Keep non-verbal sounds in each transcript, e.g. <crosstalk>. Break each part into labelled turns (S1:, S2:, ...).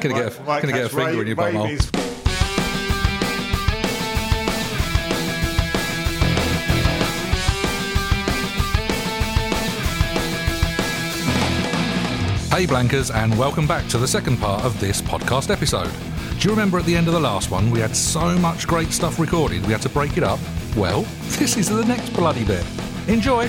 S1: gonna get a, gonna get a finger in your bumhole. Hey Blankers, and welcome back to the second part of this podcast episode. Do you remember at the end of the last one, we had so much great stuff recorded, we had to break it up? Well, <laughs> this is the next bloody bit. Enjoy!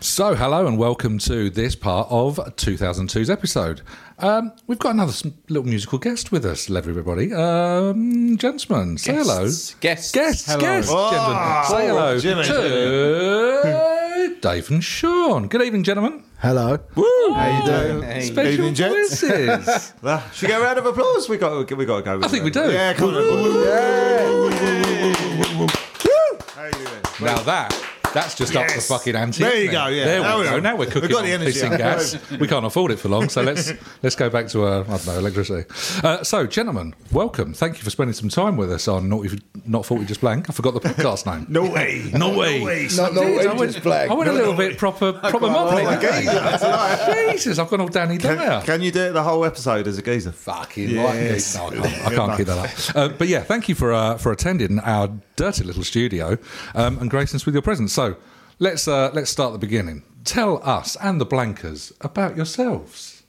S1: So, hello and welcome to this part of 2002's episode. Um, we've got another s- little musical guest with us, hello everybody. Um, gentlemen, say
S2: Guests.
S1: hello.
S2: Guests.
S1: Guests,
S2: Hello.
S1: guests, gentlemen. Say hello
S3: Oh, Jimmy.
S1: to Dave and Sean. Good evening, gentlemen.
S4: Hello.
S3: How you doing?
S1: Special
S3: Evening, gents. <laughs>
S1: quizzes.
S3: Ah, Should we get a round of applause? We got we got to go. With
S1: I think
S3: it.
S1: we do.
S3: Yeah, come on. How you doing?
S1: now that that's just up the
S3: Yes.
S1: fucking ante.
S3: There
S1: isn't
S3: you
S1: it?
S3: go, yeah.
S1: There
S3: Now
S1: we
S3: we
S1: go.
S3: are.
S1: Now we're
S3: We've
S1: cooking
S3: got the
S1: on
S3: energy
S1: pissing
S3: up.
S1: gas. we can't afford it for long, so let's <laughs> let's go back to uh, I don't know electricity. Uh, so, gentlemen, welcome. Thank you for spending some time with us on Naughty Not Forty Just Blank. I forgot the <laughs> podcast name.
S3: No way.
S1: No way.
S4: No, no,
S1: Jeez,
S4: it's
S1: I went,
S4: just black.
S1: I went a little bit proper proper mobbing. <laughs>
S3: like geezer
S1: Jesus, I've gone all Danny Dyer.
S3: Can you do it the whole episode as a geezer?
S1: Fucking
S3: Yes.
S1: like it. No, I can't, I can't keep that up. Uh, but yeah, thank you for uh, for attending our dirty little studio um, and gracing us with your presence. So let's uh, let's start at the beginning. Tell us and the Blankers about yourselves.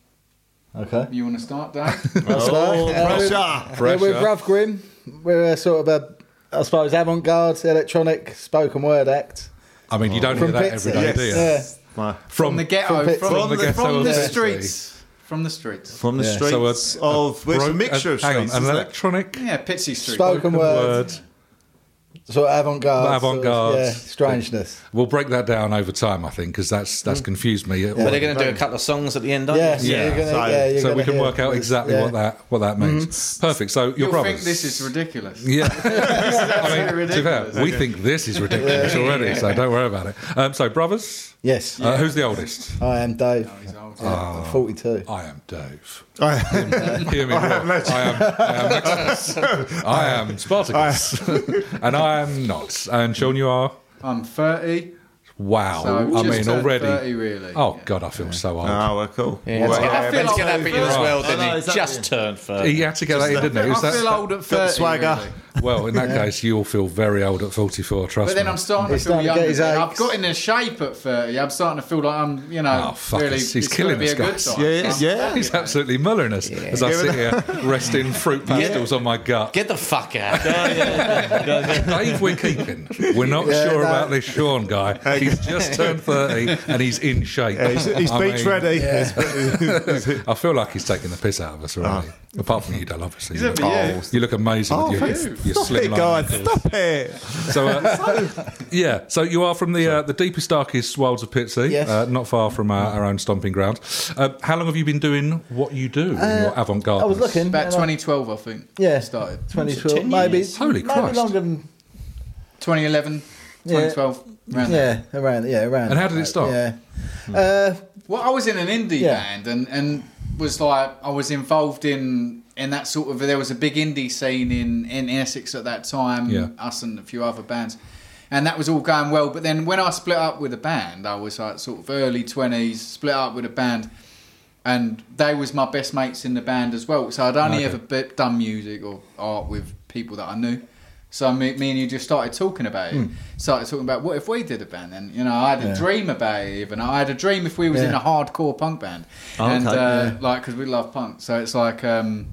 S4: Okay.
S2: You want to start,
S1: <laughs>
S2: Dave?
S4: That's
S3: Oh,
S4: right. Uh,
S3: pressure.
S4: We're with Rough Grim. We're a sort of a, I suppose, avant garde electronic spoken word act.
S1: I mean, you don't hear
S4: From
S1: that
S4: Pizza.
S1: every day, do you?
S4: Yeah.
S3: My-
S1: From,
S2: From the ghetto,
S4: From-
S2: from,
S3: from
S2: the,
S3: the-
S2: from
S3: from
S2: the
S3: the-
S2: streets, from the streets.
S3: From the
S4: Yeah.
S3: streets
S1: So a-
S3: of well, it's a
S1: Broke-
S3: mixture of
S1: uh, hang on,
S3: streets.
S1: an
S3: isn't it?
S1: <laughs> electronic
S2: Yeah, Pitsy Street.
S4: Spoke- Spoken word.
S1: word.
S4: Sort of avant garde.
S1: Avant-garde.
S4: yeah. Strangeness.
S1: We'll break that down over time, I think, because that's that's
S3: Mm.
S1: confused me.
S5: But they're going to do a couple of songs at the end, aren't
S4: Yeah.
S5: they?
S1: Uh, Yeah.
S4: You're gonna,
S3: So-
S4: yeah you're
S1: so we
S4: gonna
S1: can
S4: hear
S1: work out
S4: this.
S1: exactly
S4: Yeah.
S1: what that what that means. Perfect. So your
S2: You'll
S1: brothers.
S2: think this is ridiculous.
S1: <laughs> yeah.
S2: I
S1: I mean, to be fair, we think this is ridiculous already, so don't worry about it. Um, so, brothers,
S4: Yes.
S1: uh, Oh, who's the oldest?
S4: I am Dave.
S2: He's old.
S4: Yeah, 42.
S1: I am Dave.
S3: I-
S1: Hear me roar. I am
S3: <laughs>
S1: I am, Maximus. I am Spartacus, <laughs> and I am not. And Sean, you are.
S2: I'm 30,
S1: Wow.
S2: so I've
S1: Oh, I
S2: just uh,
S1: mean,
S2: turned
S1: already.
S2: 30, really.
S1: Oh
S2: Yeah.
S1: God, I feel so old.
S3: oh, well, cool.
S5: Yeah, had to get,
S3: Well,
S5: I
S2: feel
S5: meant to get
S2: like
S5: that bit in
S2: those-
S5: as well,
S3: I
S5: didn't
S3: know,
S5: he?
S3: exactly.
S5: Just turned first.
S1: He had to get that in,
S2: <laughs>
S1: didn't he? It was
S2: I feel
S1: that-
S2: old at 30.
S3: the swagger.
S2: really.
S1: well, in that case, you'll feel very old at forty-four. Trust
S2: But then
S1: me.
S2: I'm starting
S4: He's
S2: to feel
S4: starting to
S2: young.
S4: get his
S2: again. I've
S4: aches.
S2: got in the shape at 30. I'm starting to feel like I'm, you know,
S1: Oh, fuck,
S2: really.
S1: he's- he's
S2: it's
S1: killing
S2: gonna be
S1: us,
S2: a good
S1: guys.
S2: time.
S3: Yeah,
S1: <laughs>
S3: yeah.
S1: He's absolutely mulling us as I sit here resting fruit pastels on my gut.
S5: Get the fuck out.
S1: Dave, we're keeping. We're not
S4: Yeah,
S1: sure
S4: no.
S1: about this Sean guy. He's just turned 30 and he's in shape.
S3: Yeah, he's <laughs> he's
S1: I
S3: beach
S1: mean,
S3: ready.
S1: I feel like he's taking the piss out of us already. Apart from you, Dale, obviously.
S2: He's
S1: You
S2: up
S1: look,
S2: to you.
S1: you look amazing
S3: Oh,
S1: with your,
S3: thanks.
S1: your
S3: Stop <laughs>
S1: slim
S3: it,
S1: line.
S3: guys. Stop it.
S1: So, uh, yeah, so you are from the uh, the deepest, darkest wilds of Pitsea,
S4: Yes.
S1: uh, not far from our, our own stomping ground. Uh, how long have you been doing what you do in your avant garde?
S4: I was looking.
S2: About
S4: and I-
S2: 2012, I think.
S4: Yeah.
S2: Started.
S4: 2012.
S5: Ten
S4: Maybe.
S5: years.
S1: Holy
S4: maybe
S1: Christ.
S4: longer than.
S2: 2011, 2012. around there.
S4: Yeah. Around. Yeah. Around.
S1: And how did it start?
S4: Yeah. Uh,
S2: Well, I was in an indie
S4: Yeah.
S2: band and, and was like, I was involved in, in that sort of, there was a big indie scene in, in Essex at that time,
S1: Yeah.
S2: us and a few other bands. And that was all going well. But then when I split up with a band, I was like sort of early 20s, split up with a band. And they was my best mates in the band as well. So I'd only
S1: Okay.
S2: ever bit- done music or art with people that I knew. So me, me and you just started talking about it. Started talking about what if we did a band? And you know, I had a
S4: Hmm. Yeah.
S2: dream about it. Even I had a dream if we was in a
S4: Yeah.
S2: hardcore punk band,
S3: Oh,
S2: and uh,
S3: okay,
S2: like 'cause like because we love punk. So it's like um,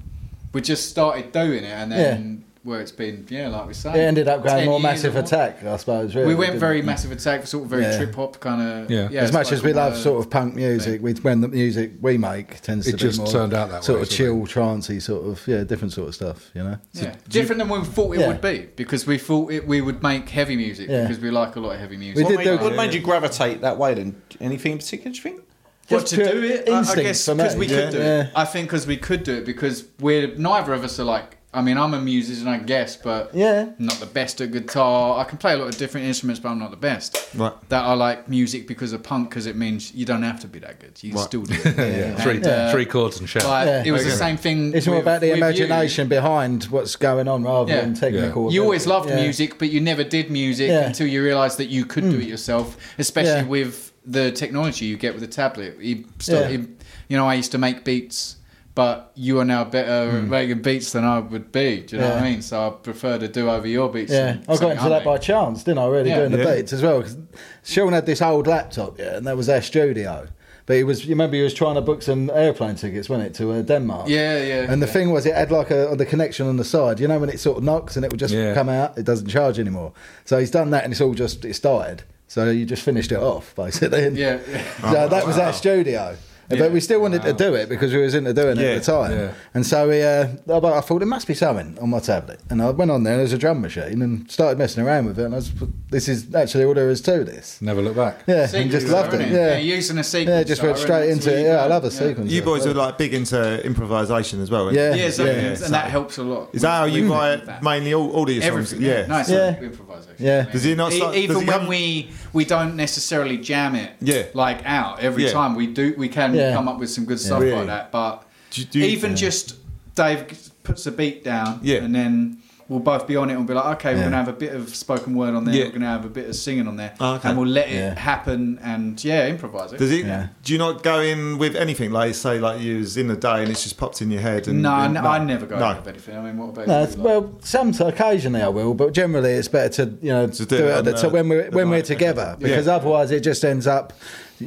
S2: we just started doing it, and then where it's been, yeah, like we say,
S4: it ended up going
S2: 10
S4: more
S2: years
S4: massive
S2: or-
S4: attack, I suppose. Really,
S2: We went
S4: didn't
S2: very
S4: it?
S2: massive attack, sort of very
S4: Yeah.
S2: trip hop kind of.
S1: Yeah.
S4: as much as we love sort of punk music, we, when the music we make tends
S1: It
S4: to
S1: just
S4: be more
S1: turned out that
S4: sort
S1: way,
S4: of
S1: sort
S4: chill, trancey, sort of yeah, different sort of stuff. You know,
S2: Yeah. different than we thought it
S4: Yeah.
S2: would be because we thought it, we would make heavy music
S4: Yeah.
S2: because we like a lot of heavy music.
S4: We
S5: What,
S4: did
S5: made,
S4: do-
S5: what made you gravitate that way then? Anything in particular, do you think?
S2: What to
S4: Just pure
S2: do it? I- I
S4: instinct
S2: guess
S4: for me.
S2: because we
S4: Yeah.
S2: could do it.
S4: Yeah.
S2: I think because we could do it because we're neither of us are like. I mean, I'm a musician, I guess, but
S4: Yeah.
S2: not the best at guitar. I can play a lot of different instruments, but I'm not the best.
S3: Right.
S2: That I like music because of punk because it means you don't have to be that good. You
S3: Right.
S2: still do. <laughs> It. And,
S1: Three,
S2: uh,
S1: three chords and shout.
S2: Like,
S4: Yeah.
S2: It was the
S1: Okay.
S2: same thing.
S4: it's more
S2: with-
S4: about the
S2: with you.
S4: imagination behind what's going on rather
S2: Yeah.
S4: than technical.
S2: You always
S4: ability.
S2: loved
S4: Yeah.
S2: music, but you never did music
S4: Yeah. Hmm.
S2: until you realised that you could do it yourself, especially
S4: Yeah.
S2: with the technology you get with a tablet. He still,
S4: Yeah.
S2: he, you know, I used to make beats, but you are now better at making beats than I would be. Do you know what I
S4: Hmm. Yeah.
S2: mean? So I prefer to do over your beats.
S4: Yeah,
S2: than
S4: I got
S2: something
S4: into that
S2: make.
S4: by chance, didn't I? Really
S2: Yeah.
S4: doing the
S3: Yeah.
S4: beats as well because Sean had this old laptop, yeah, and that was their studio. But he was, you remember, he was trying to book some airplane tickets, wasn't it, to uh, Denmark?
S2: Yeah, yeah.
S4: And
S2: <laughs>
S4: the
S2: yeah.
S4: thing was, it had like a the connection on the side. You know when it sort of knocks and it would just
S1: Yeah.
S4: come out. It doesn't charge anymore. So he's done that, and it's all just it's died. So you just finished it off basically. And
S2: Yeah, yeah.
S4: <laughs> So that was our studio. But we still wanted to
S2: Wow.
S4: do it because we was into doing it
S3: Yeah.
S4: at the time.
S1: Yeah.
S4: And so we, uh, I I thought there must be something on my tablet. And I went on there and there's a drum machine and started messing around with it. And I was, this is actually all there is to this.
S1: Never look back.
S4: Yeah, and
S2: Sequencer,
S4: just loved
S2: isn't
S4: it. Yeah,
S2: You're using a sequencer.
S4: yeah, just went straight
S2: and that's
S4: into
S2: what
S4: it.
S2: you
S4: Yeah, I
S2: learn.
S4: love a
S2: Yeah.
S4: sequence.
S3: You boys were like big into improvisation as well. weren't you?
S4: Yeah.
S2: Yeah, so,
S4: Yeah,
S2: and
S3: so-
S2: that helps a lot.
S3: Is that how
S2: We-
S3: you
S2: we
S3: write
S2: did that.
S3: mainly all, all of your songs?
S2: Everything. Yeah. Nice.
S4: Yeah.
S2: like Improvisation.
S4: Yeah.
S2: man.
S3: Does he not
S2: E-
S3: start-
S2: even
S3: does he
S2: when
S3: come-
S2: we we don't necessarily jam it.
S3: Yeah.
S2: Like out every
S3: Yeah.
S2: time we do, we can
S4: Yeah.
S2: come up with some good stuff
S3: Really?
S2: like that. But
S3: Do you- do you-
S2: even
S3: Yeah.
S2: just Dave g- puts a beat down.
S3: Yeah.
S2: And then. We'll both be on it and be like, okay, we're
S4: Yeah.
S2: gonna have a bit of spoken word on there.
S3: Yeah.
S2: We're gonna have a bit of singing on there,
S3: Oh, okay.
S2: and we'll let it
S4: Yeah.
S2: happen. And yeah, improvise it.
S3: Does it?
S4: Yeah.
S3: Do you not go in with anything like say like you was in the day and it's just popped in your head? And,
S2: no,
S3: and-
S2: no, I never go
S3: No.
S2: out of anything. I mean, what about
S4: No,
S2: you?
S4: it's-
S2: Like-
S4: well, some occasionally I will, but generally it's better to you know
S3: To do
S4: do,
S3: it
S4: it at
S3: on
S4: the
S3: the-
S4: top when we're
S3: the
S4: when we're
S3: night.
S4: together
S3: Yeah.
S4: because otherwise it just ends up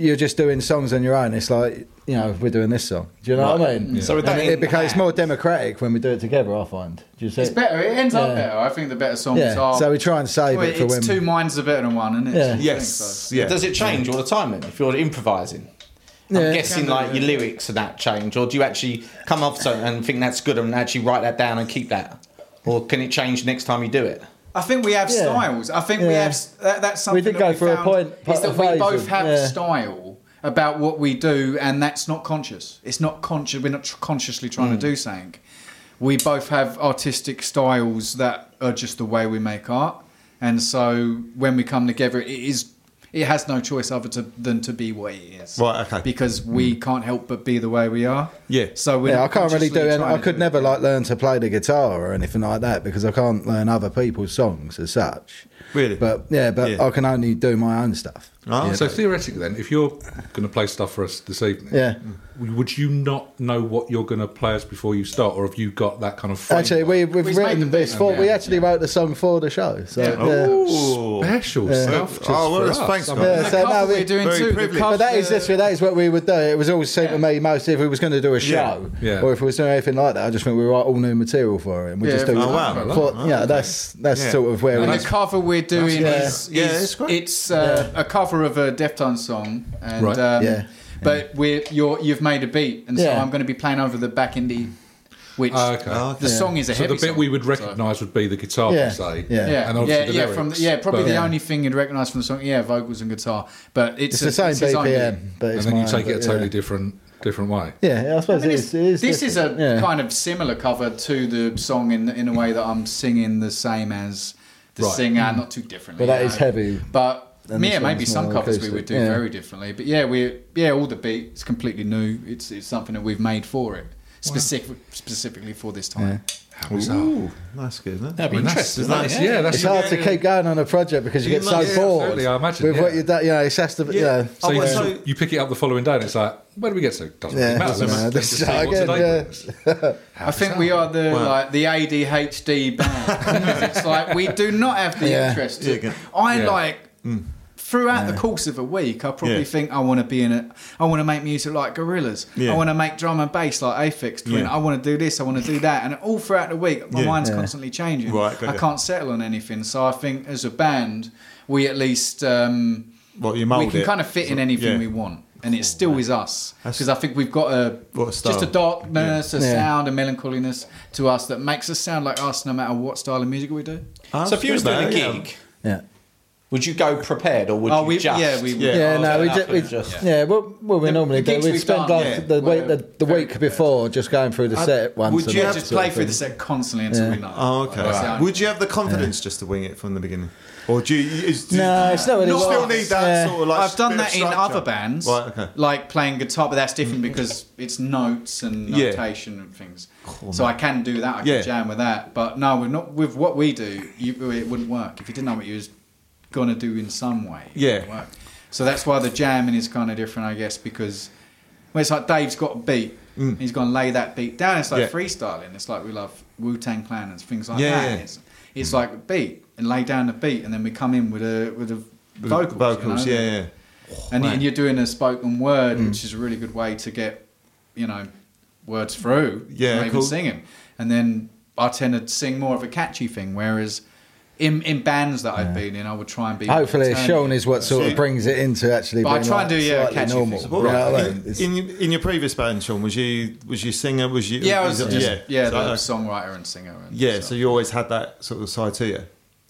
S4: you're just doing songs on your own. It's like you know we're doing this song. Do you know what I mean?
S5: So with
S4: And
S5: that
S4: it,
S5: in
S4: becomes
S5: hand-
S4: more democratic when we do it together. I find. Do you see?
S2: It's better. It ends up
S4: Yeah.
S2: better. I think the better songs
S4: Yeah.
S2: are.
S4: So we try and save
S2: Well,
S4: it for
S2: it's
S4: when.
S2: two minds are better than one, isn't it?
S4: Yeah.
S3: Yes. Yeah.
S5: Does it change all the time then? If you're improvising,
S4: Yeah.
S5: I'm guessing like your lyrics and that change, or do you actually come off something and think that's good and actually write that down and keep that, or can it change next time you do it?
S2: I think we have
S4: Yeah.
S2: styles. I think we
S4: Yeah.
S2: have. s- That, that's something
S4: We did
S2: that
S4: go for a
S2: found
S4: point-
S2: Is
S4: part
S2: that
S4: of
S2: we
S4: phase
S2: both
S4: of-
S2: have
S4: yeah.
S2: style about what we do, and that's not conscious. It's not conscious. We're not tr- consciously trying
S4: Mm.
S2: to do something. We both have artistic styles that are just the way we make art, and so when we come together, it is. It has no choice other to, than to be what it is.
S3: Right, okay. Mm.
S2: Because we can't help but be the way we are.
S3: Yeah.
S2: So we're
S4: yeah, I
S2: not
S4: can't really do
S2: consciously
S4: it.
S2: trying
S4: I
S2: to
S4: could
S2: do
S4: never
S2: it.
S4: like learn to play the guitar or anything like that because I can't learn other people's songs as such.
S3: Really?
S4: But yeah, but
S3: Yeah.
S4: I can only do my own stuff.
S3: Oh,
S4: You
S3: Yeah.
S1: Ah, So theoretically, then, if you're going to play stuff for us this evening,
S4: Yeah.
S1: would you not know what you're going to play us before you start, or have you got that kind of? Framework?
S4: Actually, we,
S2: We've
S4: we've
S2: made the
S4: written this
S2: beat.
S4: for.
S2: Yeah.
S4: We actually wrote the song for the show. So
S2: Yeah.
S4: yeah.
S3: Ooh.
S1: special stuff. Just
S3: Oh, well,
S1: for
S3: that's
S1: us.
S3: thanks,
S1: I
S3: guys.
S1: mean,
S4: Yeah,
S2: The
S4: so
S2: cover
S4: now
S2: we're
S4: we,
S2: doing
S3: Very
S2: too. The
S3: privileged.
S2: cover,
S4: but that is literally that is what we would do. It was all seemed to me most if we was going to do a show
S1: Yeah.
S4: or if we was doing anything like that. I just think we write all new material for it. And we
S2: Yeah,
S4: just do.
S2: oh,
S3: wow.
S4: for-
S3: Oh,
S4: yeah,
S3: okay.
S4: that's that's
S3: Yeah.
S4: sort of where.
S2: And
S4: we,
S2: the cover we're doing
S4: yeah.
S2: is,
S3: Yeah,
S2: is-
S3: it's great.
S2: uh, a cover of a Deftones song, and
S1: Right.
S2: um,
S4: Yeah.
S2: but we're you're you've made a beat, and so
S4: Yeah.
S2: I'm going to be playing over the back indie, which
S1: Ah, okay.
S3: Oh, okay.
S2: the song is a
S1: so the
S2: heavy
S1: bit
S2: song,
S1: we would
S2: so-
S1: recognise would be the guitar,
S4: Yeah.
S1: per se,
S4: Yeah.
S2: Yeah,
S1: and
S2: yeah,
S1: obviously the
S2: yeah,
S1: lyrics.
S2: from the, yeah, probably
S1: But-
S2: the
S4: Yeah.
S2: only thing you'd recognise from the song, yeah, vocals and guitar, but it's,
S4: it's
S2: a-
S4: the same
S2: it's his own beat.
S4: BPM, but
S1: and
S4: it's
S1: then you
S4: mine,
S1: take it a
S4: but,
S1: totally
S4: yeah.
S1: different different way.
S4: Yeah, I suppose
S2: I mean,
S4: it
S2: it's-
S4: is. It is
S2: this is a
S4: different, yeah.
S2: kind of similar cover to the song in in a way that I'm singing the same as the
S1: Right.
S2: singer, not too differently.
S4: Mm. But that
S2: you
S4: is
S2: know.
S4: heavy.
S2: But
S4: And
S2: yeah,
S4: this
S2: maybe
S4: one's
S2: some
S4: more
S2: covers we
S4: acoustic,
S2: would do
S4: yeah.
S2: very differently. But yeah, we yeah all the beat is completely new. It's it's something that we've made for it specific, specifically for this time.
S1: How bizarre.
S3: Ooh, that's good. Isn't it?
S5: That'd be
S1: I mean, that's,
S5: interesting.
S1: that's,
S5: wouldn't it?
S1: yeah, that's
S4: It's hard to
S1: yeah,
S4: keep going on a project because you
S3: You
S4: get
S3: must-
S4: so
S3: yeah,
S4: bored
S1: absolutely, I imagine,
S4: with what
S1: yeah.
S4: you've done. You know, it's just the yeah.
S1: So,
S3: Oh,
S1: you,
S3: well,
S1: sort of-
S3: so-
S1: you pick it up the following day, and it's like, where do we get to? Doesn't
S4: Yeah,
S1: really matter.
S4: doesn't
S1: Let's-
S4: matter. <laughs>
S1: let's just see
S4: Start
S1: what
S4: again,
S1: today
S4: yeah.
S1: brings.
S2: I think we are the
S3: Wow.
S2: like the ADHD
S3: <laughs>
S2: band. Because it's like we do not have the
S4: Yeah.
S2: interest.
S3: Yeah,
S2: To,
S3: good.
S2: I
S1: Yeah.
S2: like throughout the course of a week, I probably
S3: Yeah.
S2: think I want to be in it. I want to make music like Gorillas.
S3: Yeah.
S2: I want to make drum and bass like Aphex Twin.
S3: Yeah.
S2: I want to do this. I want to do that. And all throughout the week, my
S3: Yeah.
S2: mind's
S4: Yeah.
S2: constantly changing.
S3: Right, got
S2: I
S3: you.
S2: can't settle on anything. So I think as a band, we at least. Um,
S3: What you
S2: we
S3: mould
S2: can
S3: it.
S2: kind of fit in anything
S3: yeah.
S2: we want, and it still is us
S3: That's-
S2: because I think we've got a
S3: What a style.
S2: just a darkness, a
S4: Yeah.
S2: sound, a melancholiness to us that makes us sound like us, no matter what style of music we do.
S3: Oh,
S5: so if you was doing a
S3: that's good,
S5: gig,
S3: yeah.
S4: yeah.
S5: would you go prepared or would
S2: Oh,
S5: you
S2: we-
S5: just?
S2: yeah, we would.
S3: Yeah.
S4: Yeah, no,
S5: I'll
S4: we
S5: turn
S4: just,
S5: up
S4: we,
S5: and just-
S4: yeah, what, what we
S2: The-
S4: normally
S2: the
S4: do,
S2: gigs
S4: we
S2: we've
S4: spend
S2: done,
S4: like
S2: yeah,
S4: the,
S2: were
S4: week, the, the
S2: very
S4: week before just going through the set once.
S3: would
S4: and
S3: you
S4: that
S3: have
S2: Just
S4: sort
S2: play
S4: of
S2: through
S4: thing.
S2: the set constantly until we know.
S3: Oh, okay.
S2: That's the only-
S3: Would you have the confidence just to wing it from the beginning, or do you? Is, do
S4: No,
S3: you,
S4: it's not really
S3: You
S4: what
S3: still
S4: I-
S3: need that
S4: yeah.
S3: sort of like.
S2: I've done
S3: bit of
S2: that in
S3: structure? Mm-hmm.
S2: other bands,
S3: Right. Okay.
S2: like playing guitar, but that's different because it's notes and
S3: Yeah.
S2: notation and things. so I can do that. I can
S3: Yeah.
S2: jam with that. But no, we're not with what we do. You, it wouldn't work if you didn't know what you was gonna do in some way. it
S3: Yeah.
S2: wouldn't work. So that's why the jamming is kind of different, I guess, because well, it's like Dave's got a beat. He's going to lay that beat down. It's
S3: Mm.
S2: like
S3: Yeah.
S2: freestyling. It's like we love Wu Tang Clan and things like
S3: Yeah,
S2: that.
S3: yeah.
S2: It's, it's like a beat and lay down the beat, and then we come in with a with a
S3: With
S2: vocals. you
S3: vocals,
S2: know?
S3: yeah, yeah.
S2: and,
S3: man.
S2: and you're doing a spoken word,
S3: Hmm.
S2: which is a really good way to get, you know, words through.
S3: Yeah,
S2: not even
S3: cool.
S2: singing. And then I tend to sing more of a catchy thing, whereas in in bands that I've been in, I would try and be.
S4: Hopefully,
S2: alternative.
S4: Sean is what sort of
S3: See-
S4: brings it into actually
S2: But I
S4: being
S2: try
S4: like
S2: and do, yeah,
S4: slightly
S2: catchy
S4: normal.
S2: things.
S4: You know what I mean?
S3: in,
S4: It's-
S3: in, in your previous band, Sean, was you was you singer? Was you?
S2: Yeah, I was
S3: was it-
S2: just, yeah,
S3: yeah.
S2: the
S3: so,
S2: songwriter and singer. And
S3: yeah,
S2: stuff.
S3: so you always had that sort of side to you.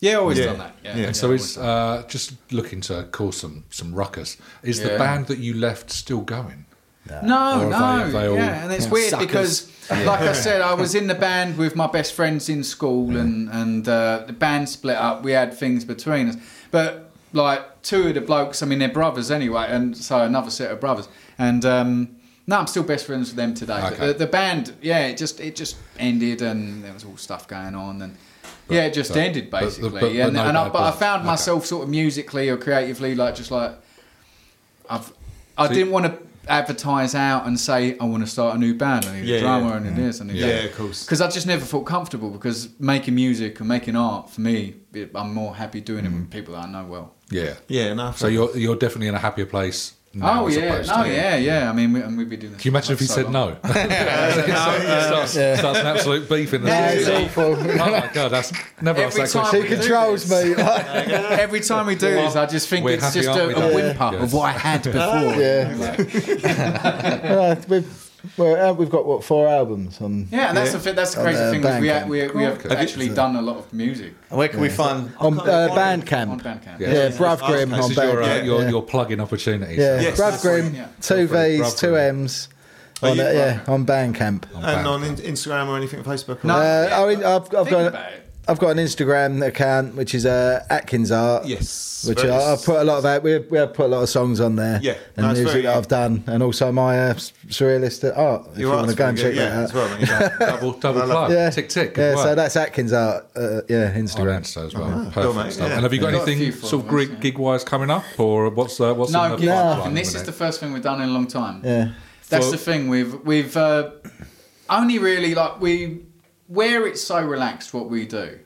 S2: yeah, always
S3: Yeah.
S2: done that. Yeah,
S3: Yeah.
S2: yeah,
S1: so
S2: always
S1: is
S2: done
S1: uh, just looking to cause some some ruckus. Is the
S2: Yeah.
S1: band that you left still going?
S2: that. no,
S1: Or are
S2: no,
S1: they- are they all
S2: yeah, and it's
S1: <laughs>
S2: weird
S1: suckers?
S2: because, like I said,
S1: <laughs>
S2: I was in the band with my best friends in school, and and uh, the band split up. We had things between us, but like two of the blokes, I mean, they're brothers anyway, and so another set of brothers, and um, no, I'm still best friends with them today. But
S1: Okay.
S2: the, the band, yeah, it just it just ended, and there was all stuff going on, and. yeah, it just
S1: but-
S2: ended
S1: but- but-
S2: basically,
S1: but- but
S2: and,
S1: no
S2: and I,
S1: bad
S2: but I
S1: blood.
S2: found
S1: Okay.
S2: myself sort of musically or creatively, like just like I've, I
S1: So you-
S2: didn't want to advertise out and say I want to start a new band. I need
S3: Yeah,
S2: a drummer.
S3: yeah.
S2: I need
S1: Mm-hmm.
S2: this. I need
S3: Yeah,
S2: that.
S3: of course.
S2: Because I just never felt comfortable. Because making music and making art for me, it, I'm more happy doing it
S1: Mm-hmm.
S2: with people that I know well.
S1: Yeah.
S3: Yeah, no.
S1: So you're you're definitely in a happier place. Now,
S2: oh
S1: as
S2: yeah,
S1: opposed
S2: no,
S1: to-
S2: yeah, yeah. I mean, we, and we'd be doing this.
S1: Can you imagine
S2: for
S1: if he
S2: so
S1: said
S2: long.
S1: no? starts, starts an absolute beef in the
S2: Yeah,
S4: it's
S2: yeah.
S4: awful.
S1: Oh my god, that's never asked
S2: Every
S1: that question.
S2: time-
S4: She controls me.
S2: <laughs> Every time we do this, I just think
S1: We're
S2: it's
S1: happy,
S2: just
S1: aren't we,
S2: a, a
S1: Dave?
S2: whimper
S1: Yeah.
S2: of what I had
S4: <laughs>
S2: before.
S4: Yeah. Uh, we've, well, uh, we've got what four albums on
S2: Yeah, and that's the the that's the
S4: On,
S2: crazy
S4: uh,
S2: thing is we, ha-
S4: Bandcamp.
S2: we, we have actually done a lot of music
S5: Where can we find?
S4: on uh,
S2: on
S4: Bandcamp.
S2: Bandcamp.
S4: Yeah, Brav Grimm
S1: This
S4: on
S1: is your, uh,
S4: Bandcamp.
S1: your,
S4: yeah.
S1: your plug-in opportunity.
S4: Yeah,
S3: Yes.
S4: Brav Grimm,
S2: Yeah.
S4: two
S1: Brav
S4: V's,
S1: Grimm.
S4: two M's.
S3: Are
S4: On,
S3: you
S4: uh, yeah, on Bandcamp.
S3: and on in, Instagram or anything, Facebook. Or
S2: No.
S4: Uh, I mean, I've, I've
S2: Think
S4: got
S2: about it.
S4: I've got an Instagram account which is uh, Atkins Art.
S3: Yes,
S4: which
S3: very
S4: I, I
S3: s-
S4: put a lot of that. We we have put a lot of songs on there.
S3: Yeah,
S4: and
S3: no, it's
S4: music
S3: very-
S4: that I've done, and also my uh, s- surrealist art. If you
S3: Your
S4: want to
S3: art's
S4: go and
S3: really
S4: check
S3: good, yeah,
S4: that
S3: as
S4: out.
S3: well. mate,
S4: <laughs>
S3: yeah.
S1: Double, double
S3: I love
S1: plug.
S3: that.
S4: Yeah,
S1: Tick tick.
S4: Yeah,
S1: Good
S4: so
S1: work.
S4: that's Atkins Art. Uh, yeah,
S1: on
S4: Instagram.
S1: Insta as well. Perfect
S3: cool, mate.
S1: stuff.
S3: Yeah.
S1: And have you got
S2: Got a
S1: anything
S2: few for
S1: sort of
S2: us,
S1: Greek
S2: yeah.
S1: gig wise coming up, or what's uh, what's
S2: No,
S1: in the
S2: give
S1: pipeline
S2: up.
S1: at
S2: And
S1: the
S2: this is the
S1: minute?
S2: first thing we've done in a long time.
S4: Yeah.
S2: That's
S1: For-
S2: the thing. We've we've uh, only really like we where it's so relaxed what we do.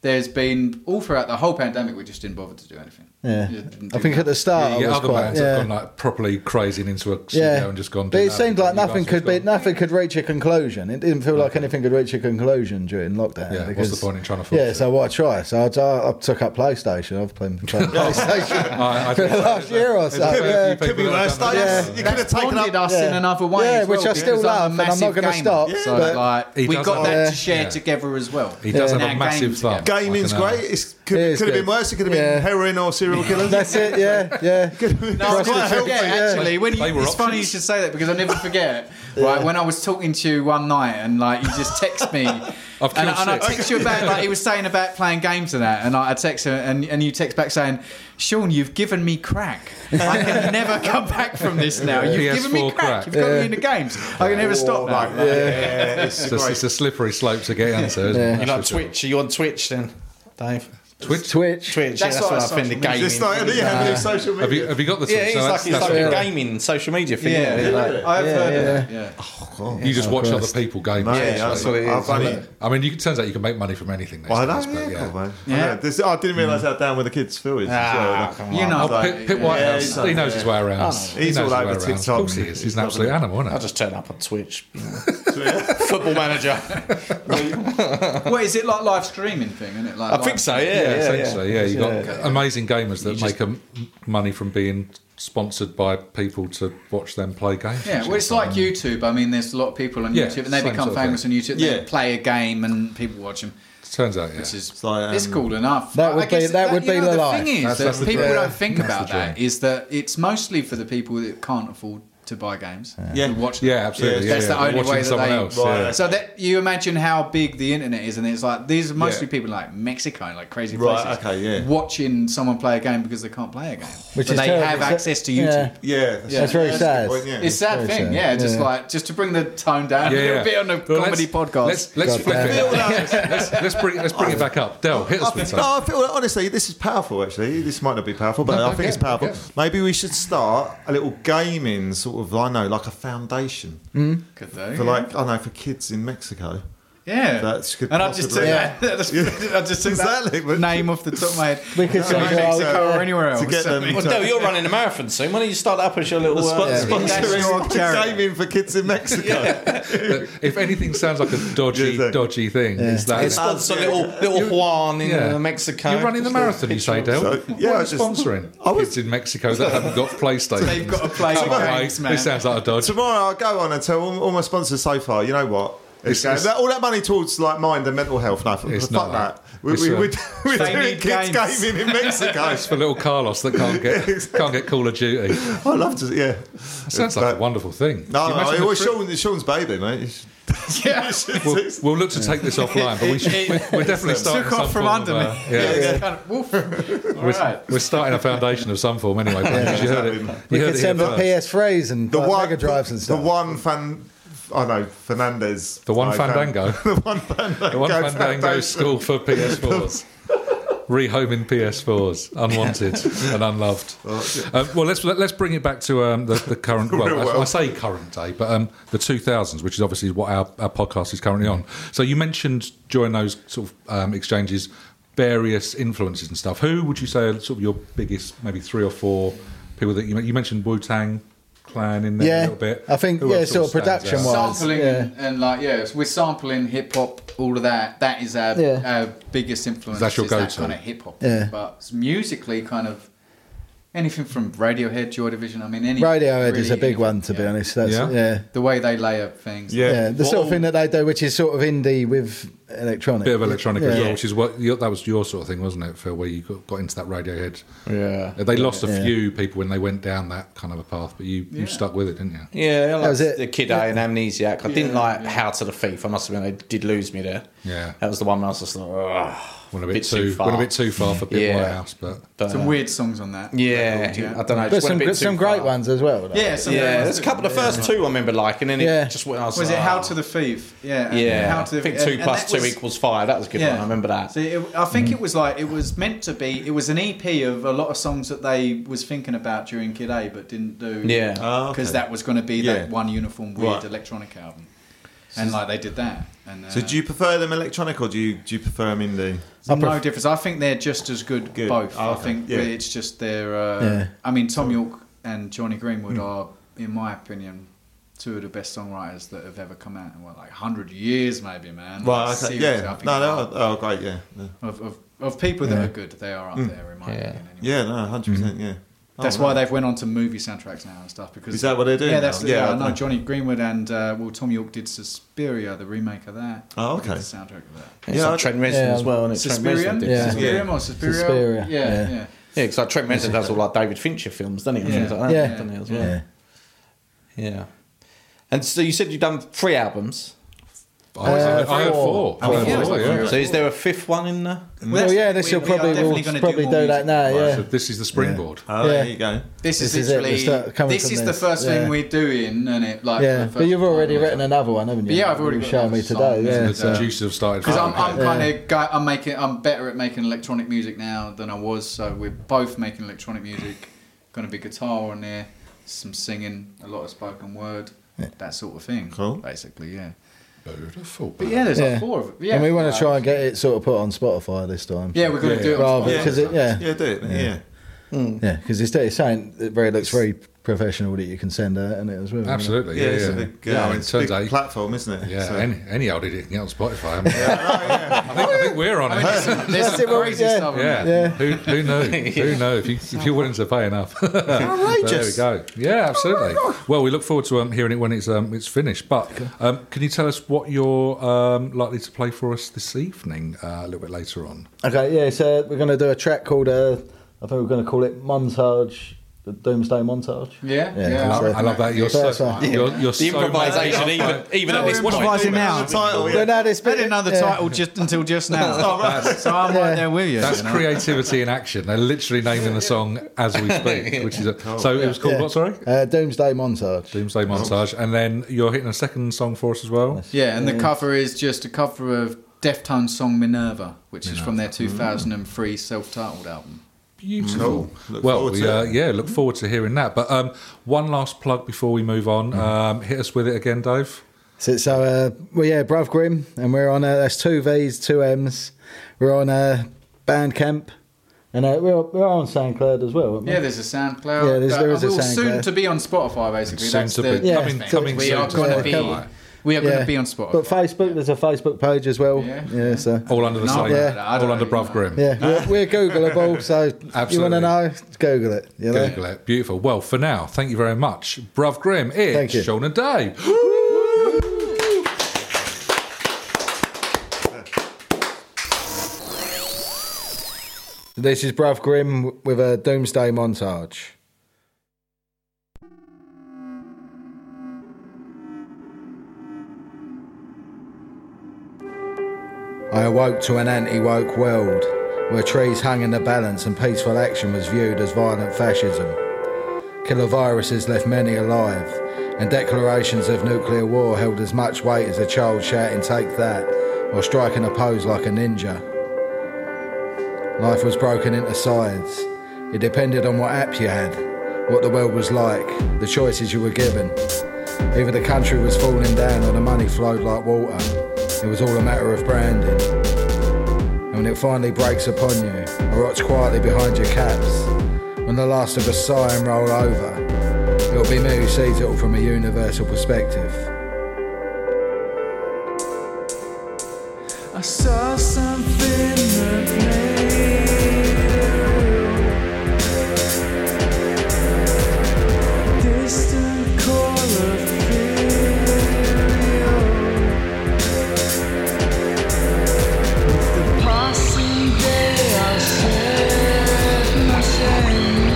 S2: There's been all throughout the whole pandemic. We just didn't bother to do anything.
S4: Yeah,
S2: We didn't
S4: I
S2: do
S4: think at
S2: that.
S4: the start
S1: You get
S4: I was
S1: other
S4: quite
S1: bands
S4: yeah.
S1: that have gone like properly crazy and into a studio
S4: yeah,
S1: and just gone.
S4: but
S1: do
S4: it
S1: that.
S4: seemed like
S1: You guys
S4: nothing
S1: have
S4: could be
S1: gone,
S4: nothing could reach a conclusion. It didn't feel like anything could reach a conclusion during lockdown.
S1: Yeah, what's
S4: because,
S1: the point in trying to force
S4: Yeah,
S1: it?
S4: so what I try. So I, I, I took up PlayStation. I've
S3: <laughs>
S4: been playing <laughs> PlayStation
S1: I, I
S4: for
S1: think
S4: the
S1: so.
S4: last year or so.
S1: There's a fair
S4: yeah.
S1: few people
S3: Could be
S1: that have
S3: worse.
S1: done that.
S4: Yeah.
S3: That's- You could have
S2: That's
S3: taken
S2: bonded
S3: up.
S2: us in another way.
S4: Yeah,
S2: as well,
S4: which I
S2: because
S4: still
S2: I'm a
S4: love, and I'm
S2: massive
S4: not gonna
S2: gamer.
S4: stop,
S2: So
S4: but-
S2: like,
S1: He
S2: we
S1: does
S2: got
S1: have-
S2: that
S4: Yeah.
S2: to share
S1: Yeah.
S2: together as well.
S1: He does
S2: In
S1: have a
S2: our
S1: massive
S2: games
S1: thumb.
S2: together.
S3: Gaming's
S1: Fucking hell.
S3: great. It's could,
S4: It
S3: it
S4: is
S3: could have
S4: good.
S3: been worse. It could have been
S4: Yeah.
S3: heroin or serial
S4: <laughs>
S3: killers.
S4: That's it. Yeah,
S3: <laughs>
S4: yeah.
S2: No, I never
S3: quite
S2: forget,
S3: healthy, yeah.
S2: actually. When you,
S1: They
S2: it's
S1: were
S2: funny you
S1: options.
S2: should say that because I
S1: <laughs>
S2: never forget. Right, when I was talking to you one night and like you just
S1: <laughs>
S2: text me.
S1: I've
S2: and,
S1: killed
S2: and I
S1: six.
S2: text you about like he was saying about playing games and that, and I, I text him and, and you text back saying, "Sean, you've given me crack.
S1: <laughs>
S2: I can never come back from this now. You've
S1: PS4
S2: given me crack.
S1: crack.
S2: You've got me into games. I can never stop now."
S3: Yeah, it's
S1: It's a, it's
S3: great.
S1: a slippery slope to get into. Isn't it?
S5: You like
S1: That's for sure.
S5: Twitch? Are you on Twitch then, Dave?
S1: Twitch.
S4: Twitch.
S2: That's
S5: Twitch. yeah, that's
S2: what
S5: what
S2: I
S5: I think
S2: social media-
S5: the gaming.
S3: It's like yeah, having social media.
S1: Have you have you got the Twitch?
S5: yeah, he's
S1: So
S5: like
S1: that's-
S5: he's
S1: that's
S5: like
S1: good.
S5: a gaming social media thing.
S2: Yeah,
S5: isn't he? Like-
S2: I have
S4: Yeah,
S2: heard
S4: yeah.
S2: of that. Yeah.
S1: You just watch other
S4: Oh, Christ.
S1: people game.
S3: Mate,
S5: Yeah,
S3: I've-
S5: that's what it is.
S3: I've only-
S1: I mean, you, it turns out you can make money from anything. these
S3: Well, I
S1: days,
S3: know, yeah,
S1: but
S3: cool, man.
S2: Yeah.
S3: I, know. This, oh, I didn't realise how down with the kids Phil is.
S5: Ah,
S3: as well.
S5: come
S2: You
S5: on.
S2: know,
S1: Oh,
S2: like,
S1: Pit, Pit
S2: yeah.
S1: Whitehouse.
S3: he's
S1: he
S3: something,
S1: knows his way around. He
S3: He's
S1: knows
S3: all
S1: his way
S3: over
S1: around.
S3: TikTok.
S1: Of course he is. He's an
S3: Loving
S1: absolute
S3: it.
S1: animal,
S5: I'll
S1: isn't he?
S5: just turn up on Twitch. <laughs> Football manager.
S2: Well, is it like live streaming thing? Isn't it? Like
S5: I
S2: live-
S5: think so. Yeah, yeah, yeah.
S1: Essentially, yeah. You've got
S2: Yeah.
S1: amazing gamers that make um, money from being sponsored by people to watch them play games.
S2: Yeah, well, it's like YouTube. I mean, there's a lot of people on
S1: Yeah,
S2: YouTube, and they
S1: same
S2: become
S1: sort of
S2: famous on YouTube. They
S3: Yeah.
S2: play a game, and people watch them.
S1: Turns out, yeah.
S2: This is it's,
S3: It's like, um,
S2: cool enough.
S4: That
S2: But
S4: would
S2: I guess
S4: be- that would
S2: you
S4: be
S2: know,
S4: the
S2: the
S4: life.
S2: thing is
S1: That's-
S2: that
S1: that's the
S2: people
S1: dream.
S2: don't think
S1: That's
S2: about
S1: the
S2: that is that it's mostly for the people that can't afford to buy games.
S3: Yeah.
S2: You watch them.
S1: Yeah, absolutely.
S3: Yeah,
S1: Yeah,
S2: That's
S1: yeah.
S2: the only
S1: Watching
S2: way that
S1: someone
S2: they.
S1: else.
S3: Right.
S1: yeah.
S2: So that you imagine how big the internet is, and it's like these are mostly
S3: Yeah.
S2: people like Mexico, like crazy
S3: Right,
S2: places.
S3: okay, yeah.
S2: Watching someone play a game because they can't play a game,
S4: Which
S2: but
S4: is
S2: they
S4: terrible.
S2: have
S4: It's-
S2: access to YouTube.
S4: yeah.
S3: Yeah, that's,
S4: That's very
S3: a good
S4: sad.
S3: point, yeah.
S2: It's a sad
S4: Very
S2: thing,
S4: sad,
S2: yeah, Just
S4: yeah.
S2: like just to bring the tone down <laughs>
S1: Yeah,
S2: a
S1: yeah.
S2: little bit on a
S1: Well,
S2: comedy
S1: let's-
S2: podcast.
S1: Let's, let's
S4: God
S1: flip
S4: damn.
S1: it. let's, let's bring, let's bring it back up. Del, hit us
S3: I
S2: <laughs>
S1: with
S3: think- no,
S1: something.
S3: I feel honestly this is powerful. Actually, this might not be powerful, but
S1: No,
S3: I think
S1: okay,
S3: it's powerful.
S1: okay.
S3: Maybe we should start a little gaming sort of. I know, like a foundation
S2: Could do,
S3: for
S2: yeah.
S3: like I know for kids in Mexico.
S2: yeah,
S3: That's good
S2: And I just took
S3: possibly-
S2: that. <laughs> that's- I just took
S3: Exactly,
S2: that
S3: but-
S2: name off the top of my head.
S4: We could
S2: Not
S4: say,
S2: in
S4: oh,
S2: Mexico or anywhere else.
S3: to get them
S5: Well,
S3: to-
S5: Del, you're running a marathon soon. Why don't you start up as your
S3: The
S5: little uh,
S3: spot,
S5: yeah.
S2: That's your
S3: sponsoring <laughs>
S2: charity.
S3: gaming for kids in Mexico.
S1: If anything sounds like a dodgy,
S3: Yeah, exactly.
S1: dodgy thing, it's that.
S5: It's sponsor
S3: Yeah.
S5: little little Juan in
S1: Yeah.
S5: uh, Mexico.
S1: You're running the marathon, you say, Del.
S3: So,
S1: yeah,
S3: yeah,
S1: what are
S3: I
S1: you
S3: just-
S1: sponsoring
S3: I was-
S1: kids in Mexico that haven't
S2: <laughs>
S1: got PlayStation.
S2: <laughs> They've got to play
S1: Come on,
S2: games,
S1: mate.
S2: man.
S1: This sounds like a dodge.
S3: Tomorrow I'll go on and tell all, all my sponsors so far. You know what? It's,
S1: It's- it's-
S3: that, all that money towards like mind and mental health. No, fuck
S1: It's
S3: fuck
S1: not
S3: that.
S1: that.
S3: We,
S1: It's,
S3: we, <laughs>
S1: uh,
S3: we're, we're
S2: They
S3: doing
S2: need
S3: kids
S2: games.
S3: gaming in <laughs> Mexico.
S1: For little Carlos that can't get
S2: <laughs>
S1: can't get Call of Duty.
S3: I love to. Yeah,
S1: That sounds like a wonderful thing.
S3: No,
S1: You
S3: no,
S1: imagine
S3: it
S1: the
S3: was
S1: thrill-
S3: Sean, it's Sean's baby, mate. <laughs> It's-
S2: Yeah.
S1: We'll, we'll look to take this offline, but we should,
S2: It-
S1: we're, we're definitely
S3: it
S1: starting
S2: Took
S1: some
S2: off from
S1: form
S2: under
S1: of,
S2: me.
S1: uh, yeah,
S2: It's kind of- woof. All
S1: We're,
S2: right.
S1: we're starting a foundation of some form anyway. But you heard it.
S4: We
S1: You heard
S4: could
S1: it here
S4: send the
S1: first.
S4: PS3s and
S3: the
S4: like,
S3: one
S4: Mega Drives and stuff.
S3: The one fan. I know Fernandez.
S1: The one
S3: No,
S1: Fandango.
S3: Fan- <laughs> the one Fandango.
S1: The one Fandango <laughs> school
S3: <laughs>
S1: for PS4s. Rehoming PS4s, unwanted
S3: <laughs>
S1: and unloved. Um, well, let's let, let's bring it back to um, the, the current.
S3: Oh, <laughs> Real
S1: Well, I, I
S3: world.
S1: say current day, but um, the 2000s, which is obviously what our, our podcast is currently on. So you mentioned during those sort of um, exchanges various influences and stuff. Who would you say are sort of your biggest, maybe three or four people that you you mentioned Wu Tang Clan in there a
S4: Yeah,
S1: little bit?
S4: I think,
S1: Who
S4: yeah,
S1: else
S4: sort of
S1: stands out?
S4: production-wise. was,
S2: sampling
S4: yeah.
S2: and, and like yeah, so we're sampling hip hop, all of that. That is our,
S4: Yeah.
S2: our biggest influence.
S1: That's your
S2: is That
S1: go-to.
S2: kind of hip hop.
S4: Yeah.
S2: But musically, kind of anything from Radiohead, Joy Division. I mean, any
S4: Radiohead is
S2: really
S4: a big
S2: anything,
S4: one, to be
S2: yeah.
S4: honest. That's,
S1: Yeah?
S4: yeah. yeah.
S2: The way they lay up things.
S3: Yeah.
S4: the
S3: What
S4: sort
S3: all-
S4: of thing that they do, which is sort of indie with electronic.
S1: bit of electronic
S4: Yeah.
S1: as well, which is what your, that was your sort of thing, wasn't it, Phil? Where you got, got into that Radiohead.
S5: Yeah.
S1: They lost a
S4: Yeah.
S1: few people when they went down that kind of a path, but you,
S2: Yeah.
S1: you stuck with it, didn't you?
S5: Yeah, I liked
S4: was it.
S5: the kid I and Amnesiac. I didn't like How to the Thief. I must admit, they did lose me there.
S1: Yeah.
S5: That was the one where I was just like, oh,
S1: Went a bit, too, went a bit too far for Big
S5: Yeah.
S1: White House, but
S5: But,
S2: Some
S5: uh,
S2: weird songs on that.
S5: Yeah,
S2: record,
S5: I don't know. it
S4: But
S5: just
S4: some,
S5: went a
S4: good-
S5: bit
S4: some
S5: too far.
S4: great ones as well. though.
S2: Yeah, some
S5: Yeah,
S2: ones
S5: there's a
S2: that-
S5: couple. The
S2: yeah.
S5: first two I remember liking, and it
S4: Yeah.
S5: just went. I was,
S2: Was it
S5: like,
S2: How
S5: oh.
S2: to the Thief? Yeah. and
S5: Yeah,
S2: How to
S5: I think
S2: and-
S5: two
S2: and
S5: plus
S2: that
S5: two
S2: was-
S5: equals Mm. five. That was a good one. I remember that.
S2: So it, I think it was like it was meant to be. It was an EP of a lot of songs that they was thinking about during Kid A, but didn't do.
S5: Yeah.
S3: Oh, okay.
S2: because that was going to be that
S3: Yeah.
S2: one uniform weird
S3: Right.
S2: electronic album, and like they did that. And uh,
S3: So do you prefer them electronic or do you do you prefer them indie?
S2: there's no difference. I think they're just as good,
S3: Good.
S2: both.
S3: Oh,
S2: I
S3: okay.
S2: think
S3: Yeah.
S2: it's just their. Uh,
S4: Yeah.
S2: I mean, Tom York and Johnny Greenwood
S3: Hmm.
S2: are, in my opinion. Two of the best songwriters that have ever come out in what, like hundred years, maybe, man.
S3: Right.
S2: Like,
S3: Okay.
S2: seriously, I
S3: Yeah.
S2: think
S3: No.
S2: they
S3: No.
S2: are-
S3: Oh, great. Yeah. Yeah.
S2: of, of, of people that are good, they are up there in my
S5: Yeah.
S2: opinion. Anyway.
S3: Hmm. Yeah. No. Hundred
S1: Mm-hmm.
S3: percent. Yeah. Oh,
S2: That's
S3: wow.
S2: why they've went on to movie soundtracks now and stuff because
S3: Is that what they're doing
S2: Yeah, that's
S3: now?
S2: yeah.
S3: Yeah, I
S2: I know
S3: dunno.
S2: Johnny Greenwood and uh, well Tom York did Suspiria, the remake of that.
S3: Oh,
S2: They did
S3: okay.
S2: the soundtrack of that.
S5: It's
S3: Yeah,
S5: like
S3: I-
S5: Trent Reznor
S4: yeah.
S5: as well, and it's Trent
S2: Suspiria,
S5: Reznor. did
S4: Yeah.
S5: something.
S2: Suspiria, or Suspiria?
S4: Suspiria,
S2: Yeah,
S4: yeah.
S2: yeah.
S5: Yeah, because like Trent Reznor does all like David Fincher films, doesn't he? And
S2: Yeah.
S5: things like that,
S4: Yeah.
S5: doesn't he as well?
S4: Yeah.
S5: Yeah.
S1: Mm.
S5: And so you said you've done three albums.
S1: I, was-
S4: Uh,
S1: I had four.
S4: four.
S1: I had
S2: Yeah.
S1: four, yeah.
S5: So is there a fifth one in there?
S4: Well,
S2: that's-
S4: yeah, this
S2: we-
S4: you'll
S2: we are
S4: probably
S2: definitely
S4: will
S2: gonna do
S4: probably
S2: more
S4: do, that
S2: music.
S4: now.
S1: Right,
S4: Yeah,
S1: so this is the springboard.
S3: Oh,
S4: Yeah.
S3: there you go.
S2: This is
S4: This is it,
S2: literally
S4: we start coming
S2: this
S4: from
S2: is the
S4: this,
S2: first thing
S4: yeah.
S2: we're doing, and it like
S4: yeah.
S2: for the
S4: But you've
S2: first
S4: already
S2: time.
S4: written another one, haven't you?
S2: Yeah, I've already
S4: You
S2: got
S4: showed me
S2: another
S4: today.
S2: song.
S4: Yeah,
S1: The
S4: so-
S1: producers have started.
S2: Because I'm, I'm
S1: firing.
S2: kind of go I'm making I'm better at making electronic music now than I was. So we're both making electronic music. Going to be guitar on there, some singing, a lot of spoken word, that sort of thing.
S3: Cool.
S2: Basically, yeah.
S1: Beautiful.
S2: But yeah, there's
S4: Yeah.
S2: like four of it. Yeah.
S4: and we want
S2: Uh,
S4: to try and get it sort of put on Spotify this time.
S2: Yeah, we're going to
S1: Yeah,
S2: do it. on
S4: rather
S2: Spotify.
S4: because it, yeah,
S3: Yeah. Do it. Yeah.
S4: yeah, because it's it's something that very looks very professional that you can send out, and it as well. isn't it?
S1: Absolutely.
S3: Yeah,
S1: Yeah, yeah.
S3: it's a big, uh,
S1: Yeah, I mean,
S3: it's a
S1: turns
S3: big
S1: out-
S3: platform, isn't it?
S1: yeah,
S3: So-
S1: any, any old idiot can get on Spotify. I, mean, <laughs>
S3: yeah.
S1: I, think, I think we're on
S2: I
S1: it.
S2: mean, <laughs> there's, there's
S4: That's
S2: some
S4: it, well,
S2: crazy
S4: yeah.
S2: stuff. on
S1: Yeah.
S2: there.
S1: Who, who knew? Who knew? If, you, if you're willing to pay enough. <laughs>
S3: Outrageous.
S1: There we go. Yeah, absolutely. Well, we look forward to um, hearing it when it's um, it's finished. But um, can you tell us what you're um, likely to play for us this evening? Uh, a little bit later on.
S4: Okay, yeah, so we're going to do a track called, uh, I think we're going to call it Montage the Doomsday montage.
S2: Yeah,
S4: Yeah,
S2: yeah.
S4: I
S1: I, I love that. You're so,
S4: First one.
S1: you're, you're so
S5: The improvisation,
S1: made up by-
S5: even, even
S2: No,
S5: at this
S2: we're
S5: point.
S2: improvising.
S3: Rising
S2: now.
S3: now. The title, yeah.
S4: But no, this
S2: I didn't know the
S4: yeah.
S2: title just until just now.
S4: <laughs>
S2: So I'm right there with you.
S1: That's
S2: you know?
S1: creativity in action. They're literally naming the song as we speak, which is a, so. It was called
S4: Yeah.
S1: what? Sorry,
S4: Uh, Doomsday montage.
S1: Doomsday Montage, and then you're hitting a second song for us as well.
S2: Yeah, and the cover is just a cover of Deftones' song Minerva, which is from their 2003 self-titled album.
S1: Beautiful.
S3: Cool. Look
S1: well,
S3: forward
S1: we,
S3: to
S1: uh,
S3: it.
S1: yeah, look forward to hearing that. But um, one last plug before we move on.
S3: Mm-hmm.
S1: Um, hit us with it again, Dave.
S4: So, so uh, well, yeah, Bruv Grimm, and we're on uh, that's two V's, two M's. We're on uh, Bandcamp, and uh, we're, we're on SoundCloud as well. aren't we?
S2: Yeah, there's a SoundCloud.
S4: Yeah, there's-
S2: but
S4: there is a
S2: we'll
S4: SoundCloud.
S2: soon to be on Spotify, basically.
S1: Soon
S2: That's
S1: to
S2: the
S1: be.
S4: Yeah,
S1: coming,
S4: so
S1: coming
S2: we
S1: soon.
S2: are
S1: to
S2: going
S4: uh,
S2: to be.
S1: Spotify.
S2: We are going
S4: Yeah.
S2: to be on Spotify.
S4: But Facebook, there's a Facebook page as well.
S2: Yeah.
S4: Yeah, so.
S1: All under the
S2: No,
S1: same.
S2: yeah. I don't
S1: All under
S2: really
S1: Bruv
S2: know.
S1: Grimm.
S4: Yeah, we're, we're Googleable, so you want
S1: Absolutely.
S4: to know, Google it. You know?
S1: Google it. Beautiful. Well, for now, thank you very much, Bruv Grimm.
S4: Thank
S1: It's
S4: you.
S1: Sean and Dave.
S4: This is Bruv Grimm with a Doomsday montage. I awoke to an anti woke world where trees hung in the balance and peaceful action was viewed as violent fascism. Killer viruses left many alive, and declarations of nuclear war held as much weight as a child shouting, Take that, or striking a pose like a ninja. Life was broken into sides. It depended on what app you had, what the world was like, the choices you were given. Either the country was falling down or the money flowed like water. It was all a matter of branding. And when it finally breaks upon you, I rots quietly behind your caps. When the last of us sigh and roll over, it'll be me who sees it all from a universal perspective.
S6: I saw something that made a distant call of fury. With the passing day, I shed my shame.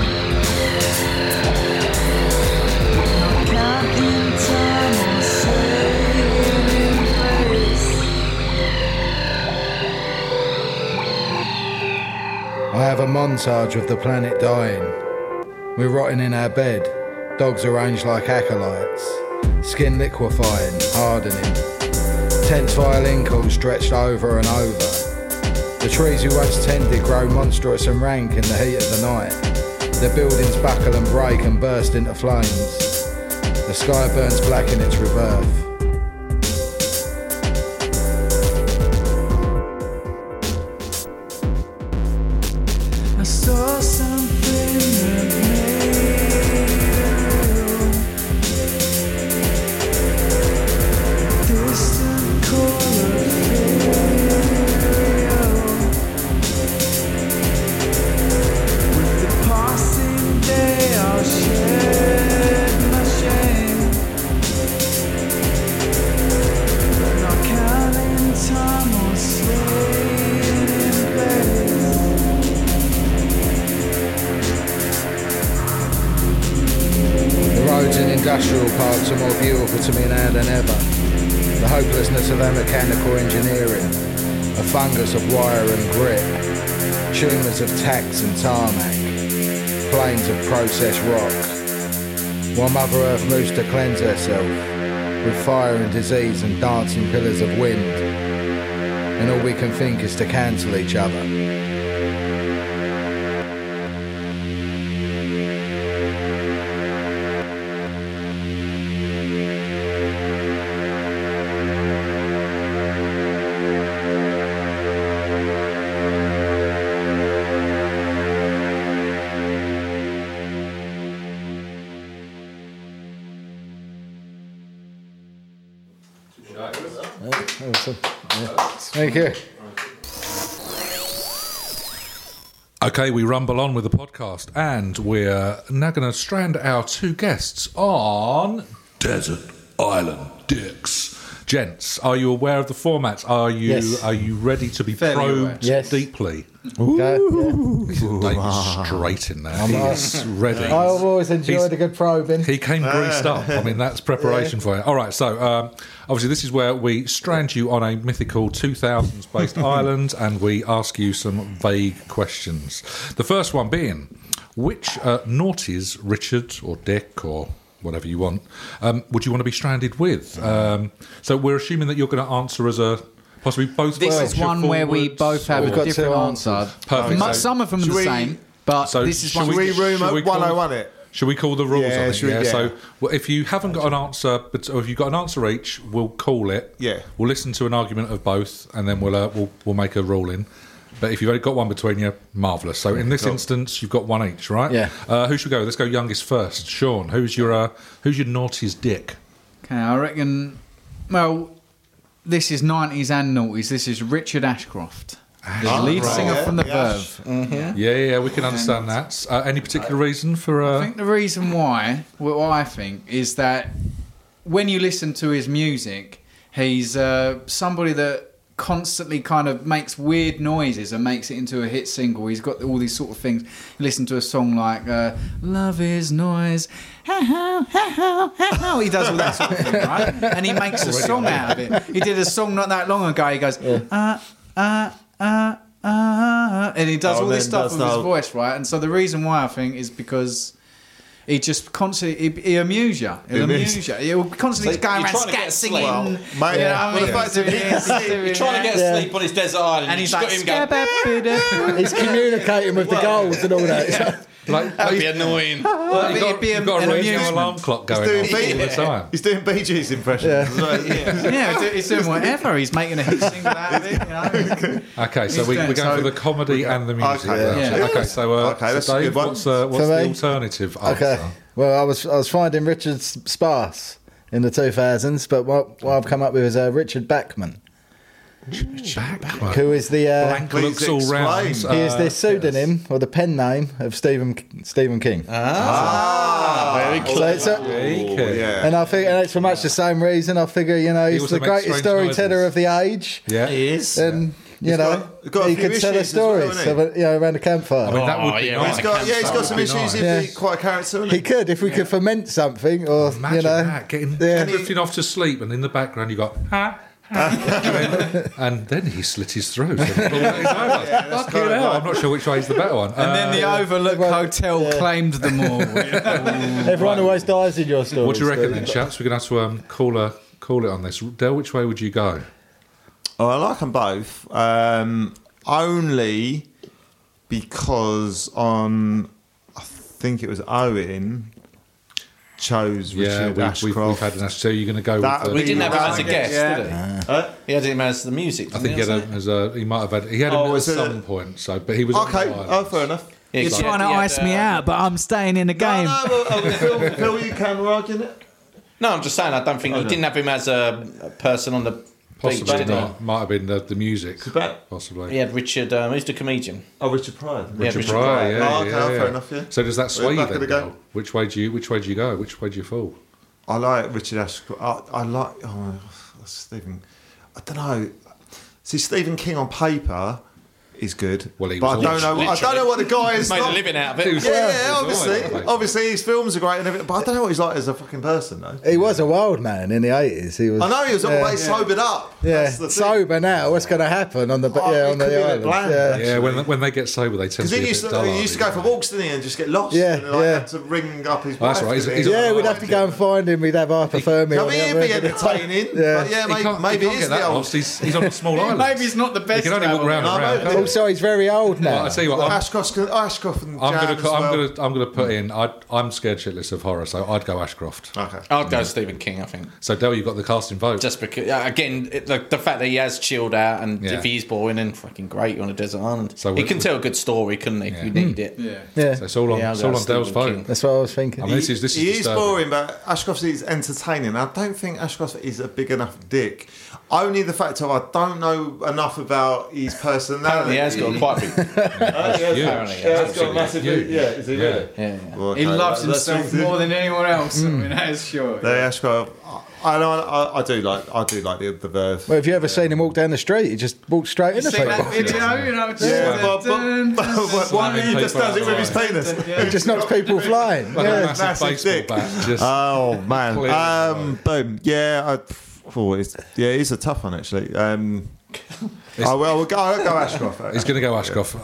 S6: No counting time or saving grace.
S4: I have a montage of the planet dying. We're rotting in our bed, dogs arranged like acolytes, skin liquefying, hardening. Tense violin calls stretched over and over. The trees who once tended grow monstrous and rank in the heat of the night. Their buildings buckle and break and burst into flames. The sky burns black in its rebirth.
S6: I saw something that made a distant call of fury. With the passing day, I'll shed my shame. Not counting time or slain in place.
S4: The roads in industrial parks are more beautiful to me now than ever. The hopelessness of our mechanical engineering, a fungus of wire and grit, tumours of tax and tarmac, plains of processed rock. While Mother Earth moves to cleanse herself with fire and disease and dancing pillars of wind, and all we can think is to cancel each other. Thank you.
S1: Okay, we rumble on with the podcast, and we're now going to strand our two guests on Desert Island Dicks. gents, are you aware of the formats? Are you
S7: Yes.
S1: are you ready to be
S2: Fairly aware.
S1: probed
S7: Yes.
S1: deeply?
S7: Go,
S1: Dave's straight in there. He's ready.
S7: yeah. I've always enjoyed
S1: He's-
S7: a good probing.
S1: <laughs> He came greased up. I mean, that's preparation for it. All right, so um, obviously, this is where we strand you on a mythical 2000s based island and we ask you some vague questions. The first one being which uh, naughties, Richard or Dick or whatever you want, um, would you want to be stranded with? Um, so we're assuming that you're going to answer as a possibly both
S2: This
S1: words,
S2: is one where we
S1: forwards,
S2: both have
S1: or-
S2: a
S7: We've got
S2: different
S7: two
S2: answer.
S1: Perfect.
S2: Mu-
S1: So
S2: Some of them are
S3: should
S2: the
S3: we-
S2: same, but
S1: So
S2: Uh, this is
S1: should
S2: one.
S1: we-
S3: we room
S1: should
S3: at
S1: we call-
S3: 101 it?
S1: Should we call the rules
S3: Yeah,
S1: on it?
S3: should we-
S1: yeah.
S3: yeah.
S1: So well, if you haven't got an answer, but or if you've got an answer each, we'll call it.
S3: Yeah.
S1: We'll listen to an argument of both, and then we'll uh, we'll, we'll make a ruling. But if you've only got one between you, marvellous. So in this instance, you've got one each, right?
S7: Yeah.
S1: Uh, who should go? Let's go youngest first. Sean, who's your uh, who's your naughtiest dick?
S2: Okay, I reckon. Well, this is 90s and noughties. This is Richard Ashcroft, the lead
S3: right.
S2: singer
S3: Yeah,
S2: from The
S3: the Ash.
S2: Verve.
S1: Yeah, yeah, yeah we can understand that. Uh, any particular reason for? Uh,
S2: I think the reason why, what I think, is that when you listen to his music, he's uh, somebody that constantly kind of makes weird noises and makes it into a hit single. He's got all these sort of things. You listen to a song like uh, "Love Is Noise," he does all that sort of thing, right? And he makes a song out of it. He did a song not that long ago. He goes, uh, uh, uh, uh, and he does
S3: Oh,
S2: all this
S3: then
S2: stuff
S3: that's
S2: with
S3: how-
S2: his voice, right? And so the reason why I think is because he just constantly he, he amuse you. He'll
S3: Amuse.
S2: amuse you. He'll constantly
S5: So
S2: go
S5: you're
S2: around
S5: trying to
S2: scat
S5: get
S2: singing.
S5: Well,
S2: you know
S3: mate,
S2: what I
S3: well,
S2: mean?
S3: the fact that he's-
S2: He's doing
S5: You're trying to
S2: that.
S5: get
S7: Yeah.
S5: asleep on his desert island.
S2: and he's
S5: You've
S2: like,
S5: got him going,
S2: "Scabba-bidda."
S7: He's communicating with the goals and all that.
S2: <laughs>
S4: <laughs>
S1: like,
S5: that'd be
S2: it'd
S5: annoying.
S1: you've got,
S2: be a-
S1: you've got
S2: an
S1: a radio
S2: amusement.
S1: alarm clock going
S3: doing
S1: off all the
S3: beat-
S1: time.
S3: <laughs> He's doing Bee Gees impressions. as well.
S1: <laughs>
S2: <laughs> yeah, he's- he's doing whatever. He's making a hit single out of
S5: <laughs>
S2: it. You know?
S1: Okay, so
S2: He's
S1: we,
S2: doing
S1: we're going
S2: so-
S1: for the comedy and the music.
S3: Okay,
S1: Okay,
S2: yeah.
S1: okay so, uh,
S3: Okay,
S1: so
S3: that's a
S1: Dave,
S3: good one.
S1: what's, uh, what's
S7: For
S1: the
S7: me?
S1: alternative answer?
S7: Okay. Well, I was I was finding Richard s- sparse in the 2000s, but what, what I've come up with is uh, Richard Backman,
S1: Back,
S7: who is the uh,
S1: Blank looks
S3: Please
S1: all round.
S3: explain.
S7: he is
S1: Uh,
S7: the pseudonym or the pen name of Stephen Stephen King.
S1: Ah,
S7: so it's a-
S1: okay.
S3: Oh, Yeah.
S7: and I think and it's for much the same reason. I figure you know he's
S1: also
S7: the
S1: makes
S7: greatest
S1: strange
S7: storyteller
S1: noises.
S7: of the age,
S1: Yeah.
S5: is.
S7: and you
S3: He's
S7: know
S3: got- got a
S7: he
S3: few
S7: could tell
S3: issues
S7: us
S3: as well,
S7: stories,
S3: hasn't he?
S7: of, you know, around the campfire.
S1: I mean, that would
S5: Oh,
S1: be
S5: yeah,
S1: nice.
S3: He's got, yeah, he's got
S1: That would
S3: some
S1: be
S3: issues.
S1: nice.
S3: He'd
S7: Yeah.
S3: be quite a character.
S7: he
S3: He,
S7: could if we could ferment something, or
S1: Imagine
S7: you know,
S1: that, getting
S7: Yeah.
S1: drifting off to sleep, and in the background you got, ha, ha. and then he slit his throat. And
S3: <laughs>
S1: all that is over. Fucking
S3: kind of
S1: hell,
S3: like-
S1: I'm not sure which way is the better
S3: <laughs>
S1: one. Uh,
S2: And then
S5: Uh,
S2: the Overlook
S7: Well,
S2: Hotel
S7: yeah.
S2: claimed them all.
S7: everyone always dies in your story.
S1: what do you reckon, then, chaps? We're going to have to um, call, a, call it on this. Dale, which way would you go?
S3: oh, I like them both. Um, only because on, I think it was Owen, chose
S1: Yeah,
S3: Richard
S1: we,
S3: Ashcroft.
S1: we've, we've had an Ash. So you're going to go
S3: That
S1: with
S3: would
S5: We
S1: the,
S3: be
S5: didn't have him as a
S3: Right.
S5: guest,
S2: Yeah.
S5: did he?
S3: Huh?
S5: He had him as the music.
S1: I think he
S5: didn't
S1: had
S5: he, or
S1: a, as a he might have had he had him
S3: Oh,
S1: at
S3: was it
S1: some
S3: a-
S1: point. So, but he was on
S3: Okay,
S1: the island.
S3: oh, fair enough.
S5: something?
S2: You're
S5: Yeah,
S2: trying to
S5: he had,
S2: ice me
S5: uh,
S2: out, but I'm staying in the game.
S3: No, no, well, uh, Phil, Phil, you can, we're arguing it.
S5: No, I'm just saying. I don't think he didn't have him as a a person on the
S1: Oh, possibly
S5: beach, did
S1: not. Might have been the, the music,
S3: But,
S5: he?
S1: possibly.
S5: He had Richard. Um, who's the comedian?
S3: oh, Richard Pryor.
S5: He had
S1: Richard
S5: Richard
S1: Pryor,
S5: Pryor.
S1: yeah,
S3: Oh, okay,
S1: yeah,
S3: fair
S1: yeah.
S3: enough, yeah.
S1: So does that sway you
S3: back at
S1: then?
S3: the game.
S1: Dale? Which way do you which way do you go? Which way do you fall?
S3: I like Richard Ashcroft. I, I like oh, Stephen. I don't know. See, Stephen King on paper is good.
S1: Well, he
S3: but
S1: was
S3: I don't know. I don't know what the guy
S1: <laughs>
S3: is.
S5: Made a
S3: like.
S5: living out of it.
S3: Yeah,
S1: Well, he was always on
S3: obviously,
S1: paper.
S3: obviously his films are great and everything, but I don't know what he's like as a fucking person though.
S7: He was a wild man in the 80s. He was.
S3: I know he was
S7: yeah.
S3: always sobered up.
S7: Yeah,
S3: That's the thing.
S7: sober now. What's going to happen on the
S3: Oh,
S7: yeah
S3: it
S7: on the
S3: could be a bit
S7: island?
S3: bland,
S7: yeah.
S3: actually.
S1: Yeah, when when they get sober, they tend
S3: Because
S1: to be
S3: he
S1: a
S3: used
S1: bit
S3: to,
S1: dull,
S3: he used to go
S1: aren't
S3: for
S1: they?
S3: walks, didn't he, and just get lost.
S7: Yeah,
S3: and, like,
S7: yeah.
S3: Had to ring up his.
S1: That's right,
S3: wife to
S1: he's-
S3: be-
S1: he's-
S7: Yeah, we'd have to go and find him. We'd have hypothermia.
S3: I
S7: on the
S3: mean, it'd
S7: other
S3: be
S7: end of the-
S3: entertaining.
S7: Yeah.
S3: But yeah,
S1: He
S3: maybe,
S1: can't- he
S3: maybe
S1: can't
S3: it
S1: get
S3: is
S1: that
S3: the old.
S1: lost. He's, he's on a small island.
S2: Maybe he's not the
S1: He
S2: best.
S1: can only walk
S2: traveller.
S1: round and
S3: No,
S1: round.
S3: maybe.
S1: can't he?
S7: Also, he's very old now.
S1: Well, I tell you what, I'm,
S3: Ashcroft's, Ashcroft and
S1: I'm
S3: Jam
S1: going
S3: as
S1: to
S3: well.
S1: I'm going to I'm going to put in. I, I'm scared shitless of horror, so I'd go Ashcroft.
S3: Okay.
S5: I'd go Stephen King. I think
S1: So Dale, you got the casting vote.
S5: just because yeah, again it, the, the fact that he has chilled out and
S1: Yeah.
S5: if he's boring then fucking great you're on a desert island.
S1: So
S5: he
S1: we-
S5: can tell a good story, couldn't he? If you need it.
S2: Yeah.
S7: Yeah,
S1: so it's all on
S5: Yeah, I'd
S1: it's
S5: go
S1: all on
S5: Stephen
S1: Dale's vote.
S5: King.
S7: that's what I was thinking.
S1: I mean, this is this is
S3: he is
S1: disturbing.
S3: boring, but Ashcroft is entertaining. I don't think Ashcroft is a big enough dick. Only the fact of I don't know enough about his personality.
S5: Apparently has got quite
S1: <laughs>
S5: big.
S1: huge.
S5: apparently,
S1: It's
S5: yeah.
S1: absolutely
S3: That's got a massive.
S1: huge.
S3: Yeah, is he really?
S5: Yeah.
S3: Well, okay,
S2: He loves
S3: that's Hmm.
S2: himself
S3: something.
S2: more than anyone else. I <laughs> mean, that is sure.
S3: They ask her. I, know- I, I do like. I do like the the verve.
S4: Well, have you ever seen him walk down the street? He just walks straight
S2: You
S4: into
S2: seen
S4: people.
S2: that video? You know, just
S3: yeah,
S2: the-
S3: but,
S2: dun,
S3: but, but,
S2: dun,
S3: why he just does it with his
S1: People
S3: penis?
S4: He just knocks people flying.
S1: Like
S4: Yeah.
S1: a massive
S3: massive
S1: baseball
S3: dick.
S1: bat. Just,
S3: Oh man.
S1: Clearly
S3: um, boom. Yeah. I, oh, it's, yeah, it's a tough one actually. Um, I will I will go. I'll go <laughs> Ashcroft.
S1: he's going to go Ashcroft.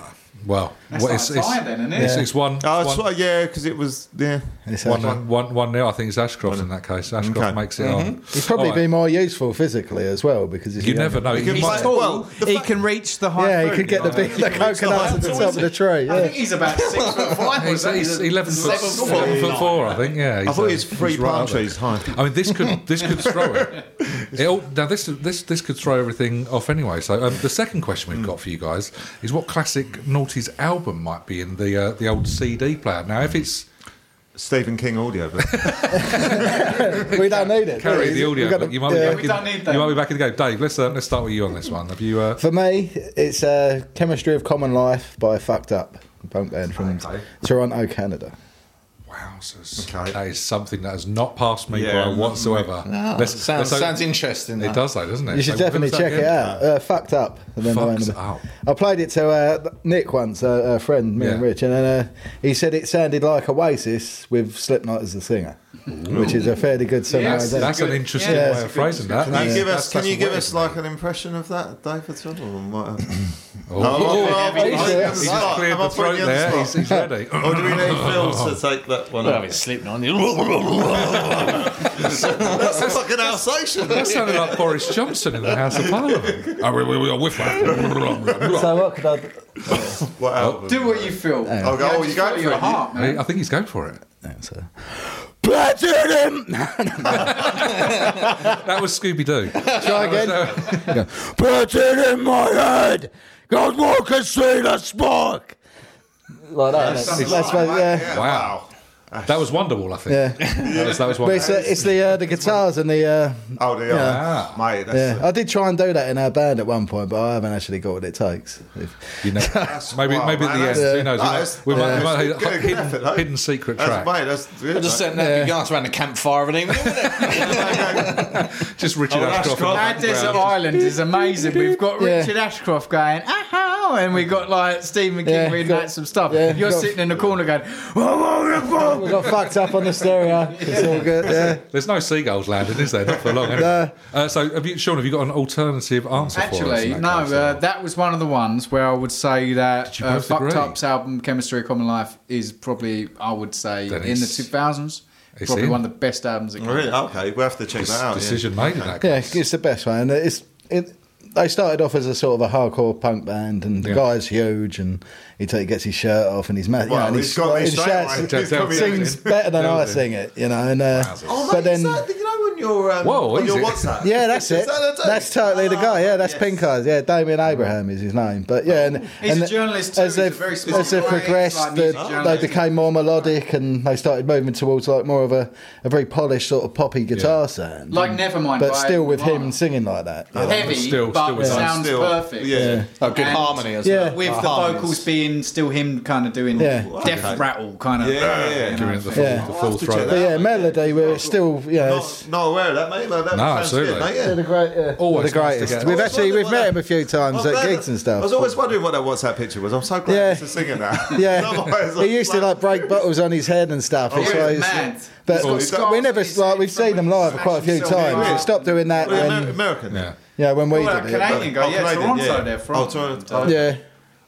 S1: Well,
S2: That's
S1: what,
S2: not
S1: it's,
S2: a
S1: it's,
S2: tie then, isn't it?
S1: it's, it's one.
S3: Oh, it's,
S1: one-
S3: well, yeah, because it was yeah.
S4: It's
S3: One-
S4: Ashcroft.
S1: one- one- one nil. I think it's Ashcroft in that case. Ashcroft
S3: Okay. Mm-hmm.
S1: makes it on.
S4: He'd probably
S1: All right.
S4: be more useful physically as well because he's
S1: You never
S4: younger.
S1: know.
S3: He can
S1: He
S2: He's
S1: might-
S3: fight-
S2: tall.
S3: Well, the
S2: he
S3: fact-
S2: can reach the high.
S4: Yeah, he
S2: fruit,
S4: could get
S2: you
S4: the,
S2: know.
S4: big, the coconut at the top of
S3: <laughs>
S4: the tree.
S2: I
S4: Yeah.
S2: think he's about six foot five.
S1: He's,
S2: wasn't he?
S1: he's 11 foot,
S2: Seven
S1: 11 foot 4, I think, yeah.
S3: I
S1: he's,
S3: thought
S1: uh,
S3: it was three
S1: he's right
S3: palm
S1: up there.
S3: trees high.
S1: I mean, this could this could throw it.
S2: <laughs>
S1: it all, now, this this this could throw everything off anyway. So, um, the second question we've
S2: Mm.
S1: got for you guys is what classic Naughty's album might be in the uh, the old CD player. Now, if it's
S3: Stephen King audio. But
S4: We don't need it. do
S1: carry
S4: we?
S1: the audio,
S4: We've got
S1: but
S4: the-
S1: you might be
S4: yeah.
S1: back
S2: We
S1: in,
S2: don't need that.
S1: You might be back in the game, Dave. Let's uh, let's start with you on this one. Have you? Uh,
S4: For me, it's uh, Chemistry of Common Life by Fucked Up. Punk band from
S1: Ah, Okay.
S4: Toronto, Canada.
S1: wowzers!
S3: Okay.
S1: That is something that has not passed me
S3: Yeah,
S1: by
S3: not-
S1: whatsoever. Let's-
S5: Sounds,
S1: let's-
S5: sounds interesting.
S1: It
S5: that.
S1: does though, doesn't it?
S4: You should
S1: So,
S4: definitely
S1: who's that
S4: check it
S1: again? oh.
S4: out. Uh, fucked up. And then
S1: Fucked
S4: the-
S1: Up.
S4: I played it to uh, Nick once, a, a friend, me and
S1: Yeah.
S4: Rich, and then, uh, he said it sounded like Oasis with Slipknot as the singer, which is a fairly good
S1: That's,
S4: summarisation.
S1: that's an
S2: Good.
S1: interesting
S4: Yeah,
S1: way
S4: that's
S1: of
S2: a good
S1: phrasing that.
S3: can you
S1: That's-
S3: give
S1: that's-
S3: us? Can
S1: that's
S3: you give
S1: weird.
S3: us like an impression of that, Dave? At all? Or <laughs> might-
S1: Oh,
S3: Oh,
S2: yeah,
S3: oh,
S2: yeah,
S3: oh,
S4: yeah.
S1: <laughs> he's
S3: oh,
S1: just cleared
S3: am I
S1: the
S3: putting
S1: throat
S3: you on the
S1: there.
S3: spot?
S1: He's, he's ready.
S3: <laughs> Or Oh, do we need Phil to take that one?
S5: Well,
S3: up?
S5: it's slipping on you.
S3: That's a fucking Alsatian.
S1: that sounded like Boris Johnson in the House of
S3: <laughs>
S1: Parliament. oh, we, we, we are with that.
S4: so what could I?
S1: Oh,
S3: What album?
S2: Do what you feel.
S3: I'll go, oh, you
S2: just
S3: go
S2: follow
S3: for
S2: your
S3: it, you-
S2: heart,
S1: <laughs>
S2: man.
S1: I think he's going for it.
S4: That's a platinum.
S1: That was Scooby Doo.
S3: <laughs>
S4: Try again.
S3: Oh,
S4: <laughs> Put it in my head. God walk and see the spark. Like that. That's,
S2: something
S4: that's
S2: like
S4: what- yeah.
S1: Wow. That was Wonderwall, I think.
S4: Yeah.
S1: That was, that was
S4: But it's, uh,
S1: Wonderwall.
S4: it's the uh, the guitars and the uh,
S3: Oh, they
S1: Yeah.
S3: are. Mate, that's
S4: yeah. I did try and do that in our band at one point, but I haven't actually got what it takes. If-
S1: You know, maybe
S3: wow,
S1: maybe
S3: man,
S1: at the
S3: that's-
S1: end. Who knows? We
S3: Yeah.
S1: might- we might, we might,
S3: That's good
S1: hidden,
S3: effort, though.
S1: hidden secret track.
S3: That's, mate, that's good.
S5: I <laughs> just
S3: mate.
S5: sent that big ass around the campfire and everything. wouldn't it?
S1: Just Richard
S3: Oh,
S1: Ashcroft.
S3: Ashcroft.
S1: on
S2: Our
S1: the
S2: desert
S1: background.
S2: island is amazing. We've got
S4: Yeah.
S2: Richard Ashcroft going, ah, and we got like Stephen King
S4: Yeah,
S2: reading
S4: got-
S2: out some stuff.
S4: yeah,
S2: You're
S4: got-
S2: sitting in the corner going, whoa, whoa, whoa.
S4: we got fucked up on the stereo. It's all good. Yeah.
S1: There's no seagulls landing, is there? Not for long. Anyway. Uh, so, have you, Sean, have you got an alternative answer for us?
S2: Actually,
S1: in that
S2: no,
S1: case,
S2: uh,
S1: or-
S2: that was one of the ones where I would say that
S1: you
S2: uh,
S1: both
S2: Fucked
S1: agree?
S2: Up's album Chemistry of Common Life is probably, I would say,
S1: Then
S2: in the
S1: it's-
S2: 2000s,
S1: it's
S2: probably
S1: in.
S2: one of the best albums. that came
S3: Really?
S2: out.
S3: Okay, we'll have to check that out. yeah.
S1: decision made in that
S4: Yeah,
S1: case.
S4: it's the best one. It's it. They started off as a sort of a hardcore punk band, and the
S1: Yeah.
S4: guy's huge, and he, t- he gets his shirt off, and he's mad,
S3: Well,
S4: you know, and
S3: he's got me
S4: and
S3: straight away.
S4: shouts,
S3: He's got me
S4: <laughs> sings
S1: in.
S4: better than I
S1: Nailed it.
S4: sing it, you know. And uh,
S3: Oh, mate,
S4: but then,
S3: is that, you know, on your, um,
S1: Whoa,
S3: on
S1: is
S3: your
S1: it?
S3: WhatsApp.
S4: yeah,
S3: <laughs>
S4: that's
S3: Is
S4: it.
S3: that a dude?
S4: That's totally the guy. Yeah, that's
S3: yes.
S4: Pink Eyes. Yeah, Damien Abraham is his name. But yeah, and,
S2: He's
S4: and
S2: a journalist too.
S4: As
S2: He's a
S4: they've,
S2: very smart
S4: as they've
S2: guy. He's
S4: progressed,
S2: like
S4: they,
S2: music
S4: they
S2: journalist.
S4: became more melodic, and they started moving towards like more of a, a very polished sort of poppy guitar sound.
S2: Like Nevermind.
S4: but
S2: by
S4: still with him
S2: Nirvana.
S4: singing like that. you know.
S2: Heavy,
S1: Still-
S2: but
S1: still with
S2: sounds
S3: Still,
S2: perfect.
S3: Yeah.
S5: Oh, good
S2: And-
S5: harmony as
S4: Yeah.
S5: well.
S2: With
S5: Oh,
S2: the
S5: harmonies.
S2: vocals being still him kind of doing
S4: Yeah.
S2: death
S3: Okay.
S2: rattle kind of.
S3: Yeah, yeah, yeah.
S2: you
S1: Giving
S2: know.
S1: it the full,
S4: Yeah.
S1: the
S3: I'll
S1: full
S3: have to check
S1: throw.
S3: that
S4: But yeah,
S3: Okay.
S4: melody where it's still, you know,
S3: Not,
S4: it's
S3: not aware of that, mate. Like, that
S1: No,
S3: sounds good,
S1: absolutely.
S3: mate, yeah.
S4: the great, yeah,
S1: Always
S4: the
S1: nice to
S4: greatest.
S1: get-
S4: We've
S3: I was
S4: actually
S3: wondering
S4: we've
S3: what
S4: met
S3: that-
S4: him a few times
S3: I'm
S4: at
S3: glad
S4: gigs
S3: that-
S4: and stuff.
S3: Oh, I was always wondering what that WhatsApp picture was. I'm so glad
S4: Yeah.
S3: yeah. he's a singer now.
S4: <laughs>
S3: <laughs>
S4: yeah,
S3: Otherwise, I'm
S4: he used to like break bottles on his head and stuff.
S3: Oh,
S4: It's
S3: yeah,
S4: like- it's-
S2: mad.
S4: But
S3: got scars
S4: we never
S2: on his
S4: like
S2: head
S4: we've
S2: from
S4: seen them
S2: when he
S4: lives quite a few
S2: smashed himself.
S4: times.
S2: Yeah.
S4: We stopped doing that
S3: Well, Amer-
S4: when
S3: American.
S1: Yeah.
S4: yeah when we
S2: Well,
S4: did
S2: Canadian
S4: it.
S2: Canadian guy, yeah,
S3: Canadian,
S2: Toronto
S3: yeah.
S2: they're from.
S3: Oh, Toronto.
S4: but- yeah,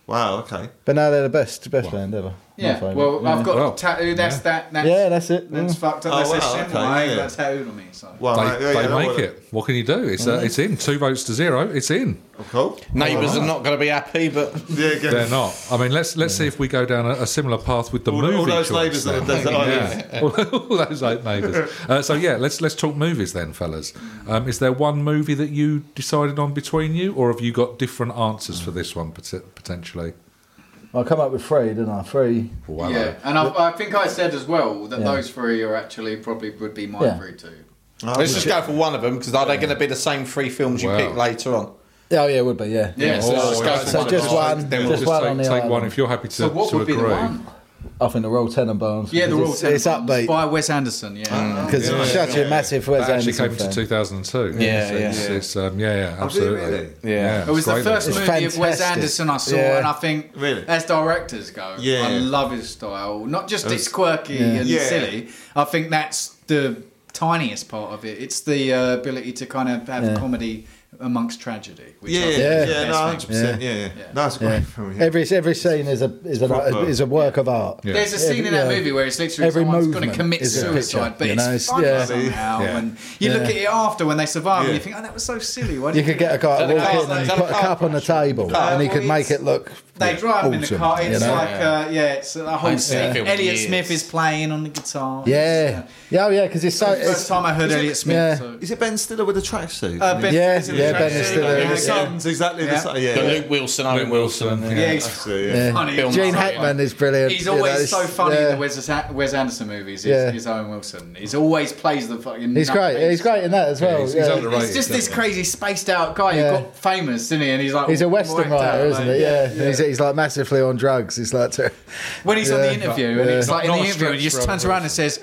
S3: Wow, okay.
S4: but now they're the best best band ever. My
S2: Yeah,
S4: favourite.
S2: well, uh, I've got
S1: Well,
S2: a tattoo. That's
S1: yeah.
S2: that. That's,
S4: yeah, that's it.
S2: that's fucked up.
S3: Oh,
S2: that's
S3: wow,
S2: a symbol.
S3: okay,
S2: I ain't
S3: yeah.
S2: got that tattooed on me. So.
S3: Well,
S1: They,
S3: mate, yeah,
S1: they
S3: yeah,
S1: make
S3: well,
S1: it. What can you do? It's uh, it's in two votes to zero. It's in.
S3: Cool.
S5: Neighbours are not going to be happy, but
S3: Yeah, good.
S1: They're not. I mean, let's let's see if we go down a, a similar path with the
S3: All,
S1: movie.
S3: all those
S1: choice
S3: neighbours
S1: then.
S3: that that- that I live
S1: Yeah. <laughs> all, all those eight neighbours. Uh, so yeah, let's let's talk movies then, fellas. Um, is there one movie that you decided on between you, or have you got different answers for this one pot- potentially?
S4: I come up with three, didn't I? Three.
S1: Or one
S2: yeah, and I, I think I said as well that
S4: Yeah.
S2: those three are actually probably would be my
S4: Yeah.
S2: three too.
S5: let's just go for one of them because are they going to be the same three films you
S1: Wow.
S5: pick later on?
S4: Oh yeah, it would be yeah.
S2: Yeah, so
S5: let's go
S4: So
S5: for
S4: just
S5: one.
S4: one,
S1: Then we'll
S4: just
S1: just
S4: one on
S1: Oh, take,
S4: the
S1: take
S4: island.
S1: one if you're happy to,
S2: So what
S1: to
S2: would be
S1: agree.
S2: the one?
S4: I think the Royal Tenenbaums.
S2: Yeah, the Royal
S4: because it's,
S2: Tenenbaums
S4: It's upbeat
S2: by Wes Anderson. Yeah.
S4: because
S1: Yeah,
S4: it's such a massive Wes
S1: That actually
S4: Anderson
S1: came into
S4: fan.
S1: 2002.
S5: Yeah,
S1: So It's,
S3: yeah.
S1: it's, um, yeah, yeah,
S3: Oh, did it
S1: absolutely.
S3: really?
S1: Yeah,
S5: Yeah.
S2: It was the
S1: great
S2: first
S1: movie.
S2: movie of Wes
S4: fantastic.
S2: Anderson I saw,
S4: Yeah.
S2: and I think
S3: Really?
S2: as directors go,
S3: Yeah.
S2: I love his style. Not just it's quirky and
S3: Yeah.
S2: silly. I think that's the tiniest part of it. It's the uh, ability to kind of have
S4: Yeah.
S2: comedy amongst tragedy. Which
S3: Yeah,
S2: I
S3: yeah,
S2: think is the
S3: yeah, no,
S2: best thing.
S3: hundred percent, yeah, yeah.
S2: Yeah.
S3: No, it's a <laughs> great
S4: Yeah.
S3: film. Yeah.
S4: Every every scene is a is a
S3: Proper.
S4: is a work of art.
S1: Yeah.
S2: There's a scene
S4: Every-
S2: in that
S4: yeah.
S2: movie where it's literally
S4: Every
S2: someone's going to
S4: movement
S2: commit
S4: is a
S2: suicide,
S4: picture,
S2: but
S4: you
S2: it's
S4: know, it's-
S2: funny
S4: yeah.
S2: somehow.
S1: Yeah.
S2: And you look at it after when they survive, and you think, "Oh, that was so silly." Why
S4: You
S2: did
S4: could get a guy to
S5: Is that a
S4: walk
S5: car-
S4: in and
S5: is that a
S4: put a
S5: car
S4: cup on the table, and he
S2: well,
S4: could make
S2: it's-
S4: it look.
S2: They drive him in the
S4: awesome,
S2: car. It's
S4: you know?
S2: like, uh, yeah, it's the whole
S5: I've seen
S2: scene.
S5: that film
S2: Elliot
S5: years.
S2: Smith is playing on the guitar.
S4: Yeah, yeah, oh, yeah, because it's so.
S2: It's the first
S4: It's,
S2: time I heard Elliot Smith.
S4: yeah.
S2: So.
S3: Is it Ben Stiller with a tracksuit?
S2: Uh, ben
S4: Yeah,
S2: is in the
S4: yeah,
S2: tracksuit,
S4: Ben is still
S2: yeah,
S4: in
S2: yeah.
S4: it,
S3: His son's exactly
S2: Yeah.
S3: the same. Yeah,
S5: The
S3: yeah.
S5: Luke Wilson, Owen
S1: Luke
S5: Wilson.
S1: Wilson,
S5: yeah.
S1: yeah.
S2: Yeah, he's,
S3: Absolutely, yeah.
S4: yeah.
S2: funny.
S5: Bill
S4: Gene
S5: Murray.
S4: Hackman is brilliant.
S2: he's
S4: you know,
S2: always
S4: it's-
S2: so funny in
S4: yeah.
S2: the Wes, Wes Anderson movies. Is,
S4: Yeah.
S2: is Owen Wilson. He's always plays the fucking.
S4: He's great.
S2: nutcase.
S4: He's great in that as well.
S1: he's-
S4: yeah.
S1: he's underrated.
S2: He's just this
S1: definitely.
S2: crazy spaced out guy
S4: Yeah.
S2: who got famous, didn't he? And he's like,
S4: He's a
S2: whacked
S4: Western
S2: out,
S4: writer,
S2: like,
S4: isn't he? Yeah, And he's, he's like massively on drugs. He's like, to,
S2: When he's on the
S4: Yeah.
S2: interview, and
S4: Yeah.
S2: it's like
S1: Not- not
S2: in the
S1: a
S2: interview, and he
S1: stretch
S2: just
S1: for
S2: turns
S1: Owen
S2: around and says,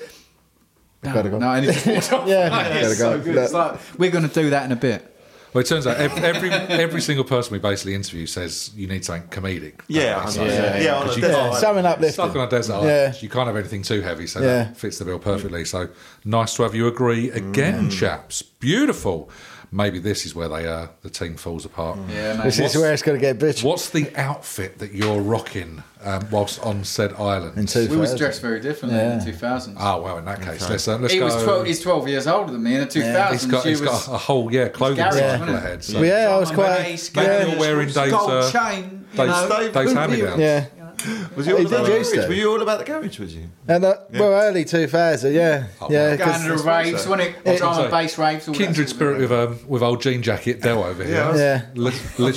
S2: "No,
S4: Gotta go.
S2: no," and he just
S4: <laughs>
S2: walks off.
S4: Yeah.
S2: <laughs> Like,
S4: Gotta
S2: it's
S4: go.
S2: so good. It's like we're going to do that in a bit.
S1: Well, it turns out ev- every every single person we basically interview says you need something comedic.
S3: Yeah,
S1: Basically.
S3: yeah, yeah. yeah, on a
S4: yeah, <laughs>
S3: desert
S4: something
S1: Stuck
S4: uplifting.
S1: on a desert island.
S4: Yeah.
S1: You can't have anything too heavy, so
S4: Yeah.
S1: that fits the bill perfectly. So nice to have you agree again,
S4: Mm.
S1: chaps. Beautiful. Maybe this is where they uh, the team falls apart.
S4: Mm.
S2: Yeah, mate.
S4: This is where it's going to get bitch.
S1: What's the outfit that you're rocking um, whilst on said island?
S4: In two
S2: we was
S4: thousand.
S2: dressed very differently in
S4: Yeah.
S2: the 2000s.
S1: Oh well, in that case, let's uh, let's
S2: he
S1: go.
S2: was 12, he's 12 years older than me in the 2000s.
S1: he's got
S2: she
S1: he's
S2: was
S1: got a whole yeah clothing
S2: Garage,
S1: cycle
S2: wasn't it?
S1: ahead. So.
S4: Well, yeah, I was quite.
S2: Ace,
S1: Maybe
S2: gold-
S1: you're wearing Dave's,
S2: gold
S1: uh,
S2: chain, you
S1: Dave's-
S2: know.
S1: Dave's hand-me-downs.
S4: Yeah,
S3: Was you all
S4: He
S3: about
S4: did
S3: the
S4: used
S3: garage?
S4: to.
S3: Were you all about the garage? Was you?
S4: and uh, well, early two thousand. Yeah, yeah.
S2: Going to
S4: 'cause-
S2: the raves, when it,
S1: Yeah.
S2: drum
S1: Sorry.
S2: and bass raves. All that
S1: Kindred
S2: sort
S1: spirit with um, with old jean jacket Dell over here.
S3: Yeah.
S4: yeah.
S1: Li-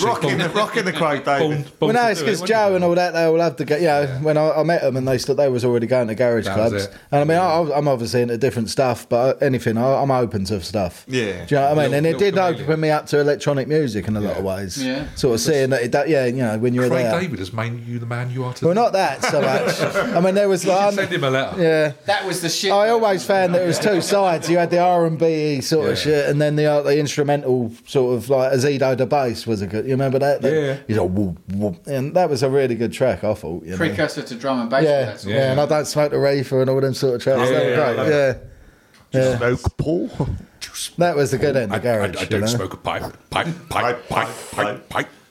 S3: Rocking the rocking the Craig David.
S4: Well, no, it's because Joe and all that, they all loved to go. You know, when I, I met them and they st- they was already going to garage
S1: That was
S4: clubs.
S1: it.
S4: And I mean, I, I'm obviously into different stuff, but anything, I, I'm open to stuff.
S3: Yeah.
S4: Do you know what I mean? And it
S1: Little-
S4: did
S1: little chameleon.
S4: open me up to electronic music in a lot of ways.
S2: Yeah.
S4: Sort of seeing that, it, do- yeah, you know, when you're
S1: Craig
S4: there.
S1: David has made you the man you are today.
S4: Well, not that so much.
S1: <laughs>
S4: I mean, there was like.
S1: Send him a letter.
S4: Yeah.
S2: of- That was the shit.
S4: I always found that it was two sides. You had the R and B sort of
S1: Yeah.
S4: shit, and then the uh, the instrumental sort of like Azido the bass was a good. You remember that? That-
S1: Yeah.
S4: He's like, whoop, whoop. and that was a really good track. I thought. You know?
S2: precursor to drum and bass.
S4: Yeah,
S2: that's
S4: yeah,
S2: all.
S4: and I don't smoke the reefer and all them sort of tracks.
S1: Yeah,
S4: that
S1: yeah,
S4: was
S1: yeah,
S4: great. Yeah. Yeah.
S3: Smoke Paul.
S4: that was the good end
S1: I,
S4: of garage.
S1: I, I
S4: you
S1: don't
S4: know?
S1: smoke a pipe. Pipe, pipe, pipe,
S3: Pipe, pipe,
S1: pipe,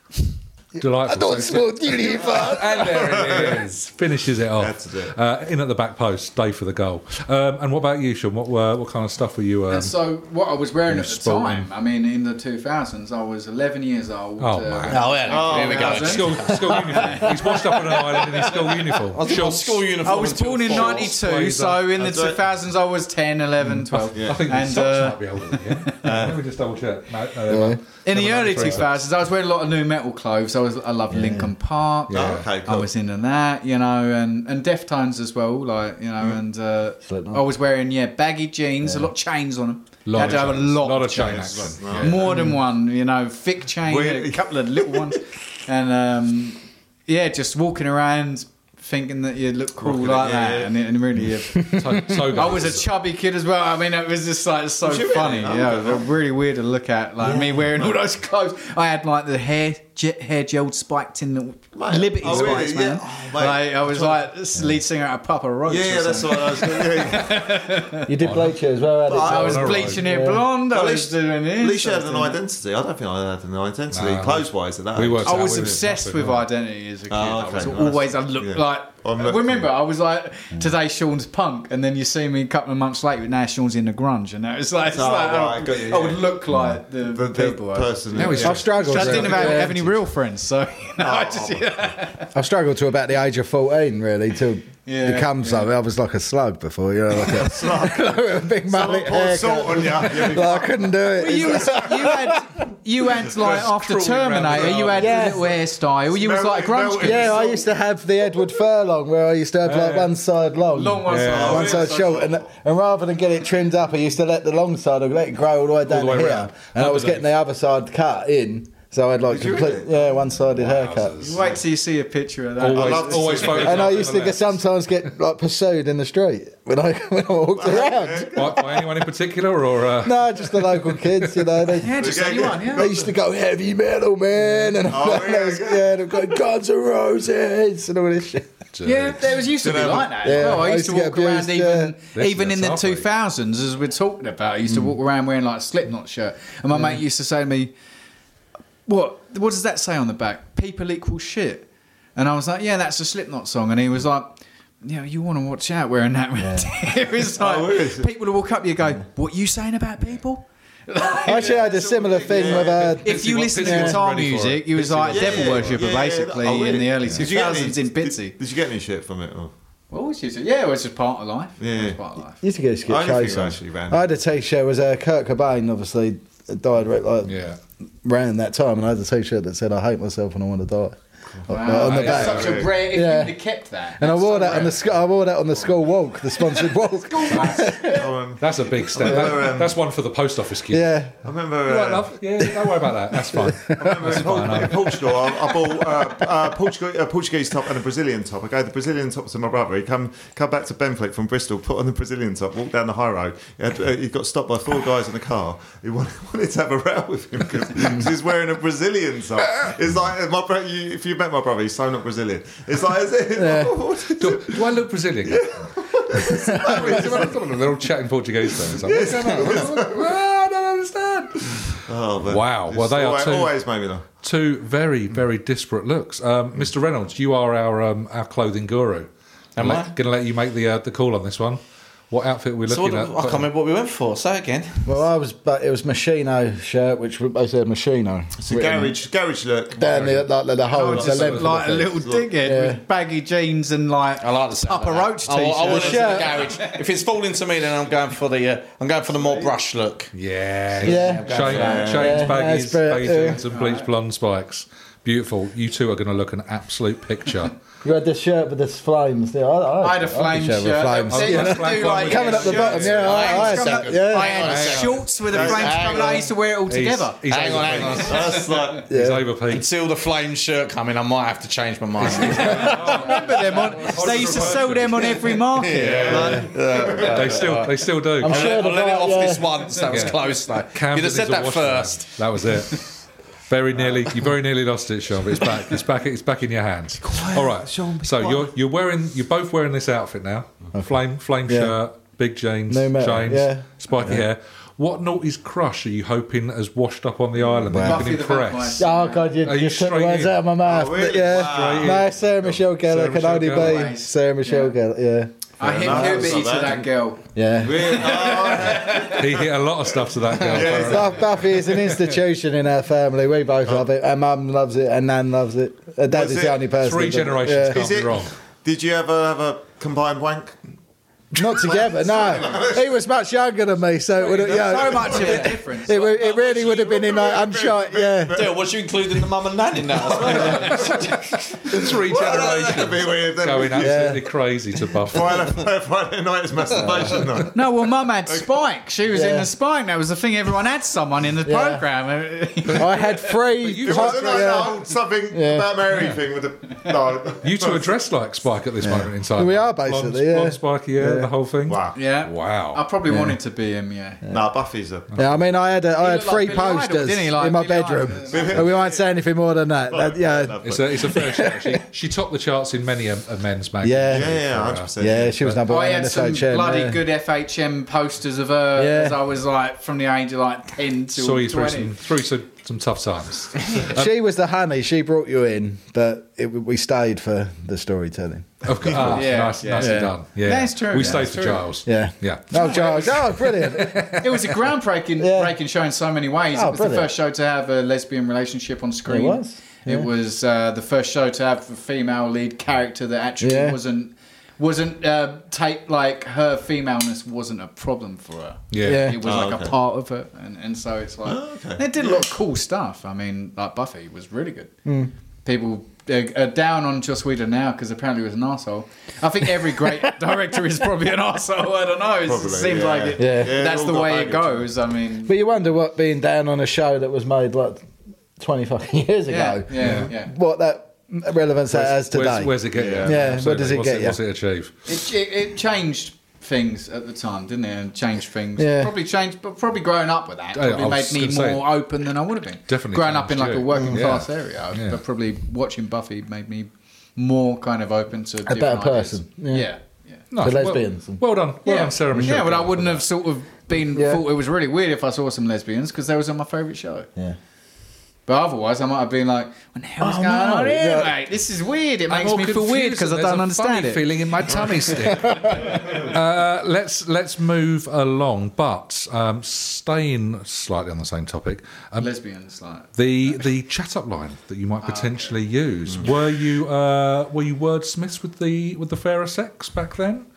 S1: pipe. Delightful. So-
S4: the reefer.
S1: And there it is. <laughs> Finishes it off.
S3: That's it.
S1: Uh, in at the back post, day for the goal. Um, and what about you, Sean? What were, what kind of stuff were you? Um,
S2: And so what I was wearing at the
S1: Sporting.
S2: time, I mean, in the 2000s, I was 11 years old. uh,
S1: Oh, man.
S5: Oh, yeah. here we go.
S2: 2000.
S1: school, school uniform. He's washed up on an island in his school uniform.
S5: School, school
S2: I
S5: uniform.
S2: was
S5: until
S2: born in
S5: four.
S2: 92, so in the 2000s I was 10, 11, 12.
S1: I think the
S2: and,
S1: socks
S2: uh,
S1: might be older than
S4: <laughs>
S1: you. Let me just double check. uh, No, no, they weren't.
S2: In
S1: They
S2: the
S1: weren't
S2: early
S1: three.
S2: 2000s, I was wearing a lot of new metal clothes. I was I loved Linkin Park.
S3: Yeah. Oh, okay,
S2: I
S3: cool.
S2: was into that, you know, and and Deftones as well, like you know, and uh,
S4: Slipknot.
S2: I was wearing yeah baggy jeans, a lot of chains on them.
S1: Lot
S2: Had
S1: of
S2: to have a
S1: chains.
S2: lot,
S1: Lot of
S2: of chains,
S1: chains.
S2: Yeah. more than one, you know, thick chain,
S3: Really?
S2: a couple of little ones, and um, yeah, just walking around thinking that you look cool
S3: Rocking it,
S2: like
S3: yeah,
S2: that,
S3: yeah.
S2: and, it, and really. you-
S1: So- so
S2: I
S1: good.
S2: was a chubby kid as well. I mean, it was just like so
S3: you really?
S2: funny.
S3: Oh,
S2: Yeah,
S3: okay.
S2: they're really weird to look at. Like me wearing all those clothes. I had like the hair jet hair gelled spiked in the
S3: Mate,
S2: Liberty
S3: oh, really?
S2: spikes, man.
S3: Yeah. Oh, mate.
S2: like I was like this lead singer at Papa Roach.
S3: Yeah, yeah,
S2: or
S3: that's
S2: something.
S3: what I was.
S2: <laughs>
S3: Yeah.
S4: <laughs> You did bleach it as well. hadn't you?
S2: I was
S1: Papa Roach.
S2: bleaching it blonde. I
S3: At
S2: was
S3: least,
S2: doing this.
S3: at least you
S2: I
S3: had
S2: was
S3: an
S2: doing that.
S3: identity. I don't think I had an identity,
S1: No.
S3: clothes wise, at that.
S1: We
S3: age.
S1: were
S2: I was
S1: That
S2: obsessed
S1: nothing,
S2: with
S1: yeah.
S2: identity as a kid.
S3: Oh,
S2: I was
S3: okay, nice.
S2: always, I looked
S3: Yeah.
S2: like.
S3: I'm looking-
S2: remember, I was like, today Sean's punk, and then you see me a couple of months later, now Sean's in the grunge, and it's like, it's
S3: Oh,
S2: like
S3: right,
S2: I,
S3: got you,
S2: I would
S3: yeah.
S2: look like the,
S3: the, the
S2: people.
S3: person.
S1: Now he's-
S4: I've struggled.
S2: I
S4: to-
S2: didn't have,
S4: yeah.
S2: have any real friends, so <laughs> you know, I just, yeah.
S3: Oh.
S4: I've struggled to about the age of fourteen, really, to
S2: Yeah,
S4: become something. I was like a slug before, you know, like a slug, <laughs> big
S3: Someone
S4: mullet
S3: poured salt
S4: haircut.
S3: on
S2: <laughs>
S3: you.
S4: Like, I couldn't do it.
S2: <laughs> you, was, you had you had like after
S1: crawling around the
S2: Terminator, you had
S4: garden.
S2: the little hairstyle. You was like a grunge
S3: Melted-
S2: kid.
S4: Yeah, I used to have the Edward Furlong where I used to have like one side long,
S2: Long one
S1: Yeah.
S2: side,
S4: one side short, and, and rather than get it trimmed up, I used to let the long side, I let it grow all the way down
S1: the way
S4: here,
S1: round.
S4: and I was
S1: Underneath.
S4: getting the other side cut in. So I had like complete, yeah, one-sided haircut.
S1: Wowzers.
S2: Wait till you see a picture of that.
S1: Always,
S3: love to
S1: always
S3: see
S1: photograph
S4: And I used to
S1: the
S4: get,
S1: left.
S4: sometimes get like pursued in the street when I <laughs> when I walked around.
S1: by, by anyone in particular, or uh,
S4: No, just the local kids, you know. They,
S2: yeah, just anyone, yeah.
S4: They used to go heavy metal, man, and
S3: Oh,
S4: and <laughs> I was-
S3: yeah.
S4: yeah, they've got Guns N' Roses and all this shit.
S2: Yeah, there was used to be like that.
S4: Yeah,
S2: as well. I, used to,
S4: get
S2: walk around
S4: abused,
S2: even
S1: yeah.
S2: even in the
S1: That's halfway.
S2: two thousands, as we're talking about. I used to walk around wearing like a Slipknot shirt, and my mate used to say to me, "What? What does that say on the back? People equal shit." And I was like, "Yeah, that's a Slipknot song," and he was like. Yeah, you want to watch out wearing that. <laughs> it was like
S3: really?
S2: people would walk up, you go, "What you saying about people?"
S4: Actually, I had a similar thing with uh,
S2: if you
S1: wa-
S2: listen to
S1: Pitsy wasn't
S2: guitar
S1: ready for it.
S2: music, he was like
S3: Yeah,
S2: devil
S3: yeah,
S2: worshipper
S3: yeah, yeah.
S2: basically
S3: Oh, really?
S2: in the early two
S3: Did you get any-
S2: thousands in Bitsy.
S3: Did, did you get any shit from it? Or?
S2: What was you? Yeah, it was just part of life.
S3: Yeah.
S2: it was part of life.
S4: Used to get to
S3: I
S4: get
S3: don't think
S4: chosen.
S3: I actually ran.
S4: I had a t-shirt. Was uh, Kurt Cobain obviously died right like
S1: yeah.
S4: around that time, and I had a t-shirt that said "I hate myself and I want to die" Uh,
S2: Wow.
S4: on the
S2: That's
S4: back.
S2: such a rare. If
S4: Yeah.
S2: you'd have kept that,
S4: And
S2: <laughs>
S4: I
S2: that's
S4: wore
S2: so
S4: that on
S2: rare.
S4: the sc- I wore that on the school walk, the sponsored walk.
S3: Um,
S1: That's a big step.
S3: Well,
S1: That-
S3: um,
S1: that's one for the post office queue.
S4: yeah,
S3: I remember. Uh,
S1: Right, love. Yeah, don't worry about that. That's
S4: <laughs>
S1: fine.
S3: I remember in, Port- in Portugal, I, I bought uh, uh, Portugal, a Portuguese top and a Brazilian top. I gave the Brazilian top to my brother. He come come back to Benfleet from Bristol, put on the Brazilian top, walked down the high road. He, had, uh, he got stopped by four guys in a car. He wanted, <laughs> wanted to have a row with him because he's wearing a Brazilian top. It's like uh, my brother. You, if you met my brother, he's so not Brazilian. It's like, is it? <laughs>
S1: Do, do I look Brazilian? <laughs> They're all chatting Portuguese then. It's like, what's going on? I don't understand.
S3: Oh, but
S1: Wow. Well,
S3: it's
S1: they are
S3: always,
S1: two-
S3: always made me laugh.
S1: Two very, very disparate looks.
S5: Hmm.
S1: Um, Mr. Reynolds, you are our um, our clothing guru. I'm
S5: Am I?
S1: going to let you make the uh, the call on this one. What outfit we're
S5: So
S1: looking
S5: what,
S1: at?
S5: I can't remember what we went for. Say again.
S4: well, I was, but it was Machino shirt, which they said Machino.
S3: It's a garage garage look.
S4: Down the like the, the hole,
S2: I was
S4: the
S2: just
S4: length.
S2: like a
S4: of it.
S2: little dickhead with baggy jeans and like
S5: I like the sound
S2: upper
S5: of that.
S2: roach
S5: I,
S2: t-shirt.
S5: I want it to the garage. <laughs> If it's falling to me, then I'm going for the uh, I'm going for the more brush look.
S1: Yeah.
S4: Yeah.
S1: Change,
S5: Yeah.
S4: Yeah,
S1: change
S4: that's
S1: baggies,
S4: fair,
S1: baggy
S4: yeah.
S1: jeans, and bleach blonde spikes. Beautiful. You two are going to look an absolute
S5: <laughs>
S1: picture.
S4: You had the shirt with the flames. Yeah, I, I,
S2: I had a
S4: like the
S2: flame
S4: shirt
S2: shirt.
S4: with flames.
S2: They used to
S1: Yeah.
S2: do, like,
S4: Coming up the
S2: shirts.
S4: bottom, yeah, I- I had
S2: Coming
S4: that,
S2: up-
S4: yeah.
S2: I had
S5: Hang
S2: shorts with the flames
S5: Hang
S2: coming. out.
S5: on.
S2: I used to wear it all together.
S1: He's, he's
S5: Hang on,
S1: over-
S5: hang on. That's like
S1: He's
S4: Yeah.
S1: overpaid.
S5: until the flame shirt coming, I might have to change my <laughs> mind.
S2: Remember them on? They used to sell them on every market.
S1: They still, they still do.
S4: I'm
S5: I
S4: sure
S5: let,
S4: the
S5: I let it
S4: right-
S5: off
S4: yeah.
S5: this once. That was
S1: Yeah.
S5: close though.
S1: Camden
S5: You'd have
S1: is
S5: said
S1: a
S5: that
S1: washer.
S5: first.
S1: That was it. Very nearly, you very nearly lost it, Sean. But it's back. It's back. It's back in your hands. All right.
S3: Sean, be
S1: so
S3: quiet.
S1: you're you're wearing you're both wearing this outfit now. Flame flame
S4: Yeah.
S1: shirt, big jeans,
S4: No matter,
S1: chains,
S4: yeah.
S1: spiky hair. What naughty's crush are you hoping has washed up on the island
S4: Wow.
S1: that you
S2: Buffy
S1: can
S2: the
S1: impress?
S4: Oh god, you,
S1: Are
S4: you
S1: you
S4: took the
S1: straight
S4: words
S1: in?
S4: out of my mouth.
S3: Oh, really?
S4: but yeah,
S3: Wow.
S4: no, Sarah Michelle Gellar
S1: Sarah
S4: can
S1: Michelle
S4: only be
S1: Gellar.
S4: Sarah Michelle Gellar.
S2: I hit
S3: enough.
S2: puberty
S3: Not
S2: to
S3: bad.
S2: that girl.
S4: Yeah,
S1: <laughs>
S4: yeah.
S1: He hit a lot of stuff to that girl. apparently.
S4: Buff- Buffy is an institution in our family. We both love it. Our mum loves it. Our nan loves it. Our dad
S3: Was
S4: is
S3: it
S4: the only person.
S1: Three
S4: that doesn't.
S1: generations
S4: Yeah.
S1: can't
S3: Is
S1: be
S3: it-
S1: wrong.
S3: Did you ever have a
S1: <laughs>
S3: combined wank?
S4: Not together. no, he was much younger than me, so it would have. Yeah,
S2: So much of a difference.
S4: It, would- it really would have been in like I'm sure. Yeah.
S5: Dale, was you including the mum and nan in <laughs> that?
S1: Three
S3: That'd be
S1: generations
S3: weird. then.
S1: going absolutely crazy to Buffy.
S3: Friday, Friday night is masturbation night.
S2: <laughs> No, well, Mum had Spike. She was in
S4: Yeah.
S2: the Spike. That was the thing. Everyone had someone in the
S4: Yeah.
S2: program. <laughs>
S4: I had three.
S1: you
S4: hot-
S3: Wasn't that
S4: yeah.
S3: the whole something
S4: Yeah.
S3: about Mary thing with the no?
S1: You two are dressed like Spike at this moment in time.
S4: We are
S1: Blonde-
S4: basically, yeah.
S1: blonde spiky hair, the whole thing.
S3: Wow.
S2: yeah.
S1: Wow.
S2: I probably wanted to be him. Yeah.
S3: Nah, Buffy's a.
S4: Yeah, I mean, I had a, I had
S2: looked like
S4: three
S2: Billy Idol,
S4: posters
S2: didn't he? Like
S4: in my
S2: Billy
S4: bedroom.
S2: Idol.
S4: And we won't say anything more than that. That- yeah,
S1: It's a, it's a fair shout.
S4: <laughs>
S1: She, she topped the charts in many a, a men's magazine.
S4: Yeah.
S3: Yeah, yeah,
S1: For, uh,
S3: hundred percent.
S4: yeah, she was number
S2: I
S4: one in
S2: had
S4: the
S2: some
S4: FHM.
S2: bloody
S4: yeah.
S2: good FHM posters of her
S4: Yeah.
S2: as I was like from the age of like ten to
S1: Saw you through
S2: twenty.
S1: some, through some, some tough
S2: <laughs>
S1: times.
S4: She was the honey. She brought you in, but it, we stayed for the storytelling.
S1: Of course. Ah,
S2: Yeah,
S1: nice,
S2: yeah.
S1: nicely
S4: Yeah.
S1: done. Yeah.
S2: That's true,
S1: We
S2: yeah,
S1: stayed
S2: that's
S1: for
S2: true.
S1: Giles.
S4: Yeah.
S1: Yeah.
S4: Oh, Giles. Oh,
S2: <laughs>
S4: brilliant.
S2: It was a groundbreaking
S4: Yeah.
S2: breaking show in so many ways.
S4: Oh,
S2: it was
S4: brilliant.
S2: the first show to have a lesbian relationship on screen.
S4: It was,
S2: It was uh, the first show to have a female lead character that actually
S4: Yeah.
S2: wasn't wasn't uh, take like her femaleness wasn't a problem for her.
S1: Yeah.
S4: Yeah.
S2: It was
S3: Oh,
S2: like
S3: okay. Oh,
S2: a part of her, and, and so it's like they did a lot of cool stuff. I mean, like Buffy was really good.
S4: Hmm.
S2: People are, are down on Joss Whedon now because apparently he was an asshole. I think
S1: <laughs>
S2: every great director is probably an asshole. I don't know. It's-
S3: Probably,
S2: it seems
S3: yeah.
S2: like it.
S4: Yeah.
S3: Yeah,
S2: that's
S3: it
S2: the
S3: all got
S2: way
S3: baggage.
S2: it goes. I mean,
S4: But you wonder what being down on a show that was made like twenty fucking <laughs> years
S2: Yeah,
S4: ago.
S2: yeah, yeah.
S4: What that relevance that has today?
S1: Where's, where's it get you?
S3: Yeah,
S4: where
S1: absolutely.
S4: does it
S1: what's
S4: get
S1: it,
S4: you?
S1: What's it achieve?
S2: It, it, it changed things at the time, didn't it? And changed things.
S4: Yeah.
S2: Probably changed, but probably growing up with that
S1: Yeah, I
S2: probably made
S1: was
S2: me more
S1: gonna say,
S2: open than I would have been.
S1: definitely
S2: Growing up in
S1: changed
S2: like a
S1: you.
S2: working
S1: Mm.
S2: class
S1: Yeah.
S2: area,
S1: Yeah.
S2: but probably watching Buffy made me more kind of open to
S4: better
S2: different ideas.
S4: person, yeah.
S2: yeah. yeah.
S1: Nice. Well-
S4: lesbians
S1: Well,
S4: and-
S1: done. Well done, Sarah Michelle.
S2: Yeah, but I
S1: Gellar.
S2: wouldn't have sort of been.
S4: Yeah.
S2: Thought it was really weird if I saw some lesbians because they was on my favourite show.
S4: Yeah.
S2: But otherwise, I might have been like, "What the hell's going
S4: no,
S2: on here,
S4: yeah.
S2: mate? This is weird. It
S1: Oh, I'm
S2: makes
S1: all
S2: me feel
S1: confused
S2: weird because
S1: and
S2: I
S1: there's
S2: don't
S1: a
S2: understand
S1: funny
S2: it."
S1: Feeling in my
S2: <laughs>
S1: tummy stick. uh, let's let's move along, but um, staying slightly on the same topic. Um,
S2: Lesbians,
S1: <laughs>
S2: like
S1: the the chat up line that you
S4: Ah,
S1: might potentially
S4: Mm.
S1: use. Were you uh, were you wordsmiths with the with the fairer sex back then?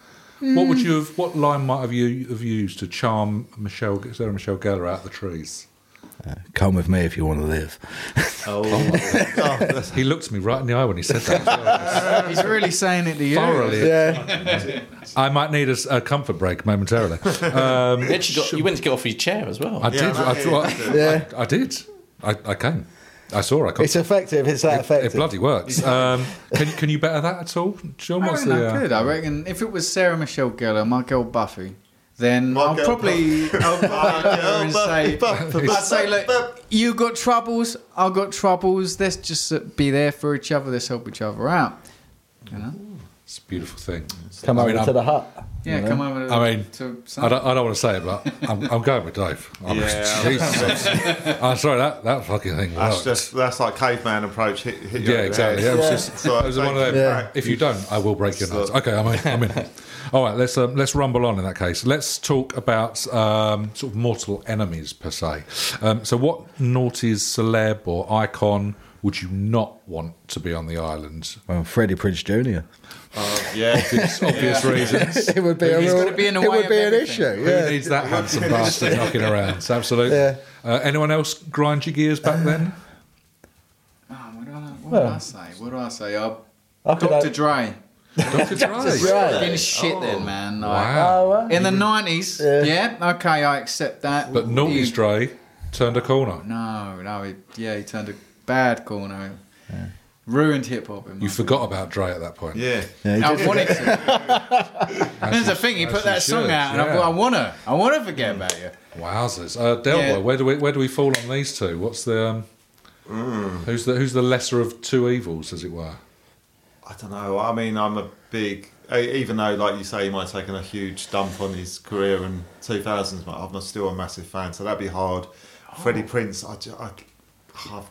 S1: What would you have? What line might have you have used to charm Michelle Sarah Michelle Gellar out of the trees?
S4: Come with me if you want to live.
S3: Oh, oh, that's-
S1: He looked me right in the eye when he said that. as well.
S2: he's really saying it to you.
S1: Thoroughly,
S4: <laughs> Yeah.
S1: I might need a, s- a comfort break momentarily. Um,
S5: You, actually got, you went to get off your chair as
S4: <laughs>
S5: well.
S1: I
S3: Yeah,
S1: did.
S3: no,
S1: I,
S3: yeah,
S1: thought,
S3: yeah.
S4: Yeah.
S1: I, I did. I, I came. I saw. I
S4: It's
S1: got.
S4: effective. It's that
S1: It
S4: effective.
S1: bloody works. Um, can can you better that at all, John?
S2: I
S1: What's
S2: reckon
S1: the,
S2: I
S1: uh,
S2: could. I reckon if it was Sarah Michelle Gellar, my girl Buffy, then
S3: My
S2: I'll
S3: girl
S2: probably <laughs>
S3: <laughs>
S2: I'll
S3: My
S2: probably
S3: girl
S2: and
S3: Buffy,
S2: say,
S3: Buffy,
S2: I'd say,
S3: Buffy,
S2: look, you got troubles, I got troubles. Let's just uh, be there for each other. Let's help each other out. You know?
S1: It's a beautiful thing.
S4: Come
S1: I
S4: over
S1: mean,
S4: to
S1: I'm-
S4: the hut.
S2: Yeah, come over. To,
S1: I mean,
S2: to
S1: I don't, I don't want to say it, but I'm, I'm going with Dave. I'm,
S3: Yeah.
S1: <laughs> Jesus. <laughs> I'm sorry, that, that fucking thing
S3: that's
S1: worked.
S3: just that's like caveman approach. Hit, hit you
S1: yeah,
S3: over the
S1: exactly. Yeah,
S3: head.
S1: It was,
S4: Yeah.
S1: just,
S3: So,
S1: it was one of them.
S4: Yeah.
S1: If you don't, I will break your
S3: So-
S1: nose. Okay, I'm in. I'm in. All right, let's um, let's rumble on in that case. Let's talk about um, sort of mortal enemies per se. Um, so, what naughty celeb or icon would you not want to be on the island?
S4: Well, Freddie Prince Jr.
S3: yeah.
S1: It's obvious reasons.
S4: <laughs> It would be a
S2: He's
S4: real,
S2: gotta be in the
S4: it
S2: way
S4: would
S2: of
S4: be an
S2: everything.
S4: issue.
S1: Who
S4: Yeah.
S1: needs that handsome bastard knocking around? Absolutely.
S4: Yeah.
S1: Uh, anyone else grind your gears back
S4: <laughs>
S1: then?
S2: Oh, what do I, what do I say? What do I say? Uh,
S4: I could
S2: Dr.
S4: have-
S2: Dre.
S1: Dr. Dre.
S4: Right.
S2: Fucking shit, then, man. Like,
S1: Oh, Wow.
S4: Oh, uh,
S2: In the nineties, yeah. okay, I accept that.
S1: But Naughty's
S2: He-
S1: Dre turned a corner.
S2: No, no, he, yeah, he turned a bad corner. Ruined hip hop. in my-
S1: You forgot about Dre at that point.
S3: yeah.
S4: yeah, he
S2: I
S4: did-
S2: wanted to.
S1: As
S2: <laughs> There's
S1: you-
S2: the thing. He
S1: as
S2: put
S1: you
S2: that song
S1: should,
S2: out, and I,
S1: yeah. Mm.
S2: I wanna, I wanna forget about you.
S1: Wowzers. Uh, Delboy,
S2: Yeah.
S1: where do we where do we fall on these two? What's the um,
S2: Mm.
S1: who's the who's the lesser of two evils, as it were?
S3: I don't know. I mean, I'm a big, e- even though, like you say, he might have taken a huge dump on his career in 2000s, but I'm still a massive fan, so that'd be hard.
S4: Oh.
S3: Freddie Prince, I, ju- I, I've-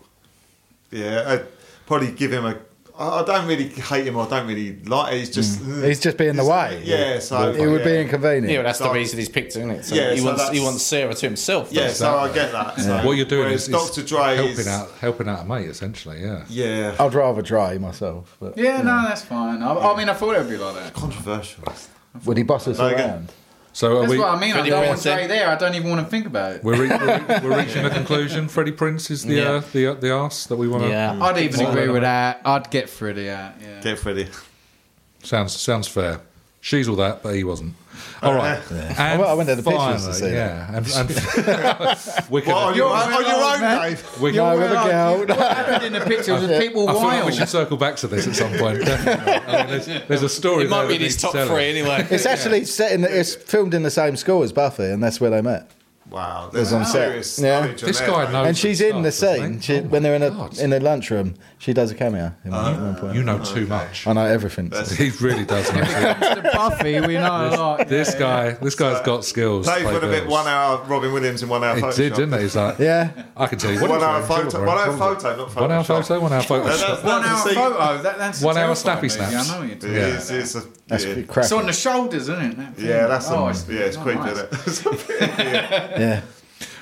S3: yeah, I'd probably give him a. I I don't really hate him. I don't really like. He's just
S4: Mm. He's just being in the way.
S3: Yeah, so
S4: It would be
S3: yeah.
S4: inconvenient.
S5: yeah, well, that's the
S3: So-
S5: reason he's picked, isn't it? So
S3: Yeah,
S5: he,
S3: so
S5: wants, he
S3: that's-
S5: wants Sarah to himself.
S3: Yeah, so I
S1: Exactly.
S3: get that. So.
S1: What you're doing
S3: Whereas
S1: is,
S3: Dr.
S1: is
S3: Dre
S1: helping
S3: is,
S1: out helping out a mate, essentially. Yeah.
S3: Yeah,
S4: I'd rather Dre myself. But
S2: Yeah,
S1: Mm.
S2: no, that's fine. I, I mean, I thought it would be like that.
S3: controversial.
S4: Would he boss us
S3: Like, uh,
S4: around?
S1: So are
S2: That's
S1: we?
S2: what I mean. I
S5: Freddie
S2: don't want
S5: Prinze.
S2: Dre there. I don't even want to think about it.
S1: We're, re- we're, re- we're reaching a conclusion. Freddie Prince is the uh,
S5: Yeah.
S1: the uh, the arse that we want to.
S5: Yeah.
S2: I'd even
S1: Well,
S2: agree
S1: no,
S2: with
S1: no.
S2: that. I'd get Freddie out. Yeah.
S3: Get Freddie.
S1: Sounds sounds fair. She's all that, but he wasn't. All right.
S2: <laughs>
S1: And
S4: Well, I went to the pictures to
S1: finally-
S4: see that.
S1: Yeah. And,
S2: <laughs>
S1: <laughs> and we're
S3: What, on
S1: gonna,
S3: your,
S2: You're
S3: own- on your
S2: well,
S3: own,
S2: man.
S3: Dave?
S1: we're
S4: No,
S1: gonna,
S4: with
S2: Well,
S4: a girl.
S2: What happened in the picture was people
S1: I feel like we
S2: wild.
S1: should
S2: <laughs>
S1: circle back to this at some point. definitely. I mean, there's, there's a story.
S5: It might
S1: there
S5: be
S1: that
S5: in his
S1: needs
S5: top
S1: telling.
S5: three anyway.
S4: It's actually set in. The, it's filmed in the same school as Buffy, and that's where they met.
S3: Wow, there's
S4: on
S3: some
S4: set.
S3: serious
S4: Yeah.
S3: knowledge on
S1: This
S3: there,
S1: guy
S3: mate.
S1: knows.
S4: And she's in the
S1: stuff,
S4: scene
S1: Oh, doesn't he?
S4: she,
S1: Oh
S4: when they're in
S1: my
S4: a
S1: God.
S4: in the lunchroom. She does a cameo. in
S2: Uh,
S4: one point.
S1: You know too much.
S4: I know everything.
S1: He really does. Know too much.
S2: Mr. Buffy, we know a lot.
S1: This guy, this guy's got skills. to
S3: Dave
S1: play
S3: would have been
S1: girls.
S3: one hour Robin Williams in one hour
S1: He
S3: Photoshop.
S1: did, didn't he? He's like,
S4: Yeah,
S1: I can tell you. what
S3: One
S1: he was
S3: hour
S1: wearing.
S3: photo, one hour
S1: What was it?
S3: photo, not Photoshop.
S1: One hour photo. One hour photo.
S3: No, that's-
S2: One
S3: that's
S2: hour
S3: the scene.
S2: photo. That, that's a
S1: One hour
S2: terrifying
S1: snappy
S2: movie.
S1: snaps.
S2: I know what you're talking
S3: It
S2: about.
S3: is, it's a-
S4: that's
S3: yeah.
S4: pretty crap.
S2: It's on the shoulders, isn't it? That thing?
S3: Yeah, that's
S2: Oh,
S3: a-
S2: it's-
S3: yeah, it's
S2: oh,
S3: creepy,
S2: nice.
S3: isn't it?
S4: Yeah,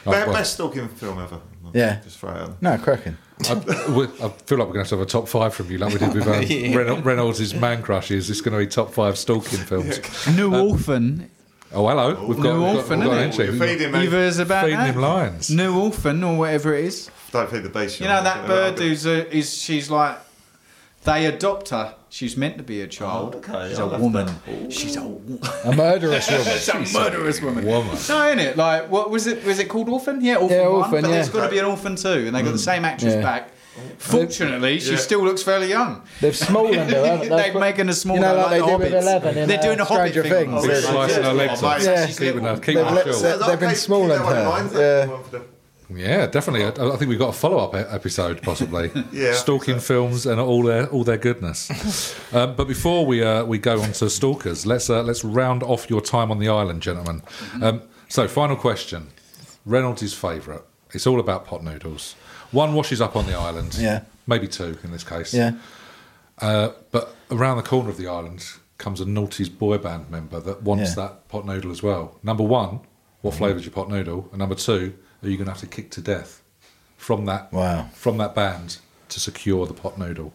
S1: Oh,
S3: Best-
S1: well.
S3: Best stalking film ever.
S4: Yeah.
S3: Just throw it on.
S4: no cracking.
S1: I, we, I feel like we're going to have to have a top five from you, like we did with
S3: <laughs>
S1: um, Reynolds, Reynolds' Man Crushes. It's going to be top five stalking films.
S2: New
S1: Uh,
S2: Orphan.
S1: Oh, hello. We've got,
S2: New
S1: we've got,
S2: orphan,
S1: we've got
S2: isn't
S1: Angie.
S3: You feed him, mate.
S2: You verse about
S1: Feeding
S2: that?
S1: him lions.
S2: New Orphan or whatever it is.
S3: Don't feed the beast.
S2: You know
S3: Sean.
S2: that uh,
S3: Get
S2: bird
S3: him out.
S2: who's a, is she's like they adopt her She's meant to be a child.
S3: okay.
S2: She's
S3: I
S2: a
S3: love
S2: woman. She's a woman.
S4: A murderous woman.
S2: She's a murderous woman. No, ain't it? Like, what was it? Was it called Orphan? Yeah, Orphan.
S4: Yeah,
S2: one,
S4: Orphan,
S2: But there's
S4: yeah.
S2: got to be an Orphan too, and they got the same actress
S4: Yeah.
S2: back. Fortunately, she
S3: Yeah.
S2: still looks fairly young.
S4: They've smoothened her, haven't
S2: They're making a small
S4: You know, like they
S2: the
S4: did with
S2: Hobbits.
S4: Eleven. In,
S2: They're
S4: uh,
S2: doing a Hobbit
S4: Stranger
S2: thing.
S4: Things.
S2: Oh,
S3: yeah.
S1: We're slicing our legs off.
S3: Yeah.
S1: Keeping her, keeping
S4: They've,
S1: her
S4: let-
S1: chilled.
S4: they've
S3: Okay,
S4: been
S3: keep
S4: smalling
S3: that one in
S4: her.
S3: mind.
S4: Yeah.
S1: Yeah, definitely. I, I think we've got a follow-up e- episode possibly.
S3: Yeah.
S1: stalking films and all their all their goodness. um, but before we uh, we go on to stalkers, let's uh, let's round off your time on the island, gentlemen. Um, so, final question: Reynolds' favourite. It's all about pot noodles. One washes up on the island.
S4: Yeah.
S1: maybe two in this case.
S4: Yeah.
S1: Uh, but around the corner of the island comes a naughty's boy band member that wants
S4: Yeah. Mm-hmm.
S1: that pot noodle as well. Number one, what flavour's your pot noodle? And number two, are you going to have to kick to death from that
S4: Wow.
S1: from that band to secure the pot noodle?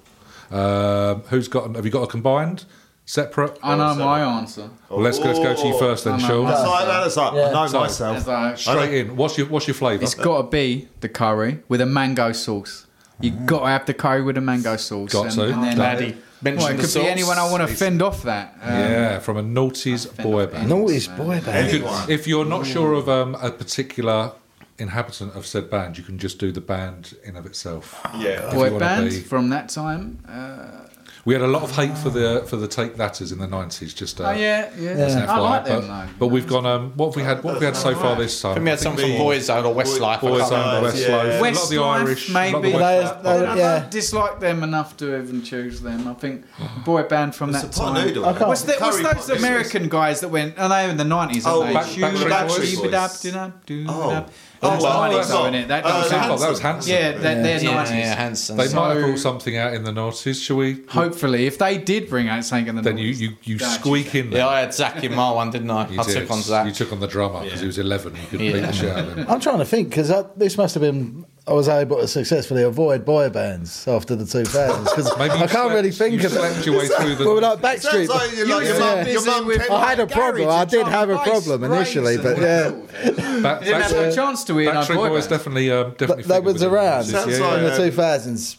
S1: Um, who's got? Have you got a combined, separate?
S2: I know my answer.
S1: Well, let's, let's go to you first then,
S2: Oh.
S1: Sean.
S3: That's like, that's like, I know
S1: So-
S2: It's
S3: myself.
S2: like-
S1: Straight in. What's your What's your flavour?
S2: It's got to be the curry with a mango sauce. You got to have the curry with a mango sauce.
S1: Got to.
S2: then
S1: Done.
S2: Laddie
S5: Mention
S2: well, it
S5: the
S2: could
S5: sauce.
S2: be anyone I want to fend off that. Um,
S1: yeah, from a naughty's
S2: fend
S1: boy
S2: off
S1: band.
S2: anyone.
S4: Naughty's boy band.
S1: You could- if you're not sure of um, a particular inhabitant of said band, you can just do the band in of itself.
S3: Yeah.
S1: you
S2: Boy
S1: wanna
S2: band
S1: be-
S2: from that time. Uh,
S1: We had a lot of hate for the for the take thaters in the nineties. Just uh,
S2: oh yeah, yeah.
S1: as an
S2: I
S1: FYI,
S2: like them
S1: but,
S2: though.
S1: But we've gone. Um, what have we had? What have we had so far this
S5: I
S1: time?
S5: think we had some from
S3: me-
S5: Boyzone or Westlife. I can't
S1: Boyzone,
S5: remember.
S3: Boyzone.
S1: Westlife, a lot of the
S2: Westlife,
S1: Irish, a lot of the
S2: maybe.
S1: Westlife.
S4: Those- those-
S2: I
S4: yeah.
S2: don't dislike them enough to even choose them. I think boy band from that
S3: It's a pot
S2: time.
S3: noodle.
S4: can't-
S2: What's, that, what's
S3: Curry pot
S2: those
S3: noodle.
S2: American guys that went? Are they in the nineties?
S3: Oh,
S2: they?
S3: Back-
S1: Backstreet
S3: Boys.
S2: Oh,
S3: Oh.
S2: that's
S3: Oh,
S2: nineties,
S3: that's
S2: though,
S3: not-
S2: isn't it? That
S3: uh,
S2: doesn't
S3: that's
S1: Oh,
S2: sound.
S1: that was handsome.
S2: Yeah, they're, they're
S5: Yeah,
S2: 90s.
S5: yeah, Hanson.
S1: They might have
S2: So-
S1: brought something out in the nineties. Shall we?
S2: Hopefully, if they did bring out something in the
S1: Then you
S2: noughties,
S1: you, you
S2: Gotcha.
S1: squeak in there.
S5: Yeah, I had Zach in my one, didn't I?
S1: You
S5: I
S1: did.
S5: took onto
S1: You
S5: that.
S1: took on the drummer because he was eleven. You could
S5: Yeah.
S1: beat the shit out of him.
S4: I'm trying to think because this must have been. I was able to successfully avoid boy bands after the 2000s because
S1: <laughs>
S4: I
S1: Maybe you
S4: can't
S1: slept-
S4: really think
S1: you
S4: of it.
S1: slept your way through the-
S4: <laughs> Well, like
S1: <laughs>
S3: Sounds
S4: Backstreet.
S3: like you're
S2: You
S3: like
S2: was
S3: your
S2: so
S3: mum. Your
S2: busy
S3: mum
S2: with-
S3: kept-
S4: I had a problem. I did have a problem initially, but yeah,
S1: Back,
S2: didn't have a
S1: Backstreet-
S2: chance to win.
S1: Backstreet Boys definitely, um, definitely.
S4: that
S1: figured
S4: was
S1: within
S4: around
S1: the 90s,
S3: Sounds
S1: yeah.
S3: like-
S4: in the
S3: Yeah.
S4: 2000s.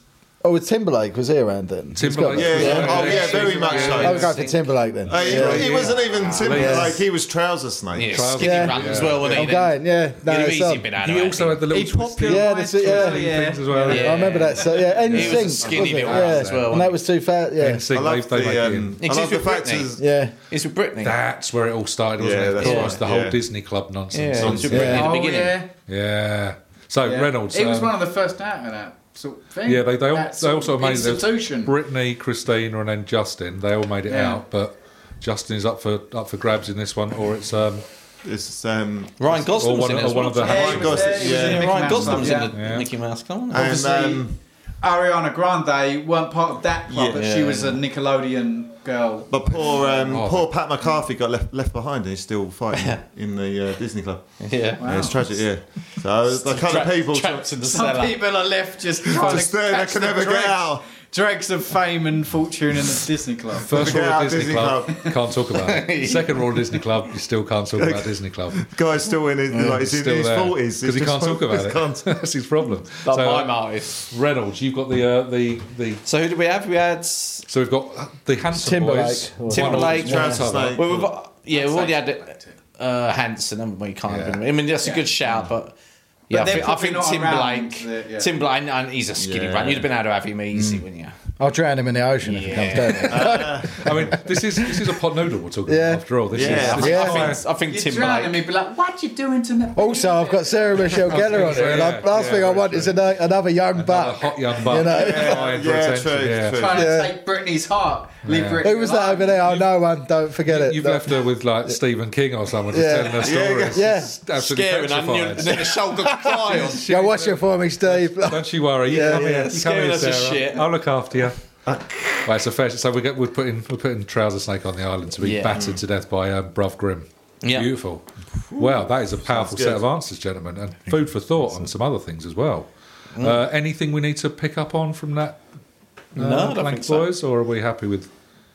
S4: Oh, with Timberlake was he around then? He's got
S1: Timberlake.
S4: that.
S3: Yeah, yeah. Oh, yeah,
S1: Yeah.
S3: very much so.
S4: I would go for Timberlake then.
S3: Uh, he,
S4: yeah.
S3: he wasn't even simple.
S1: yeah.
S3: Like he was trouser snake.
S5: Yeah, skinny
S4: Yeah.
S5: run as well, wasn't
S4: I'm
S5: he? Then?
S4: going. Yeah, no,
S5: You'd have
S4: it's
S5: easy
S4: on.
S5: bit out of
S1: He
S5: it.
S1: also had the
S2: He
S1: little twisty
S4: Yeah, that's it, yeah.
S1: things as well.
S5: Yeah.
S4: I remember that. So yeah, and
S5: He was
S4: Sync,
S5: a skinny
S4: wasn't it?
S5: little ass
S4: yeah.
S5: as well,
S4: and that was too fat. Yeah,
S1: NSYNC,
S3: I love
S1: they, they make
S3: the.
S1: it in.
S3: Um, I
S5: Except
S3: love the
S5: with
S3: fact
S5: Britney.
S3: is
S4: yeah.
S5: It's with Britney.
S1: That's where it all started, wasn't
S3: Yeah,
S1: it?
S3: that's
S1: Of
S3: right,
S1: course, the whole
S3: yeah.
S1: Disney Club nonsense.
S5: yeah, it's
S1: Nonsense.
S5: with Britney at the
S2: Oh
S5: beginning.
S2: yeah,
S1: Yeah. So
S2: yeah.
S1: Reynolds.
S2: He was
S1: um,
S2: one of the first out of that sort of thing.
S1: yeah, they, they, all,
S2: That
S1: they
S2: sort
S1: also
S2: of
S1: made it.
S2: institution.
S1: Brittany, Christina, and then Justin. They all made it
S2: Yeah.
S1: out, but Justin is up for up for grabs in this one, or it's um
S3: it's um.
S5: Ryan
S1: or
S5: Gosling was
S1: one,
S5: in it
S1: or
S5: as
S1: one
S5: well.
S1: of the.
S2: Yeah,
S1: Hatchet
S2: he
S3: Ryan
S2: was there,
S3: Gosling,
S2: he was
S3: yeah.
S2: in the Mickey
S5: Ryan
S2: Mouse
S5: Gosling was in
S2: Club,
S5: the
S1: Yeah.
S5: Mickey Mouse. Come on.
S3: And
S2: Obviously-
S3: um,
S2: Ariana Grande weren't part of that club, but she
S5: Yeah.
S2: was a Nickelodeon girl.
S3: but poor um,
S1: Oh.
S3: poor Pat McCarthy got left left behind and he's still fighting in the uh, Disney Club.
S5: Yeah.
S3: Yeah, it's tragic. Yeah. So the kind
S5: Tra-
S3: of people.
S5: trapped in the
S2: Some
S5: cellar.
S2: people are left just trying
S3: Just
S2: to
S3: there, they
S2: catch
S3: can
S2: the
S3: never get
S2: dregs-
S3: out.
S2: Dregs of fame and fortune in the Disney club.
S1: First rule
S3: Forget
S1: of
S3: our
S1: Disney,
S3: Disney
S1: Club, can't talk about it. Second rule of Disney Club, you still can't talk about Disney Club.
S3: Guy's still in his like he's in
S1: Still
S3: his
S1: there.
S3: forties
S1: because he can't talk
S3: <laughs>
S1: about it. <laughs> That's his problem.
S5: Like
S1: so,
S5: my artist.
S1: Reynolds, you've got the uh, the the.
S5: So who did we have? We had.
S1: So we've got the handsome
S4: Timberlake.
S1: boys,
S4: Or-
S5: Timberlake.
S3: Trouser
S1: Yeah.
S3: snake.
S5: Well, we've got. Yeah, we've already had uh, Hanson, haven't we? Can't
S1: Yeah.
S5: have been- I mean, that's a good shout, but. Yeah,
S2: they're
S5: I
S2: probably
S5: think, I
S2: not
S5: think Tim
S2: around
S5: Blake.
S2: the- yeah. Mm.
S5: Tim Blake, and he's a skinny
S3: Yeah.
S5: run. You'd have been able to have him easy, wouldn't you?
S4: I'll drown him in the ocean if he comes
S5: Yeah.
S4: down. there.
S1: I mean, this is this is a pot noodle we're talking
S4: Yeah.
S1: about after all. This is
S3: Yeah.
S1: this
S4: Yeah.
S1: is
S5: I
S1: why-
S5: think, I think
S2: You're
S5: Tim
S2: drowning
S5: Blake.
S2: me, be like, what you doing to me?
S4: Also, I've got Sarah
S5: <laughs>
S4: Michelle Gellar on here, and I,
S1: Yeah,
S4: last
S1: yeah,
S4: thing I
S1: very
S4: want is an, another young
S1: another
S4: buck.
S1: hot young buck.
S4: You know?
S1: Vying for
S3: Yeah,
S1: attention,
S3: true,
S1: yeah.
S3: true.
S2: Trying
S4: Yeah.
S2: to take Britney's heart. Leave Britney
S4: Who was that
S2: alone.
S4: over there? Oh, no one. Don't forget it.
S1: You've
S4: No.
S1: left her with like Stephen King or someone just
S4: Yeah.
S1: telling her
S3: Yeah,
S1: stories. <laughs>
S4: yeah.
S1: She's absolutely
S5: Scaring <laughs> onion,
S1: petrified.
S5: then a shoulder cry.
S2: <laughs>
S4: Go watch it for me, Steve.
S1: Don't you worry. You
S4: Yeah,
S1: come
S4: yeah.
S1: here. You come
S5: Scaring
S1: here,
S5: us to
S1: Sarah.
S5: shit.
S1: I'll look after you. right, so fair. So we're, get, we're putting we're putting trouser snake on the island to be
S5: Yeah.
S1: battered to death by um, Bruv Grimm.
S5: Yeah.
S1: Beautiful. Wow, that is a powerful set
S3: good.
S1: of answers, gentlemen, and food for thought on some other things as well.
S5: Mm.
S1: Uh, anything we need to pick up on from that? Uh,
S5: No, I don't
S1: Blank
S5: think so.
S1: Boys, or are we happy with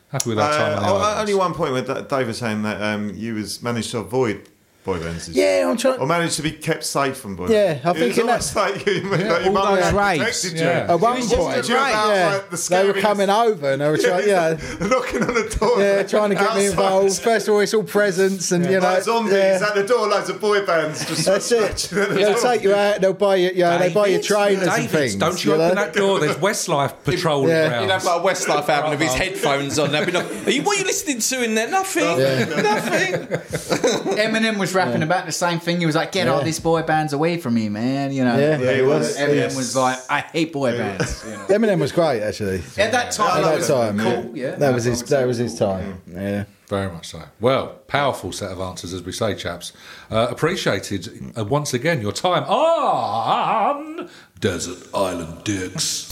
S1: happy with our time?
S3: Uh,
S1: on the
S3: oh,
S1: island?
S3: only one point where that- Dave was saying that um, you was managed to avoid boy bands. Is,
S7: Yeah, I'm trying.
S3: Or managed to be kept safe from boy
S7: Yeah,
S3: bands.
S7: I think
S3: it's
S7: in
S3: almost like you, yeah, like your
S7: all
S3: mum
S7: those
S3: had
S7: raves,
S3: protected you.
S1: yeah.
S7: At one
S3: She
S7: point,
S3: was talking to you about,
S7: yeah,
S3: like, the
S7: they were
S3: scariest-
S7: coming over and they were trying,
S3: <laughs>
S7: yeah,
S3: knocking on the door.
S7: yeah, trying to get me
S3: Outside.
S7: involved. First of all, it's all presents and you know,
S3: Like zombies
S7: yeah.
S3: at the door, loads of boy bands. Just
S7: That's
S3: <laughs>
S7: it. They'll take you out. They'll buy you. Yeah, they buy you
S1: Davids,
S7: trainers and
S1: Davids,
S7: things.
S1: Don't you,
S7: know?
S1: open that door? There's Westlife patrolling
S7: Yeah.
S1: around.
S5: You'd have like a Westlife
S2: <laughs>
S5: album with his headphones on. They'd be like, are you, what are you listening to in there? Nothing. Nothing.
S2: Eminem was rapping about the same thing. He was like, "Get all these boy bands away from me, man." You
S7: <laughs>
S2: know.
S7: Yeah. Yeah,
S3: he was.
S2: Eminem
S3: Yes.
S2: was like, "I hate boy bands." You know?
S7: <laughs> Eminem was great actually.
S2: At that time,
S7: At that time,
S2: cool.
S7: yeah.
S2: Yeah,
S7: that was his. That was his time. Yeah.
S1: Very much so. Well, powerful set of answers, as we say, chaps. Uh, appreciated uh, once again your time on Desert Island Dicks.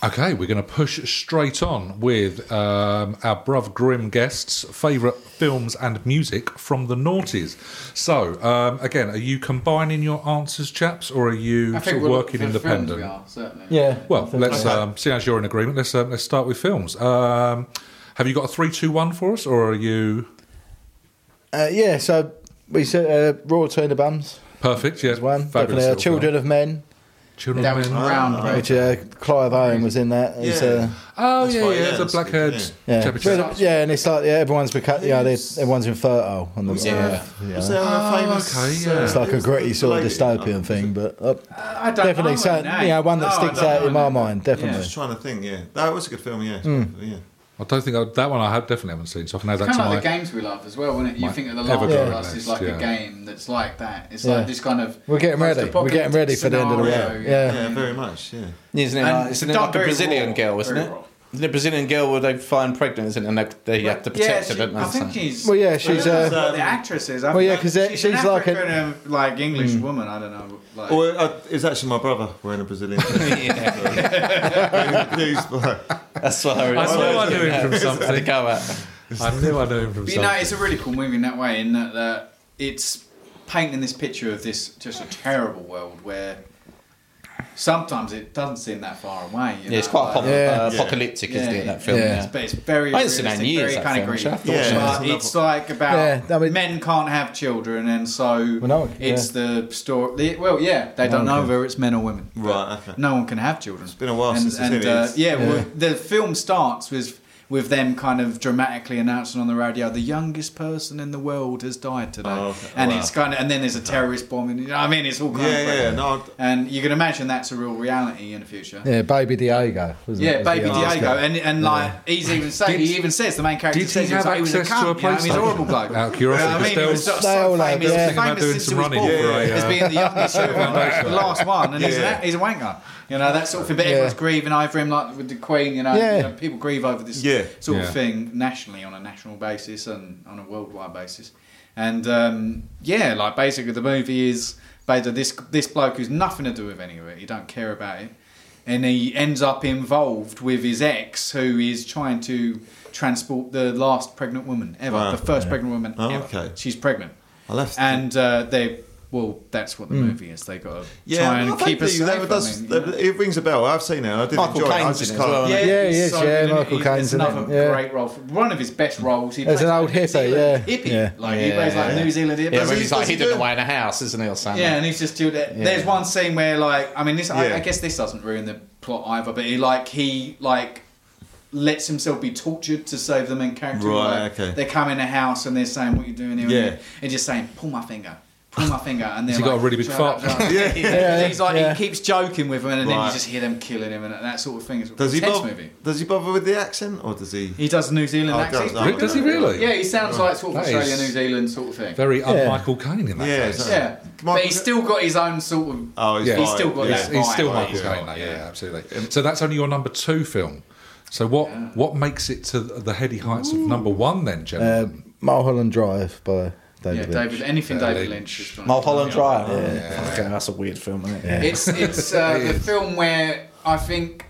S1: Okay, we're going to push straight on with um, our Bruv Grim guests' favourite films and music from the noughties. So, um, again, are you combining your answers, chaps, or are you sort of
S2: we'll-
S1: working
S2: for films
S1: independent?
S2: We are, certainly.
S7: Yeah.
S1: Well, let's um, see as you're in agreement. Let's um, let's start with films. Um, have you got a three, two, one for us, or are you
S7: Uh, yeah. So we said uh, Raw Turner Bums
S1: perfect? Yeah,
S7: is one.
S1: fabulous
S7: Definitely, uh,
S1: little
S7: Children of Men,
S1: film. children.
S2: That
S1: of
S2: was
S1: Men.
S2: round.
S7: which uh, Clive Owen was in that. He's,
S3: Yeah.
S7: uh,
S1: Oh
S3: That's
S1: yeah,
S3: why,
S1: yeah,
S3: yeah,
S1: the
S3: that's
S1: black
S3: good,
S1: haired
S7: yeah.
S1: chubby
S7: But,
S1: chap.
S7: yeah, and it's like yeah, everyone's become yeah, they, everyone's infertile on the
S5: Yeah.
S7: yeah. yeah.
S3: Was there a famous?
S1: okay, yeah.
S7: It's like a gritty sort of
S3: lady-
S7: dystopian thing, but uh,
S2: I don't
S7: definitely,
S2: know,
S7: so,
S2: no.
S7: yeah, one that
S2: No, I
S7: sticks
S2: don't
S7: out in my
S2: know.
S7: mind. Definitely.
S3: Just trying to think. Yeah, that was a good film. Yeah,
S7: Hmm.
S3: yeah.
S1: I don't think I, that one I have definitely haven't seen, so I can add that
S2: Kind
S1: to
S2: of like
S1: my.
S2: the games we love as well, wasn't it? You
S1: my
S2: think of the last
S1: evergreen
S2: of us
S1: list,
S2: is like
S1: yeah.
S2: a game that's like that. It's
S7: Yeah.
S2: like this kind of.
S7: We're getting ready. We're getting ready for the end of the
S2: scenario,
S7: road. Yeah.
S3: Yeah, very much. Yeah.
S5: Isn't it
S2: And
S5: like, isn't it
S2: done
S5: like a
S2: very
S5: Brazilian
S2: raw,
S5: girl, isn't
S2: very
S5: it?
S2: raw.
S5: Isn't it a Brazilian girl where they find pregnant, isn't it? And they, they have to
S2: Yeah,
S5: protect
S2: she,
S5: her, don't they?
S2: I think
S5: So-
S2: she's.
S7: Well, yeah, she's,
S2: I don't know
S3: uh,
S2: what the actress is. I
S7: Well, yeah,
S2: think
S7: 'cause it-
S2: an
S7: she's like a-
S2: African, um, like English woman. I don't know. Like,
S3: Or uh, it's actually my brother wearing a Brazilian. <laughs> Confused by-
S5: That's what I, that's
S1: I
S5: what
S1: knew
S5: was
S1: I knew
S5: doing.
S1: him from
S5: Yeah.
S1: something.
S5: Had to go at.
S1: I knew I knew him from
S2: But
S1: something.
S2: you know, it's a really cool movie in that way, in that, that it's painting this picture of this just a terrible world where sometimes it doesn't seem that far away. you
S5: Yeah, it's
S2: know,
S5: quite
S2: like-
S5: apo-
S7: Yeah.
S5: uh, apocalyptic, isn't it? That film.
S7: Yeah.
S5: Yeah.
S2: But it's very.
S5: I haven't seen that in
S2: realistic,
S5: years,
S2: Very
S5: that
S2: kind
S5: film,
S2: of
S5: so I have
S2: gritty.
S5: to watch
S3: Yeah.
S2: But
S3: it.
S2: it's like about
S7: Yeah, I mean-
S2: men can't have children, and so
S7: Well, no,
S2: it's the story. The, well, yeah, they don't know whether it's men or women. but
S3: Right, okay.
S2: No one can have children. It's
S3: been a while since I've
S2: and,
S3: seen it.
S2: uh, yeah, Well, the film starts with. With them kind of dramatically announcing on the radio, the youngest person in the world has died today,
S3: Oh, okay.
S2: and
S3: Wow.
S2: it's kind of, and then there's a terrorist bomb, and you know, what I mean, it's all kind
S3: Yeah,
S2: of,
S3: yeah,
S2: crazy.
S3: no,
S2: and you can imagine that's a real reality in the future.
S7: Yeah, Baby Diego. Wasn't
S2: Yeah,
S7: it? Was
S2: Baby
S7: the
S2: Diego,
S7: artist guy.
S2: and and like he's even saying
S1: Did-
S2: he even says the main character
S1: did he
S2: says
S1: have
S2: like, was
S1: access
S2: cunt,
S1: to a
S2: you know, I mean, He's a horrible
S1: PlayStation? <laughs>
S2: bloke.
S1: Out of curiosity,
S2: You know what I mean, he
S1: because
S2: was
S1: Dale-
S2: so, so
S7: Dale, like,
S2: famous,
S7: yeah.
S1: Thinking about
S2: famous
S1: doing
S2: since
S1: some
S2: he was
S1: running
S2: born
S1: for a,
S2: as
S1: uh, <laughs>
S2: being the youngest servant, the last one, and he's,
S3: Yeah.
S2: a, he's a wanker. You know that sort of thing. But
S7: Yeah.
S2: everyone's grieving over him, like with the Queen. You know,
S7: Yeah.
S2: you know, people grieve over this
S3: Yeah.
S2: sort
S1: Yeah.
S2: of thing nationally on a national basis and on a worldwide basis. And um, yeah, like basically the movie is basically this this bloke who's nothing to do with any of it. He don't care about it, and he ends up involved with his ex, who is trying to transport the last pregnant woman ever,
S3: Wow.
S2: the first pregnant woman
S3: Oh,
S2: ever.
S3: okay.
S2: She's pregnant,
S3: I left.
S2: and uh, they well, that's what the movie is. They got to
S3: yeah,
S2: try
S3: no,
S2: and
S3: thank
S2: keep us
S3: you.
S2: safe.
S3: That
S2: I
S3: does-
S2: mean, you
S3: that-
S2: know.
S3: It rings a bell. I've seen it. and I did
S5: Michael
S3: enjoy it. I
S5: Caine's
S3: just
S5: in it as
S3: can't.
S5: well, isn't
S7: Yeah,
S2: he's
S7: yes, yeah,
S2: good, isn't he?
S7: Michael
S2: He's-
S7: Caine's
S2: It's
S7: in it,
S2: another
S7: yeah.
S2: great role. For, one of his best roles. He
S7: As
S2: plays
S7: an old
S2: like a New
S7: hippie,
S2: Zealand
S7: yeah,
S2: hippie.
S7: yeah.
S2: Like he plays like a New Zealand hippie.
S5: Yeah, where
S2: Does he-
S5: he's like
S2: does he
S5: hidden
S2: do-
S5: away in a house, isn't he, or something?
S2: Yeah, and he's just doing it. There's one scene where, like, I mean, this. I,
S3: Yeah.
S2: I guess this doesn't ruin the plot either, but he, like, he, like, lets himself be tortured to save the main character.
S3: Right,
S2: Like,
S3: okay.
S2: They come in a house and they're saying, "What you doing here?"
S3: Yeah.
S2: And, they're- and just saying, "Pull my finger." Pull my finger, and then
S1: he got a really big fart?
S3: <laughs> Yeah.
S2: yeah, he's like
S7: yeah.
S2: he keeps joking with him, and then
S3: Right.
S2: you just hear them killing him and that sort of thing. It's a
S3: Does he
S2: tense
S3: bother?
S2: movie.
S3: Does he bother with the accent, or does he?
S2: He does New Zealand
S3: Oh,
S2: accent.
S3: does- oh,
S1: Does he really?
S2: Yeah, he sounds like sort of
S1: That is-
S2: Australia, New Zealand sort of thing.
S1: Very un
S7: Yeah.
S1: Michael Caine in that.
S3: Yeah,
S1: case.
S3: so-
S2: yeah, but
S3: Michael-
S2: he's still got his own sort of.
S3: Oh, he's,
S1: Yeah.
S3: fine.
S2: He's still got
S3: yeah.
S1: he's,
S2: that.
S1: he's still
S2: vibe,
S1: Michael
S2: right,
S1: Caine.
S2: yeah.
S1: Yeah, yeah, absolutely. So that's only your number two film. So what what makes it to the heady heights of number one then,
S7: Uh,
S1: gentlemen?
S7: Mulholland Drive by
S2: Yeah,
S7: David. Lynch.
S2: David. Anything
S1: David
S2: David
S1: Lynch.
S2: Lynch. is fine.
S5: Mulholland
S2: Yeah.
S5: Drive. Yeah. Fucking, that's a weird film, isn't it?
S7: Yeah.
S2: It's
S3: <laughs>
S2: it's uh, the film where I think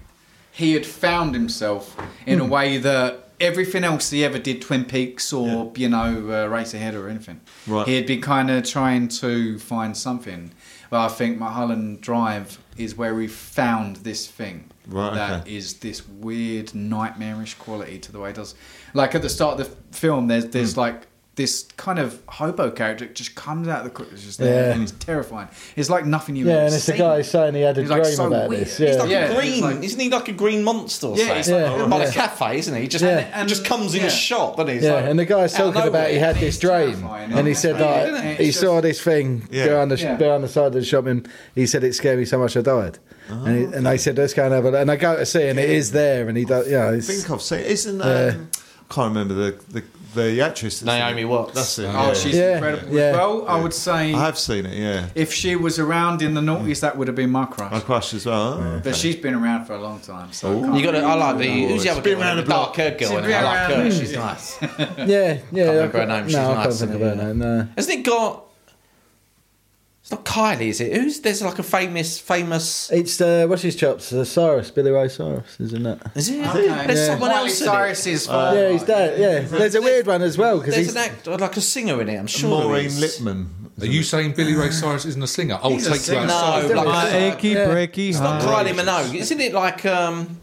S2: he had found himself in a
S3: Hmm.
S2: way that everything else he ever did, Twin Peaks or you know uh, Race Ahead or anything,
S3: Right.
S2: he had been kind of trying to find something. But I think Mulholland Drive is where he found this thing
S3: Right,
S2: that
S3: okay.
S2: is this
S3: Hmm.
S2: weird nightmarish quality to the way it does. Like at the start of the film, there's there's like this kind of hobo character just comes out of the cr- it's just
S8: Yeah.
S2: there, and it's terrifying. It's like nothing you've
S8: Yeah,
S2: ever
S8: and it's the
S2: seen.
S8: guy saying he had a
S2: He's,
S8: dream
S2: like, so
S8: about
S2: weird.
S8: this.
S2: He's
S8: Yeah.
S5: Like
S2: Yeah,
S5: a
S2: it's
S5: green,
S2: like-
S5: isn't he like a green monster? Or
S2: Yeah,
S5: something?
S2: it's
S8: like-
S5: By the cafe, isn't he? He just,
S8: Yeah.
S5: he just comes in
S2: Yeah.
S5: a shop, and he's
S8: Yeah,
S5: like,
S8: and the guy's
S5: out of
S8: talking about he
S5: nowhere.
S8: had this
S2: It's
S8: dream,
S2: terrifying,
S8: and he
S2: isn't
S8: said
S2: it? Yeah,
S8: like
S2: isn't it?
S8: he
S2: It's
S8: saw
S2: just-
S8: this thing
S3: Yeah.
S8: behind the
S2: Yeah.
S8: behind the side of the shop, and he said it scared me so much I died. and, he, and they said let's go and have a look, and I go to see, and it is there, and he does. Yeah,
S3: I
S8: it's,
S3: think I've seen. Isn't um, can't remember the the, the actress. that's in
S5: Naomi
S3: it.
S5: Watts.
S3: That's it.
S2: Oh,
S3: yeah.
S2: she's
S8: Yeah,
S2: incredible.
S8: yeah.
S2: Well, I would say
S3: I have seen it. Yeah,
S2: if she was around in the noughties, that would have been my
S3: I
S2: crush.
S3: crushed as well. huh?
S2: But she's been around for a long time, so I can't
S5: You got to. I like the. Who's the
S3: It's
S5: other
S3: been
S5: girl?
S3: round
S5: The
S3: the block.
S5: dark haired girl.
S2: It's
S5: in it.
S2: been
S5: I like her.
S2: round- <laughs>
S5: She's nice.
S8: yeah, yeah. I
S5: remember her
S8: can't-
S5: name, she's
S8: No, I can't
S5: nice,
S8: think of her
S5: isn't
S8: name. No.
S5: Hasn't it got? It's not Kylie, is it? Who's there's like a famous, famous.
S8: It's uh, what's his chops? Uh, Cyrus, Billy Ray Cyrus, isn't it?
S5: Is it?
S2: Okay.
S5: There's
S2: Yeah.
S5: someone
S2: Miley
S5: else in it.
S2: Cyrus is
S8: yeah, he's dead. Yeah, there's a weird one as well because
S5: Uh, There's
S8: he's
S5: an actor, like a singer in it. I'm sure. there
S3: Maureen
S5: is.
S3: Lipman.
S1: Are you saying Billy Ray Cyrus isn't a singer? I'll
S2: He's a
S1: take you
S2: singer.
S1: outside.
S5: No, like
S2: My
S5: a,
S2: achy
S8: Yeah.
S2: breaky
S5: it's not Kylie Minogue, isn't it? Like um,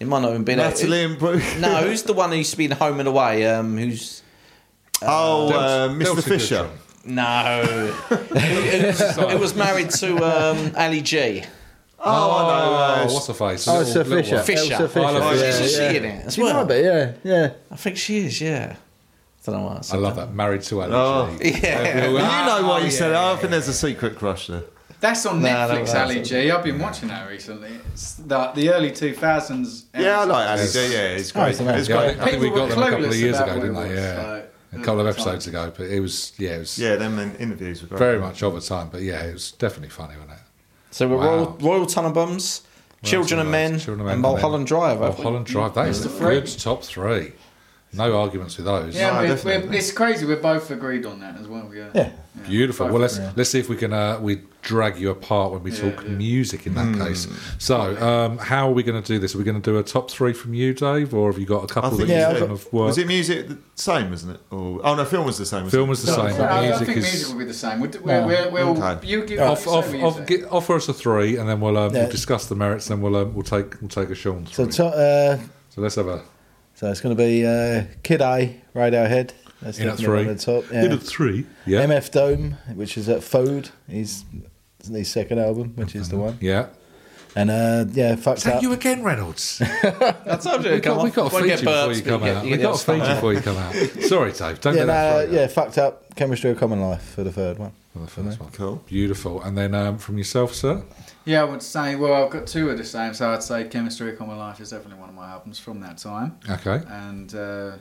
S5: it might not even be that.
S3: Natalie and Bruce.
S5: No, who's the one who used to be in Home and Away? Um, who's
S3: <laughs> Oh, uh,
S1: Delta-
S3: Mr.
S1: Delta
S3: Fisher.
S1: Goodrum.
S5: no? it, was, it was married to um, Ali G.
S3: Oh, I know.
S1: uh, Oh, what's her face?
S8: oh,
S1: Little-
S8: Sir
S1: little
S8: Fisher.
S1: one.
S5: Fisher.
S8: Elsa Fisher.
S1: I love
S8: yeah,
S1: Fisher.
S5: Isn't
S8: yeah.
S5: she in it as
S8: She might
S5: well?
S8: be, yeah, yeah.
S5: I think she is. Yeah. don't know why.
S1: I love that. Married to Ali
S3: Oh.
S1: G.
S5: <laughs> Yeah.
S3: you know why
S2: Oh,
S3: you said
S2: yeah,
S3: that. I think there's a secret crush there.
S2: That's on
S5: No,
S2: Netflix,
S5: no, no.
S2: Ali G. I've been watching that recently. It's the, the early 2000s.
S3: Yeah, I like Ali. Yeah, yeah, it's great.
S8: it's amazing.
S3: It's
S1: Yeah, I
S3: great.
S1: think, I think we got
S2: People were
S1: them a couple of
S2: clueless
S1: years
S2: about
S1: ago,
S2: what it
S1: didn't they?
S2: was,
S1: Yeah,
S2: so-
S1: a couple of episodes ago. But it was, yeah, it was
S3: Yeah, them in- interviews were great.
S1: very much over time. But yeah, it was definitely funny, wasn't it?
S5: So we're
S1: Wow.
S5: Royal, Royal Tenenbaums, Children and Men,
S1: Children of Men
S5: and Mulholland Drive. haven't we?
S1: Mulholland Drive. That is a
S2: three.
S1: good top three. No arguments with those.
S2: Yeah,
S3: No,
S2: we're- we're,
S3: definitely.
S2: it's crazy. We're both agreed on that as well. Yeah.
S8: Yeah.
S1: Beautiful. Well, let's let's see if we can uh, we drag you apart when we talk music in that case. So, um, how are we going to do this? Are we going to do a top three from you, Dave, or have you got a
S3: I
S1: couple that
S3: think
S1: you
S8: Yeah,
S3: yeah,
S8: I've
S1: think have worked?
S3: was it music the same, wasn't it? Or, oh no, film was the same. wasn't
S1: Film
S3: it?
S1: was the same.
S2: No,
S1: but
S2: I don't
S1: music
S2: think
S1: is
S2: music will be the same. We're, we're, we're, we'll,
S3: Okay.
S2: you give
S1: off,
S2: you say
S1: off,
S2: what you say.
S1: off, get, offer us a three, and then we'll, um,
S8: Yeah.
S1: we'll discuss the merits. Then we'll um, we'll take we'll take a Sean
S8: So,
S1: three.
S8: to, uh,
S1: So let's have a
S8: so it's going to be uh, Kid A, Radiohead. That's
S1: in at
S8: definitely
S1: three.
S8: on the top.
S1: In
S8: yeah.
S1: at three. Yeah.
S8: MF Dome, which is at Foad. He's it's his second album, which is the one.
S1: yeah.
S8: And uh, yeah, fucked
S1: Thank
S8: up.
S1: you again, Reynolds.
S5: I told you.
S1: we got, we got a
S5: Won't
S1: feature
S5: get burps,
S1: before you
S5: but
S1: come
S5: get-
S1: out.
S5: you
S1: We
S5: get
S1: got a
S5: the other
S1: feature
S5: stuff.
S1: before you come out. Sorry, Dave. Don't
S8: Yeah,
S1: let that
S8: no,
S1: throw you
S8: yeah,
S1: out
S8: fucked up. Chemistry of Common Life for the third one.
S1: on the first one.
S3: Cool.
S1: Beautiful. And then um, from yourself, sir.
S2: Yeah, I would say, well, I've got two of the same, so I'd say Chemistry of Common Life is definitely one of my albums from that time.
S1: Okay.
S2: And uh,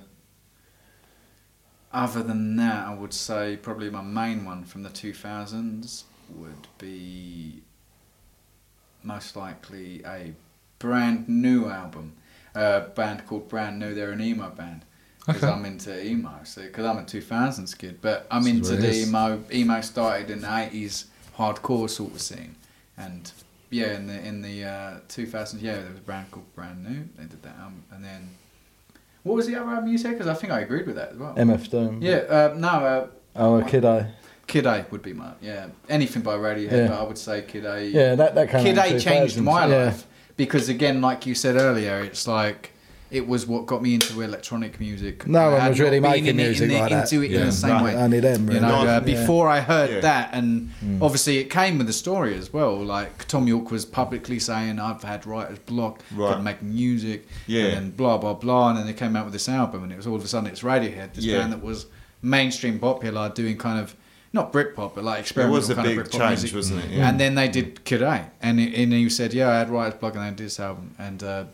S2: other than that, I would say probably my main one from the 2000s would be most likely a brand new album. A band called Brand New, they're an emo band. Because
S1: Okay.
S2: I'm into emo, so because I'm a 2000s kid, but I'm
S1: This is
S2: into
S1: what it
S2: the
S1: is.
S2: emo. Emo started in the 80s hardcore sort of scene, and yeah, in the in the uh, 2000s, yeah, there was a brand called Brand New. They did that album, and then what was the other album you said? Because I think I agreed with that as well.
S8: MF Dome.
S2: Oh. yeah, uh, no, uh,
S8: Oh, a Kid A.
S2: Kid A would be my yeah. Anything by Radiohead,
S8: Yeah.
S2: but I would say Kid A.
S8: Yeah, that, that kind
S2: Kid
S8: of
S2: A changed my life because again, like you said earlier, it's like. It was what got me into electronic music.
S8: No
S2: I
S8: one
S2: had
S8: was really
S2: not been
S8: making
S2: in it-
S8: music
S2: in it-
S8: like that.
S2: Into it in
S1: Yeah.
S2: the same way.
S8: Only them, really. Hmm.
S2: You know,
S3: Nice.
S2: uh, before I heard
S3: Yeah.
S2: that, and obviously it came with a story as well. Like Tom York was publicly saying, "I've had writer's block,
S3: Right.
S2: couldn't make music,
S3: Yeah.
S2: and then blah blah blah." And then they came out with this album, and it was all of a sudden it's Radiohead, this
S3: Yeah.
S2: band that was mainstream popular, doing kind of not Britpop, but like experimental
S3: was a
S2: kind
S3: big
S2: of Britpop
S3: change,
S2: music.
S3: wasn't it? Yeah.
S2: And then they did Kid A, and it, and you said, "Yeah, I had writer's block, and I did this album." And uh,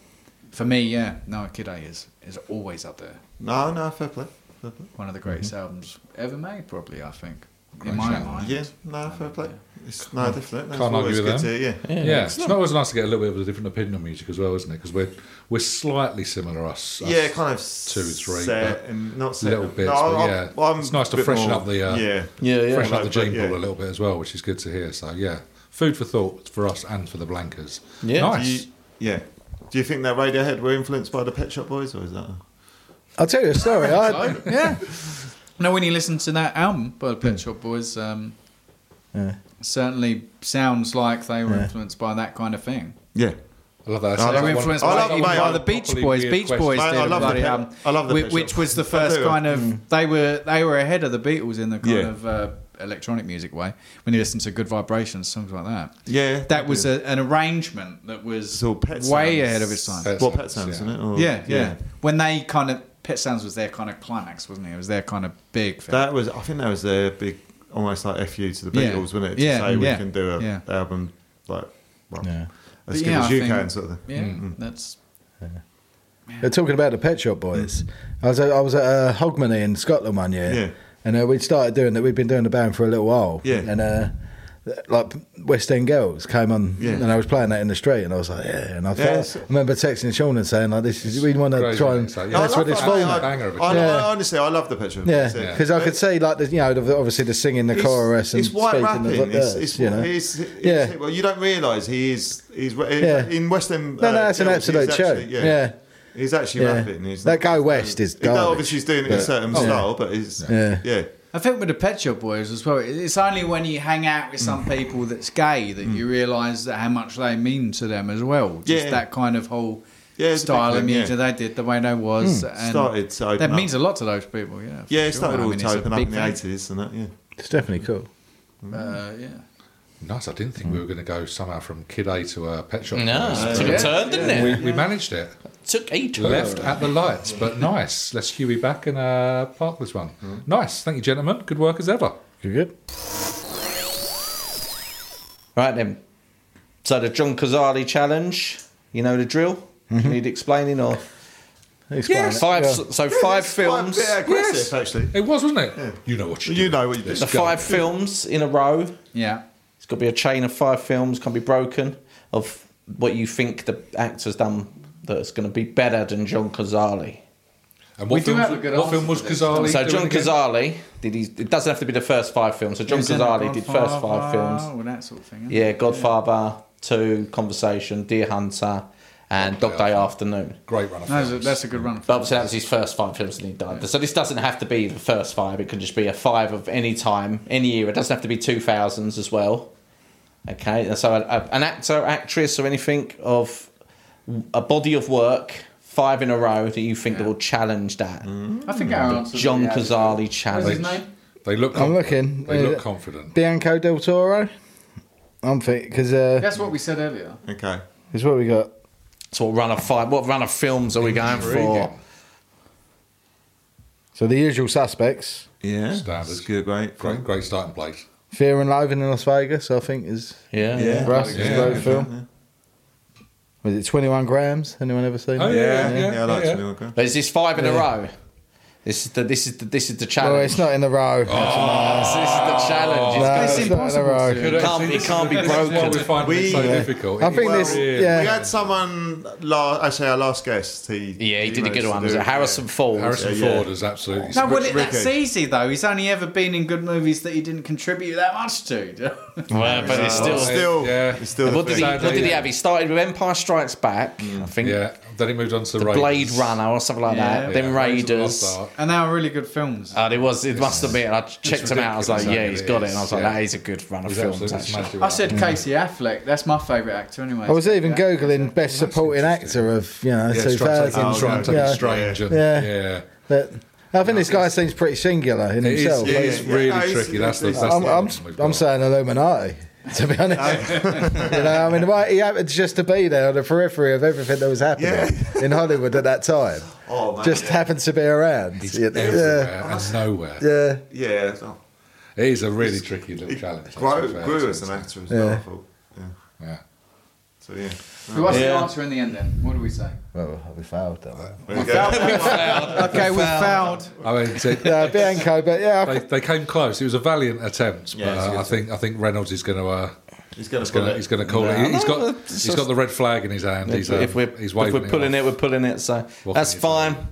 S2: for me, yeah, no, Kid A is is always up there
S3: No, no, fair play. Fair play.
S2: one of the greatest
S3: Mm-hmm.
S2: albums ever made, probably. I think,
S1: Great
S2: in my
S1: album.
S2: mind.
S3: Yeah, no, fair play. It's, no, definitely. That's
S1: Can't
S3: always
S1: argue with
S3: good
S1: that.
S3: to- yeah.
S1: Yeah, it's, not, always nice to get a little bit of a different opinion on music as well, isn't it? Because we're we're slightly similar us. us
S3: Yeah, kind of
S1: two, three,
S3: set
S1: but
S3: and not set.
S1: little bits,
S3: I'm-
S1: but
S3: I'm-
S1: yeah.
S3: well, I'm
S1: It's nice to
S3: a bit
S1: freshen
S3: more-
S1: up the, uh,
S3: yeah,
S5: Yeah, yeah.
S1: freshen up the
S3: But,
S1: gene
S3: yeah.
S1: pool a little bit as well, which is good to hear. So yeah, food for thought for us and for the Blankers.
S5: Yeah.
S3: Do
S1: nice.
S3: you, yeah. Do you think that Radiohead were influenced by the Pet Shop Boys, or is that?
S8: I'll tell you a story. I,
S2: yeah. No, when you listen to that album by the
S3: Mm.
S2: Pet Shop Boys, um,
S8: Yeah.
S2: certainly sounds like they were influenced by that kind of thing.
S3: Yeah.
S1: I love that.
S3: I
S1: Sounds
S3: love
S2: They
S1: like
S2: were
S1: one-
S2: influenced
S3: I
S2: by,
S3: love-
S2: even
S3: mate,
S2: by
S3: I-
S2: the Beach
S1: properly
S2: Boys.
S1: weird
S2: Beach
S1: question.
S2: Boys
S1: Mate,
S3: I
S2: did a
S3: love the
S2: bloody
S3: Pet-
S2: album,
S3: I love the
S2: whi-
S3: Pet
S2: which,
S3: Shops.
S2: was the
S3: I do,
S2: first
S3: I
S2: kind
S3: do.
S2: of. They were they were ahead of the Beatles in the kind
S3: Yeah.
S2: of uh, electronic music way. When you listen to Good Vibrations, songs like that.
S3: Yeah,
S2: that was a, an arrangement that was
S3: It's all pet
S2: way
S3: sounds. Uh,
S2: ahead of its time.
S1: Pet
S3: Well,
S1: sounds,
S3: pet sounds,
S1: yeah.
S3: isn't it? Or-
S2: yeah, yeah, When they kind of Pet Sounds was their kind of climax, wasn't it? It was their kind of big thing.
S3: That was, I think that was their big, almost like FU to the Beatles,
S2: Yeah.
S3: wasn't it? To
S2: Yeah,
S3: say we
S2: yeah,
S3: can do a
S2: yeah.
S3: album like, well, as
S2: But
S3: good
S2: yeah,
S3: as
S2: I
S3: you
S2: think-
S3: can, sort of thing. Mm,
S2: yeah, that's
S4: They're talking about the Pet Shop Boys. I was at, I was at uh, Hogmanay in Scotland one year,
S3: Hmm. Yeah.
S4: and uh, we'd started doing that. We'd been doing the band for a little while,
S3: Yeah.
S4: And uh, like West End Girls came on,
S3: Yeah.
S4: and I was playing that in the street, and I was like, yeah. And I,
S3: Yeah,
S4: felt,
S3: it's-
S4: I remember texting Sean and saying like, this is we want to
S1: crazy,
S4: try
S1: isn't
S4: and
S1: it? So, yeah.
S4: that's
S3: I
S4: what
S3: love
S4: it's
S3: that. I
S4: for.
S3: mean,
S1: mate.
S4: now.
S1: Banger of a
S3: I, I,
S1: tune.
S3: I honestly, I love the Pet Shop Boys,
S4: Yeah,
S3: yeah.
S4: because I could say like the, you know the, obviously the singing, the chorus, and
S3: it's white
S4: speaking
S3: rapping.
S4: the
S3: it's,
S4: verse,
S3: it's,
S4: you know.
S3: it's, it's-
S4: Yeah.
S3: well, you don't realise he is. He's
S4: Yeah.
S3: in West End.
S4: No, no, that's an
S3: Girls,
S4: absolute
S3: he's
S4: joke.
S3: actually-
S4: Yeah.
S3: he's actually
S4: Yeah.
S3: rapping. He's
S4: That
S3: not-
S4: Go West is
S3: He- no,
S4: garbage,
S3: Obviously, he's doing it in a
S4: but-
S3: certain
S4: Oh, yeah.
S3: style, but it's
S4: Yeah.
S3: yeah, yeah.
S2: I think with the Pet Shop Boys as well, it's only when you hang out with some
S3: Mm.
S2: people that's gay that you realise that how much they mean to them as well. Just
S3: Yeah.
S2: that kind of whole
S3: Yeah, it's a
S2: style
S3: big
S2: of
S3: thing,
S2: music
S3: yeah. Mm.
S2: they did, the way they was. And
S3: Started to open
S2: That
S3: up.
S2: means a lot to those people, yeah. for
S3: Yeah, it
S2: sure.
S3: started
S2: I
S3: all
S2: mean,
S3: to
S2: it's a
S3: open up
S2: big
S3: in the
S2: thing.
S3: eighties and that. Yeah,
S4: it's definitely cool.
S2: Uh, yeah.
S1: Nice. I didn't think we were going to go somehow from Kid A to uh, Pet Shop.
S5: No,
S1: Boys.
S5: it took a turn, didn't it?
S1: We, we managed it.
S5: Took a turn.
S1: Left at the lights, but nice. Let's Huey back and uh, park this one. Nice. Thank you, gentlemen. Good work as ever.
S4: You good?
S5: Right then. So the John Cazali challenge, you know the drill. Need explaining or
S4: Explain it.
S5: five?
S4: Yeah.
S5: So five films.
S3: Quite a bit aggressive
S1: Yes.
S3: actually.
S1: It was, wasn't it? You know what you do.
S3: You know what you
S5: the
S3: do.
S1: go.
S5: five films in a row. It's
S2: Yeah.
S5: got to be a chain of five films. Can be broken of what you think the actor's done that's going to be better than John Cazali.
S1: And what
S2: We do
S1: film,
S2: have a good
S1: what
S2: answer
S1: film was
S2: to this.
S1: Kazali?
S5: So
S1: doing
S5: John
S1: again?
S5: Cazali did. He, it doesn't have to be the first five films. So John
S2: Isn't it
S5: Cazali did first five
S2: Godfather,
S5: films.
S2: All that sort of thing. isn't it?
S5: Yeah, Godfather, Two, Conversation, Deer Hunter, and Dog Day Afternoon.
S1: Great run. Of
S2: No,
S1: films.
S2: that's a- that's a good run.
S5: But obviously, that was his first five films that he done. So this doesn't have to be the first five. It can just be a five of any time, any year. It doesn't have to be two thousands as well. Okay, and so a, a- an actor, actress, or anything of a body of work, five in a row that you think that will challenge that.
S2: I think our answer.
S5: John
S2: yeah.
S5: Cazali
S2: What's his
S5: challenge.
S2: name?
S1: They look.
S4: I'm
S1: confident.
S4: looking.
S1: They
S4: Uh,
S1: look confident.
S4: Bianco del Toro. I'm thinking because uh,
S2: That's what we said earlier.
S3: Okay.
S4: it's what we got.
S5: So what run of five? What run of films are we going for?
S4: So the usual suspects,
S3: Yeah.
S1: Standard.
S3: It's good, great.
S1: Great, great starting place.
S4: Fear and Loathing in Las Vegas. I think is
S5: Yeah,
S3: Yeah.
S4: for us. It's a
S1: Yeah.
S4: great film. Was it 21 grams? Anyone ever seen?
S1: Oh
S4: it?
S1: yeah, yeah,
S3: Yeah,
S1: yeah.
S3: I like
S1: yeah.
S3: Jimmy Walker.
S5: But is this five in a row? This is the this is the this is the challenge. Oh,
S4: Well, it's not in the row.
S5: So this is the challenge.
S4: No,
S2: It's
S4: it's not in a
S2: impossible
S4: row.
S2: to-
S1: Good,
S5: It can't-
S1: actually,
S5: it
S1: this is-
S5: can't be
S1: this is why
S5: broken.
S1: we find it so
S3: We-
S1: difficult.
S4: I think
S1: It
S4: this.
S1: is really-
S4: Yeah.
S3: We had someone last, actually our last guest. He
S5: Yeah, he did a
S3: managed
S5: good
S3: to
S5: one.
S3: do
S5: Was it
S3: it,
S5: Harrison Ford?
S1: Harrison
S3: Yeah, yeah.
S1: Ford is absolutely.
S2: No,
S1: smashed
S2: well, that's
S3: Ricky.
S2: easy though. He's only ever been in good movies that he didn't contribute that much to. <laughs>
S5: Well, but it's
S3: yeah. Still,
S5: still.
S3: still,
S1: Yeah.
S3: Oh, it's still
S5: what
S3: the
S5: did he?
S3: thing.
S5: What did he have? He started with Empire Strikes Back, I think.
S1: Mm. Yeah. Then he moved on to
S5: The
S1: Raiders.
S5: Blade Runner or something like
S2: Yeah.
S5: that.
S1: Yeah,
S5: Then
S1: of the Lost
S5: Raiders.
S1: Ark.
S2: and they were really good films.
S1: Uh,
S5: And it was. It must have been. I checked him out. I was like,
S1: ridiculous,
S5: yeah, he's
S1: it
S5: got it.
S1: is,
S5: And I was like,
S1: yeah.
S5: that is a good run of
S1: He's
S5: films.
S1: absolutely
S5: Actually.
S1: smashed it.
S2: I said Casey Affleck. That's my favourite actor, anyway.
S4: I was even
S2: Yeah.
S4: googling best supporting actor of you know
S1: Yeah, it's Oh, trying to
S4: 2000.
S1: take- trying to be
S4: yeah.
S1: strange. and-
S4: Yeah.
S1: Yeah.
S4: But I think this guy seems pretty singular in
S1: It is,
S4: himself.
S1: it is
S3: yeah.
S1: really
S3: No, it's-
S1: tricky. That's the.
S3: it's-
S1: That's
S4: I'm,
S1: the
S4: I'm,
S1: problem we've
S4: I'm
S1: got.
S4: saying Illuminati, to be honest. you know, I mean, why, he happens just to be there on the periphery of everything that was happening in Hollywood at that time.
S3: Oh, man,
S4: just
S3: yeah.
S4: happens to be around.
S1: He's
S4: you know.
S1: everywhere and nowhere.
S4: Yeah, yeah.
S3: Yeah, so-
S1: It is a really tricky little challenge. that's
S3: grew,
S1: what fair
S3: grew
S1: to
S3: as an
S1: say.
S3: actor as well. I thought. Yeah.
S1: Yeah.
S3: So yeah.
S2: What's the
S5: Yeah.
S2: answer in the end then? What do we say?
S4: Well, we failed that one.
S3: There you go.
S2: Okay, we fouled.
S1: I mean, it's- it-
S4: Yeah, Bianco, but yeah,
S1: they,
S4: I
S1: they came close. It was a valiant attempt, but
S3: Yeah, it's a
S1: uh,
S3: good
S1: I think I think Reynolds is going to. Uh,
S3: He's gonna
S1: he's going to he's going to call it. He's got he's got the red flag in his hand. He's, um,
S5: if we're,
S1: he's
S5: if
S1: waving
S5: we're pulling it,
S1: off.
S5: we're pulling it. So
S1: What
S5: that's
S1: can you
S5: fine.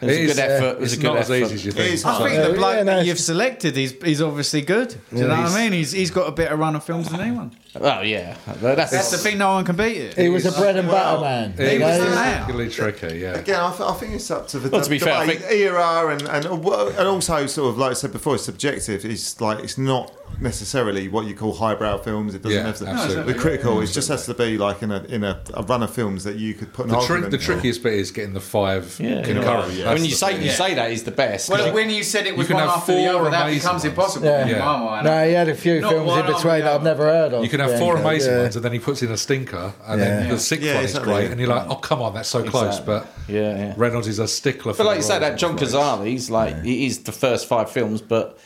S5: It was a
S1: is,
S5: good
S1: uh,
S5: effort. It was a
S1: it's
S5: good
S1: not
S5: effort.
S1: as easy as you think.
S3: is
S1: So-
S2: I
S3: hard.
S2: think
S4: Yeah,
S2: the bloke
S4: yeah, no,
S2: that
S4: it's-
S2: you've selected, he's, he's obviously good. Do you know what I mean? He's, he's got a better run of films than anyone.
S5: Oh yeah, that's,
S2: That's the thing, no one can beat it.
S4: he was a bread and butter
S3: Well,
S4: man.
S1: it
S2: He was
S1: is
S2: the man.
S1: particularly tricky. Yeah.
S3: Again, I, th- I think it's up to the,
S5: Well, to be
S3: the
S5: fair, I
S3: way-
S5: think-
S3: era and, and and also sort of like I said before, it's subjective. It's like it's not necessarily what you call highbrow films. It doesn't
S1: Yeah,
S3: have to
S1: absolutely.
S3: be critical. It just has to be like in a in a, a run of films that you could put an
S1: The, tri-
S3: argument
S1: the
S3: for.
S1: trickiest bit is getting the five
S5: Yeah.
S1: concurrent.
S3: Yeah.
S1: That's
S5: when you
S1: the
S5: say
S1: thing.
S5: you say that he's the best.
S2: Well, when you said it was
S1: can
S2: one
S1: have
S2: after the
S1: four
S2: other, that
S1: amazing
S2: becomes
S1: ones.
S2: impossible
S8: Yeah.
S2: in
S1: Yeah.
S2: my <laughs> mind.
S8: No, he had a few
S2: Not
S8: films
S2: one
S8: in
S2: after
S8: between
S2: the
S8: that I've
S2: other.
S8: never heard of.
S1: You can have four
S8: Yeah,
S1: amazing
S8: yeah.
S1: ones, and then he puts in a stinker, and then
S8: Yeah.
S1: the sixth
S3: Yeah,
S1: one is
S3: exactly.
S1: great, and you're like, "Oh, come on, that's so close."
S5: Exactly.
S1: But
S5: Yeah, yeah.
S1: Reynolds is a stickler. for
S5: But like
S1: the
S5: you say,
S1: roles
S5: that John
S1: and things.
S5: Cazale, he's like he is the first five films, but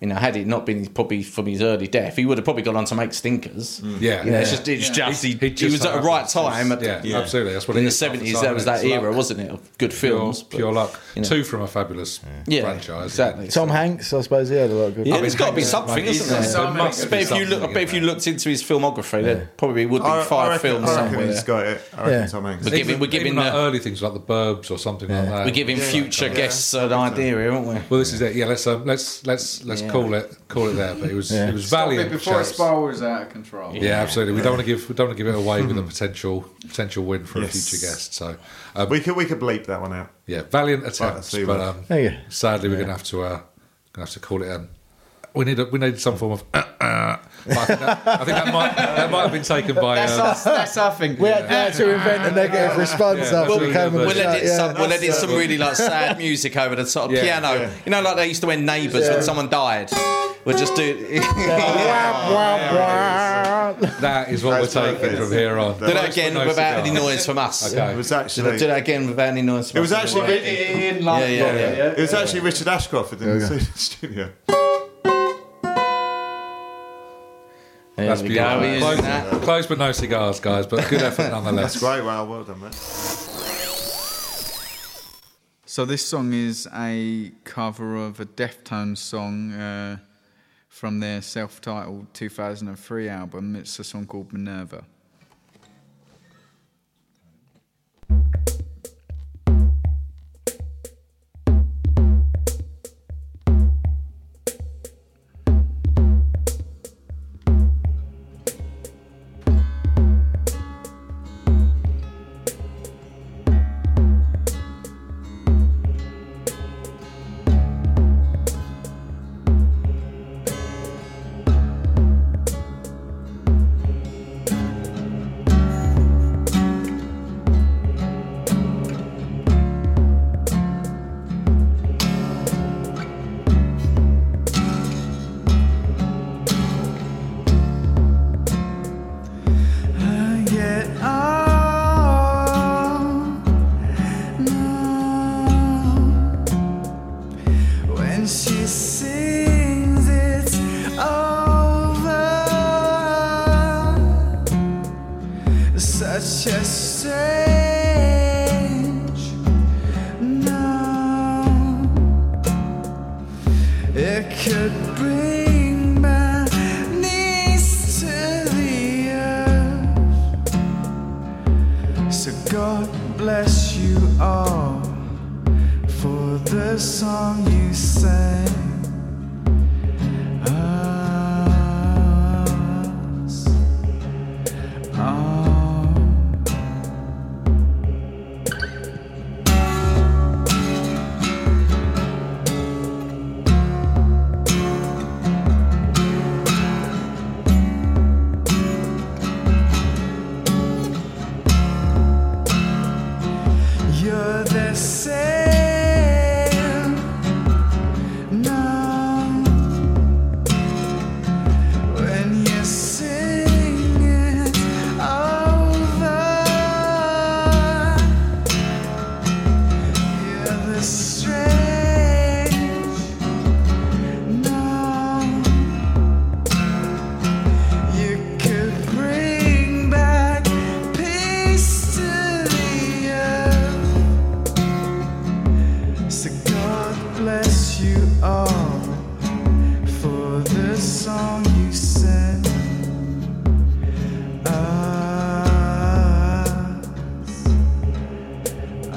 S5: you know, had it not been probably from his early death, he would have probably gone on to make stinkers.
S1: Yeah.
S5: You know, it's
S1: Hmm. Yeah.
S5: just it's
S2: Yeah.
S5: just he,
S1: He
S5: he
S1: just
S5: was at the
S1: happens.
S5: right time. At,
S1: Yeah,
S5: the-
S1: absolutely. That's what
S5: in
S1: it
S5: the
S1: is.
S5: seventies,
S1: Half
S5: that was that
S1: time, it's
S5: era,
S1: luck.
S5: wasn't it? Of good
S1: Pure,
S5: films, but,
S1: pure luck.
S5: you know.
S1: Two from a fabulous
S5: Yeah,
S1: franchise.
S5: exactly.
S8: Tom Hanks, I suppose he had a lot of good.
S5: Yeah,
S8: films.
S5: there's got to be
S1: Hanks-
S5: something,
S1: Hanks-
S5: isn't there?
S2: Hanks-
S5: there must
S2: Hanks-
S5: be. If you look, I bet if you looked into his filmography, there probably would be
S3: I,
S5: five
S3: I reckon,
S5: films
S3: I reckon
S5: somewhere.
S3: he's got it. I reckon
S8: Yeah.
S3: Tom Hanks.
S5: We're giving, we're
S1: Even
S5: giving,
S1: like
S5: uh,
S1: early things like The Burbs or something like that.
S5: we're giving future guests an idea, aren't we?
S1: Well, this is it. Yeah, let's um, let's let's let's
S5: Yeah.
S1: call it call it there. But it was it was
S2: Stop
S1: valiant.
S2: it before it
S1: chaps.
S2: spirals out of control.
S1: Yeah, absolutely. We don't want to give we don't want to give it away
S5: Hmm.
S1: with a potential potential win for a
S3: Yes.
S1: future guest. So, um,
S3: We could we could bleep that one out.
S1: yeah, valiant
S3: Right,
S1: attempts,
S3: see
S1: but
S3: what-
S1: um,
S8: There you go.
S1: sadly we're gonna have to uh, gonna have to call it. Um, we need a, we need some form of. Uh, uh, but I, think that, I think that might that might have been taken by.
S2: That's,
S1: Uh,
S2: us, that's our thing.
S8: We had, we had to invent a negative response
S1: Yeah,
S8: after we
S1: absolutely.
S8: came on the
S1: Well,
S5: We'll
S8: show.
S5: edit
S8: Yeah.
S5: some. We'll edit some really like sad music over the sort of
S1: Yeah,
S5: piano. You know, like they used to when neighbours when someone died. We'll just do.
S1: that is what we're
S3: That's
S1: taking
S3: perfect.
S1: from here on.
S5: do that again
S1: No
S5: without
S1: cigar.
S5: any noise from us.
S1: Okay.
S3: It was
S5: Do that do
S3: actually.
S5: that again without any noise. From
S3: It was
S5: us.
S3: actually.
S2: Edit it in like
S5: Yeah, yeah,
S2: that,
S5: yeah.
S3: It was actually Richard Ashcroft in the <laughs> studio.
S5: There
S1: That's
S5: we
S1: beautiful.
S5: go, isn't
S1: Close,
S5: that?
S1: close but no cigars, guys. But good effort nonetheless.
S3: Great, well, well done, mate.
S2: So this song is a cover of a Deftones song uh, from their self-titled 2003 album. It's a song called Minerva.
S6: When she sings, it's over. Such a strange no. It could bring my knees to the earth. So God bless you all for the song you sang. Us, all. You're the same now when you sing it over. You're the strange now. You could bring back peace to the earth. So God bless you all for the song you sang. Us all. oh.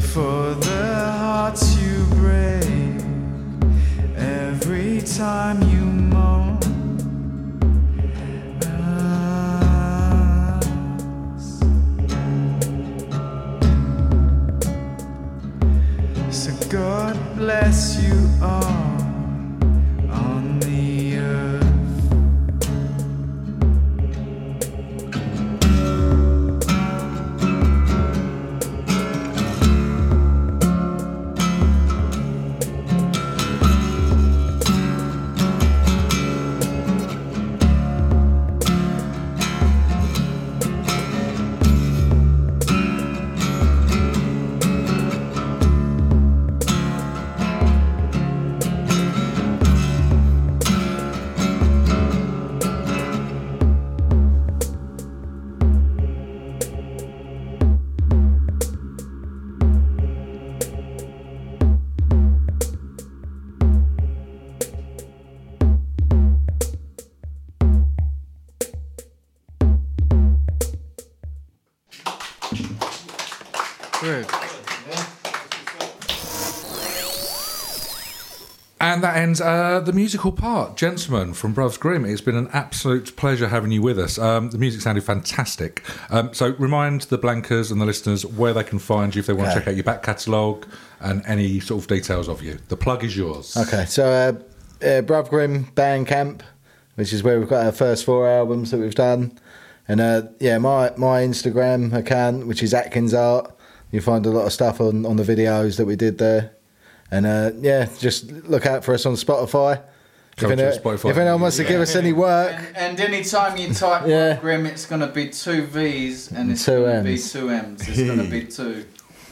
S6: For the hearts you break every time you moan. Us. So God bless you all
S2: Good.
S1: And that ends uh, the musical part, gentlemen, from Bruvs Grimm. It's been an absolute pleasure having you with us. Um, the music sounded fantastic. Um, so remind the blankers and the listeners where they can find you if they want to
S4: Okay.
S1: check out your back catalogue and any sort of details of you. The plug is yours.
S4: Okay, so uh, uh, Bruvgrim Bandcamp, which is where we've got our first four albums that we've done, and uh, yeah, my my Instagram account, which is Atkins Art. You find a lot of stuff on on the videos that we did there, and uh, yeah, just look out for us on Spotify.
S1: Go
S4: if,
S1: to
S4: any-
S1: Spotify.
S4: if anyone wants to give us any work,
S2: And, and any time you type
S4: Yeah.
S2: Grim, it's going to be two V's and it's
S4: Two
S2: going to be
S4: M's.
S2: two M's. It's going
S3: <laughs>
S2: to be two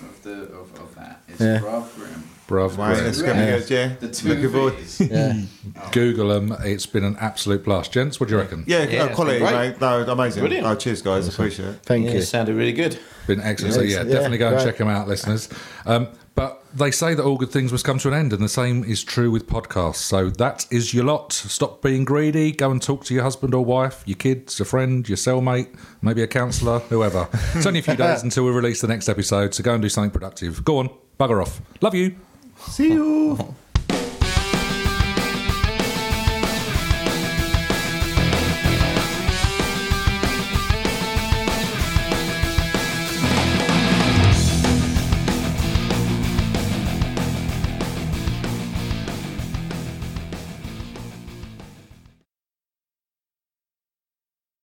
S2: of, the, of, of that. It's
S4: Yeah.
S2: Bruv Grim.
S1: Bruv
S3: Right,
S1: Grimm.
S3: it's going to be good, yeah.
S2: The two
S3: Looking forward.
S2: V's.
S4: yeah,
S1: Google them. It's been an absolute blast. Gents, what do you reckon?
S3: Yeah,
S5: Yeah,
S3: uh, quality,
S5: great.
S3: mate. No, amazing.
S5: Brilliant.
S3: Oh, cheers, guys. Appreciate it.
S4: thank
S5: Yeah,
S4: you.
S5: it sounded really good.
S1: Been excellent. So,
S4: Yeah,
S1: yeah,
S4: it's-
S1: definitely
S4: yeah,
S1: go and
S4: great.
S1: check them out, listeners. Um, but they say that all good things must come to an end, and the same is true with podcasts. So that is your lot. Stop being greedy. Go and talk to your husband or wife, your kids, a friend, your cellmate, maybe a counsellor, whoever. it's only a few days until we release the next episode, so go and do something productive. Go on, bugger off. Love you.
S3: See you.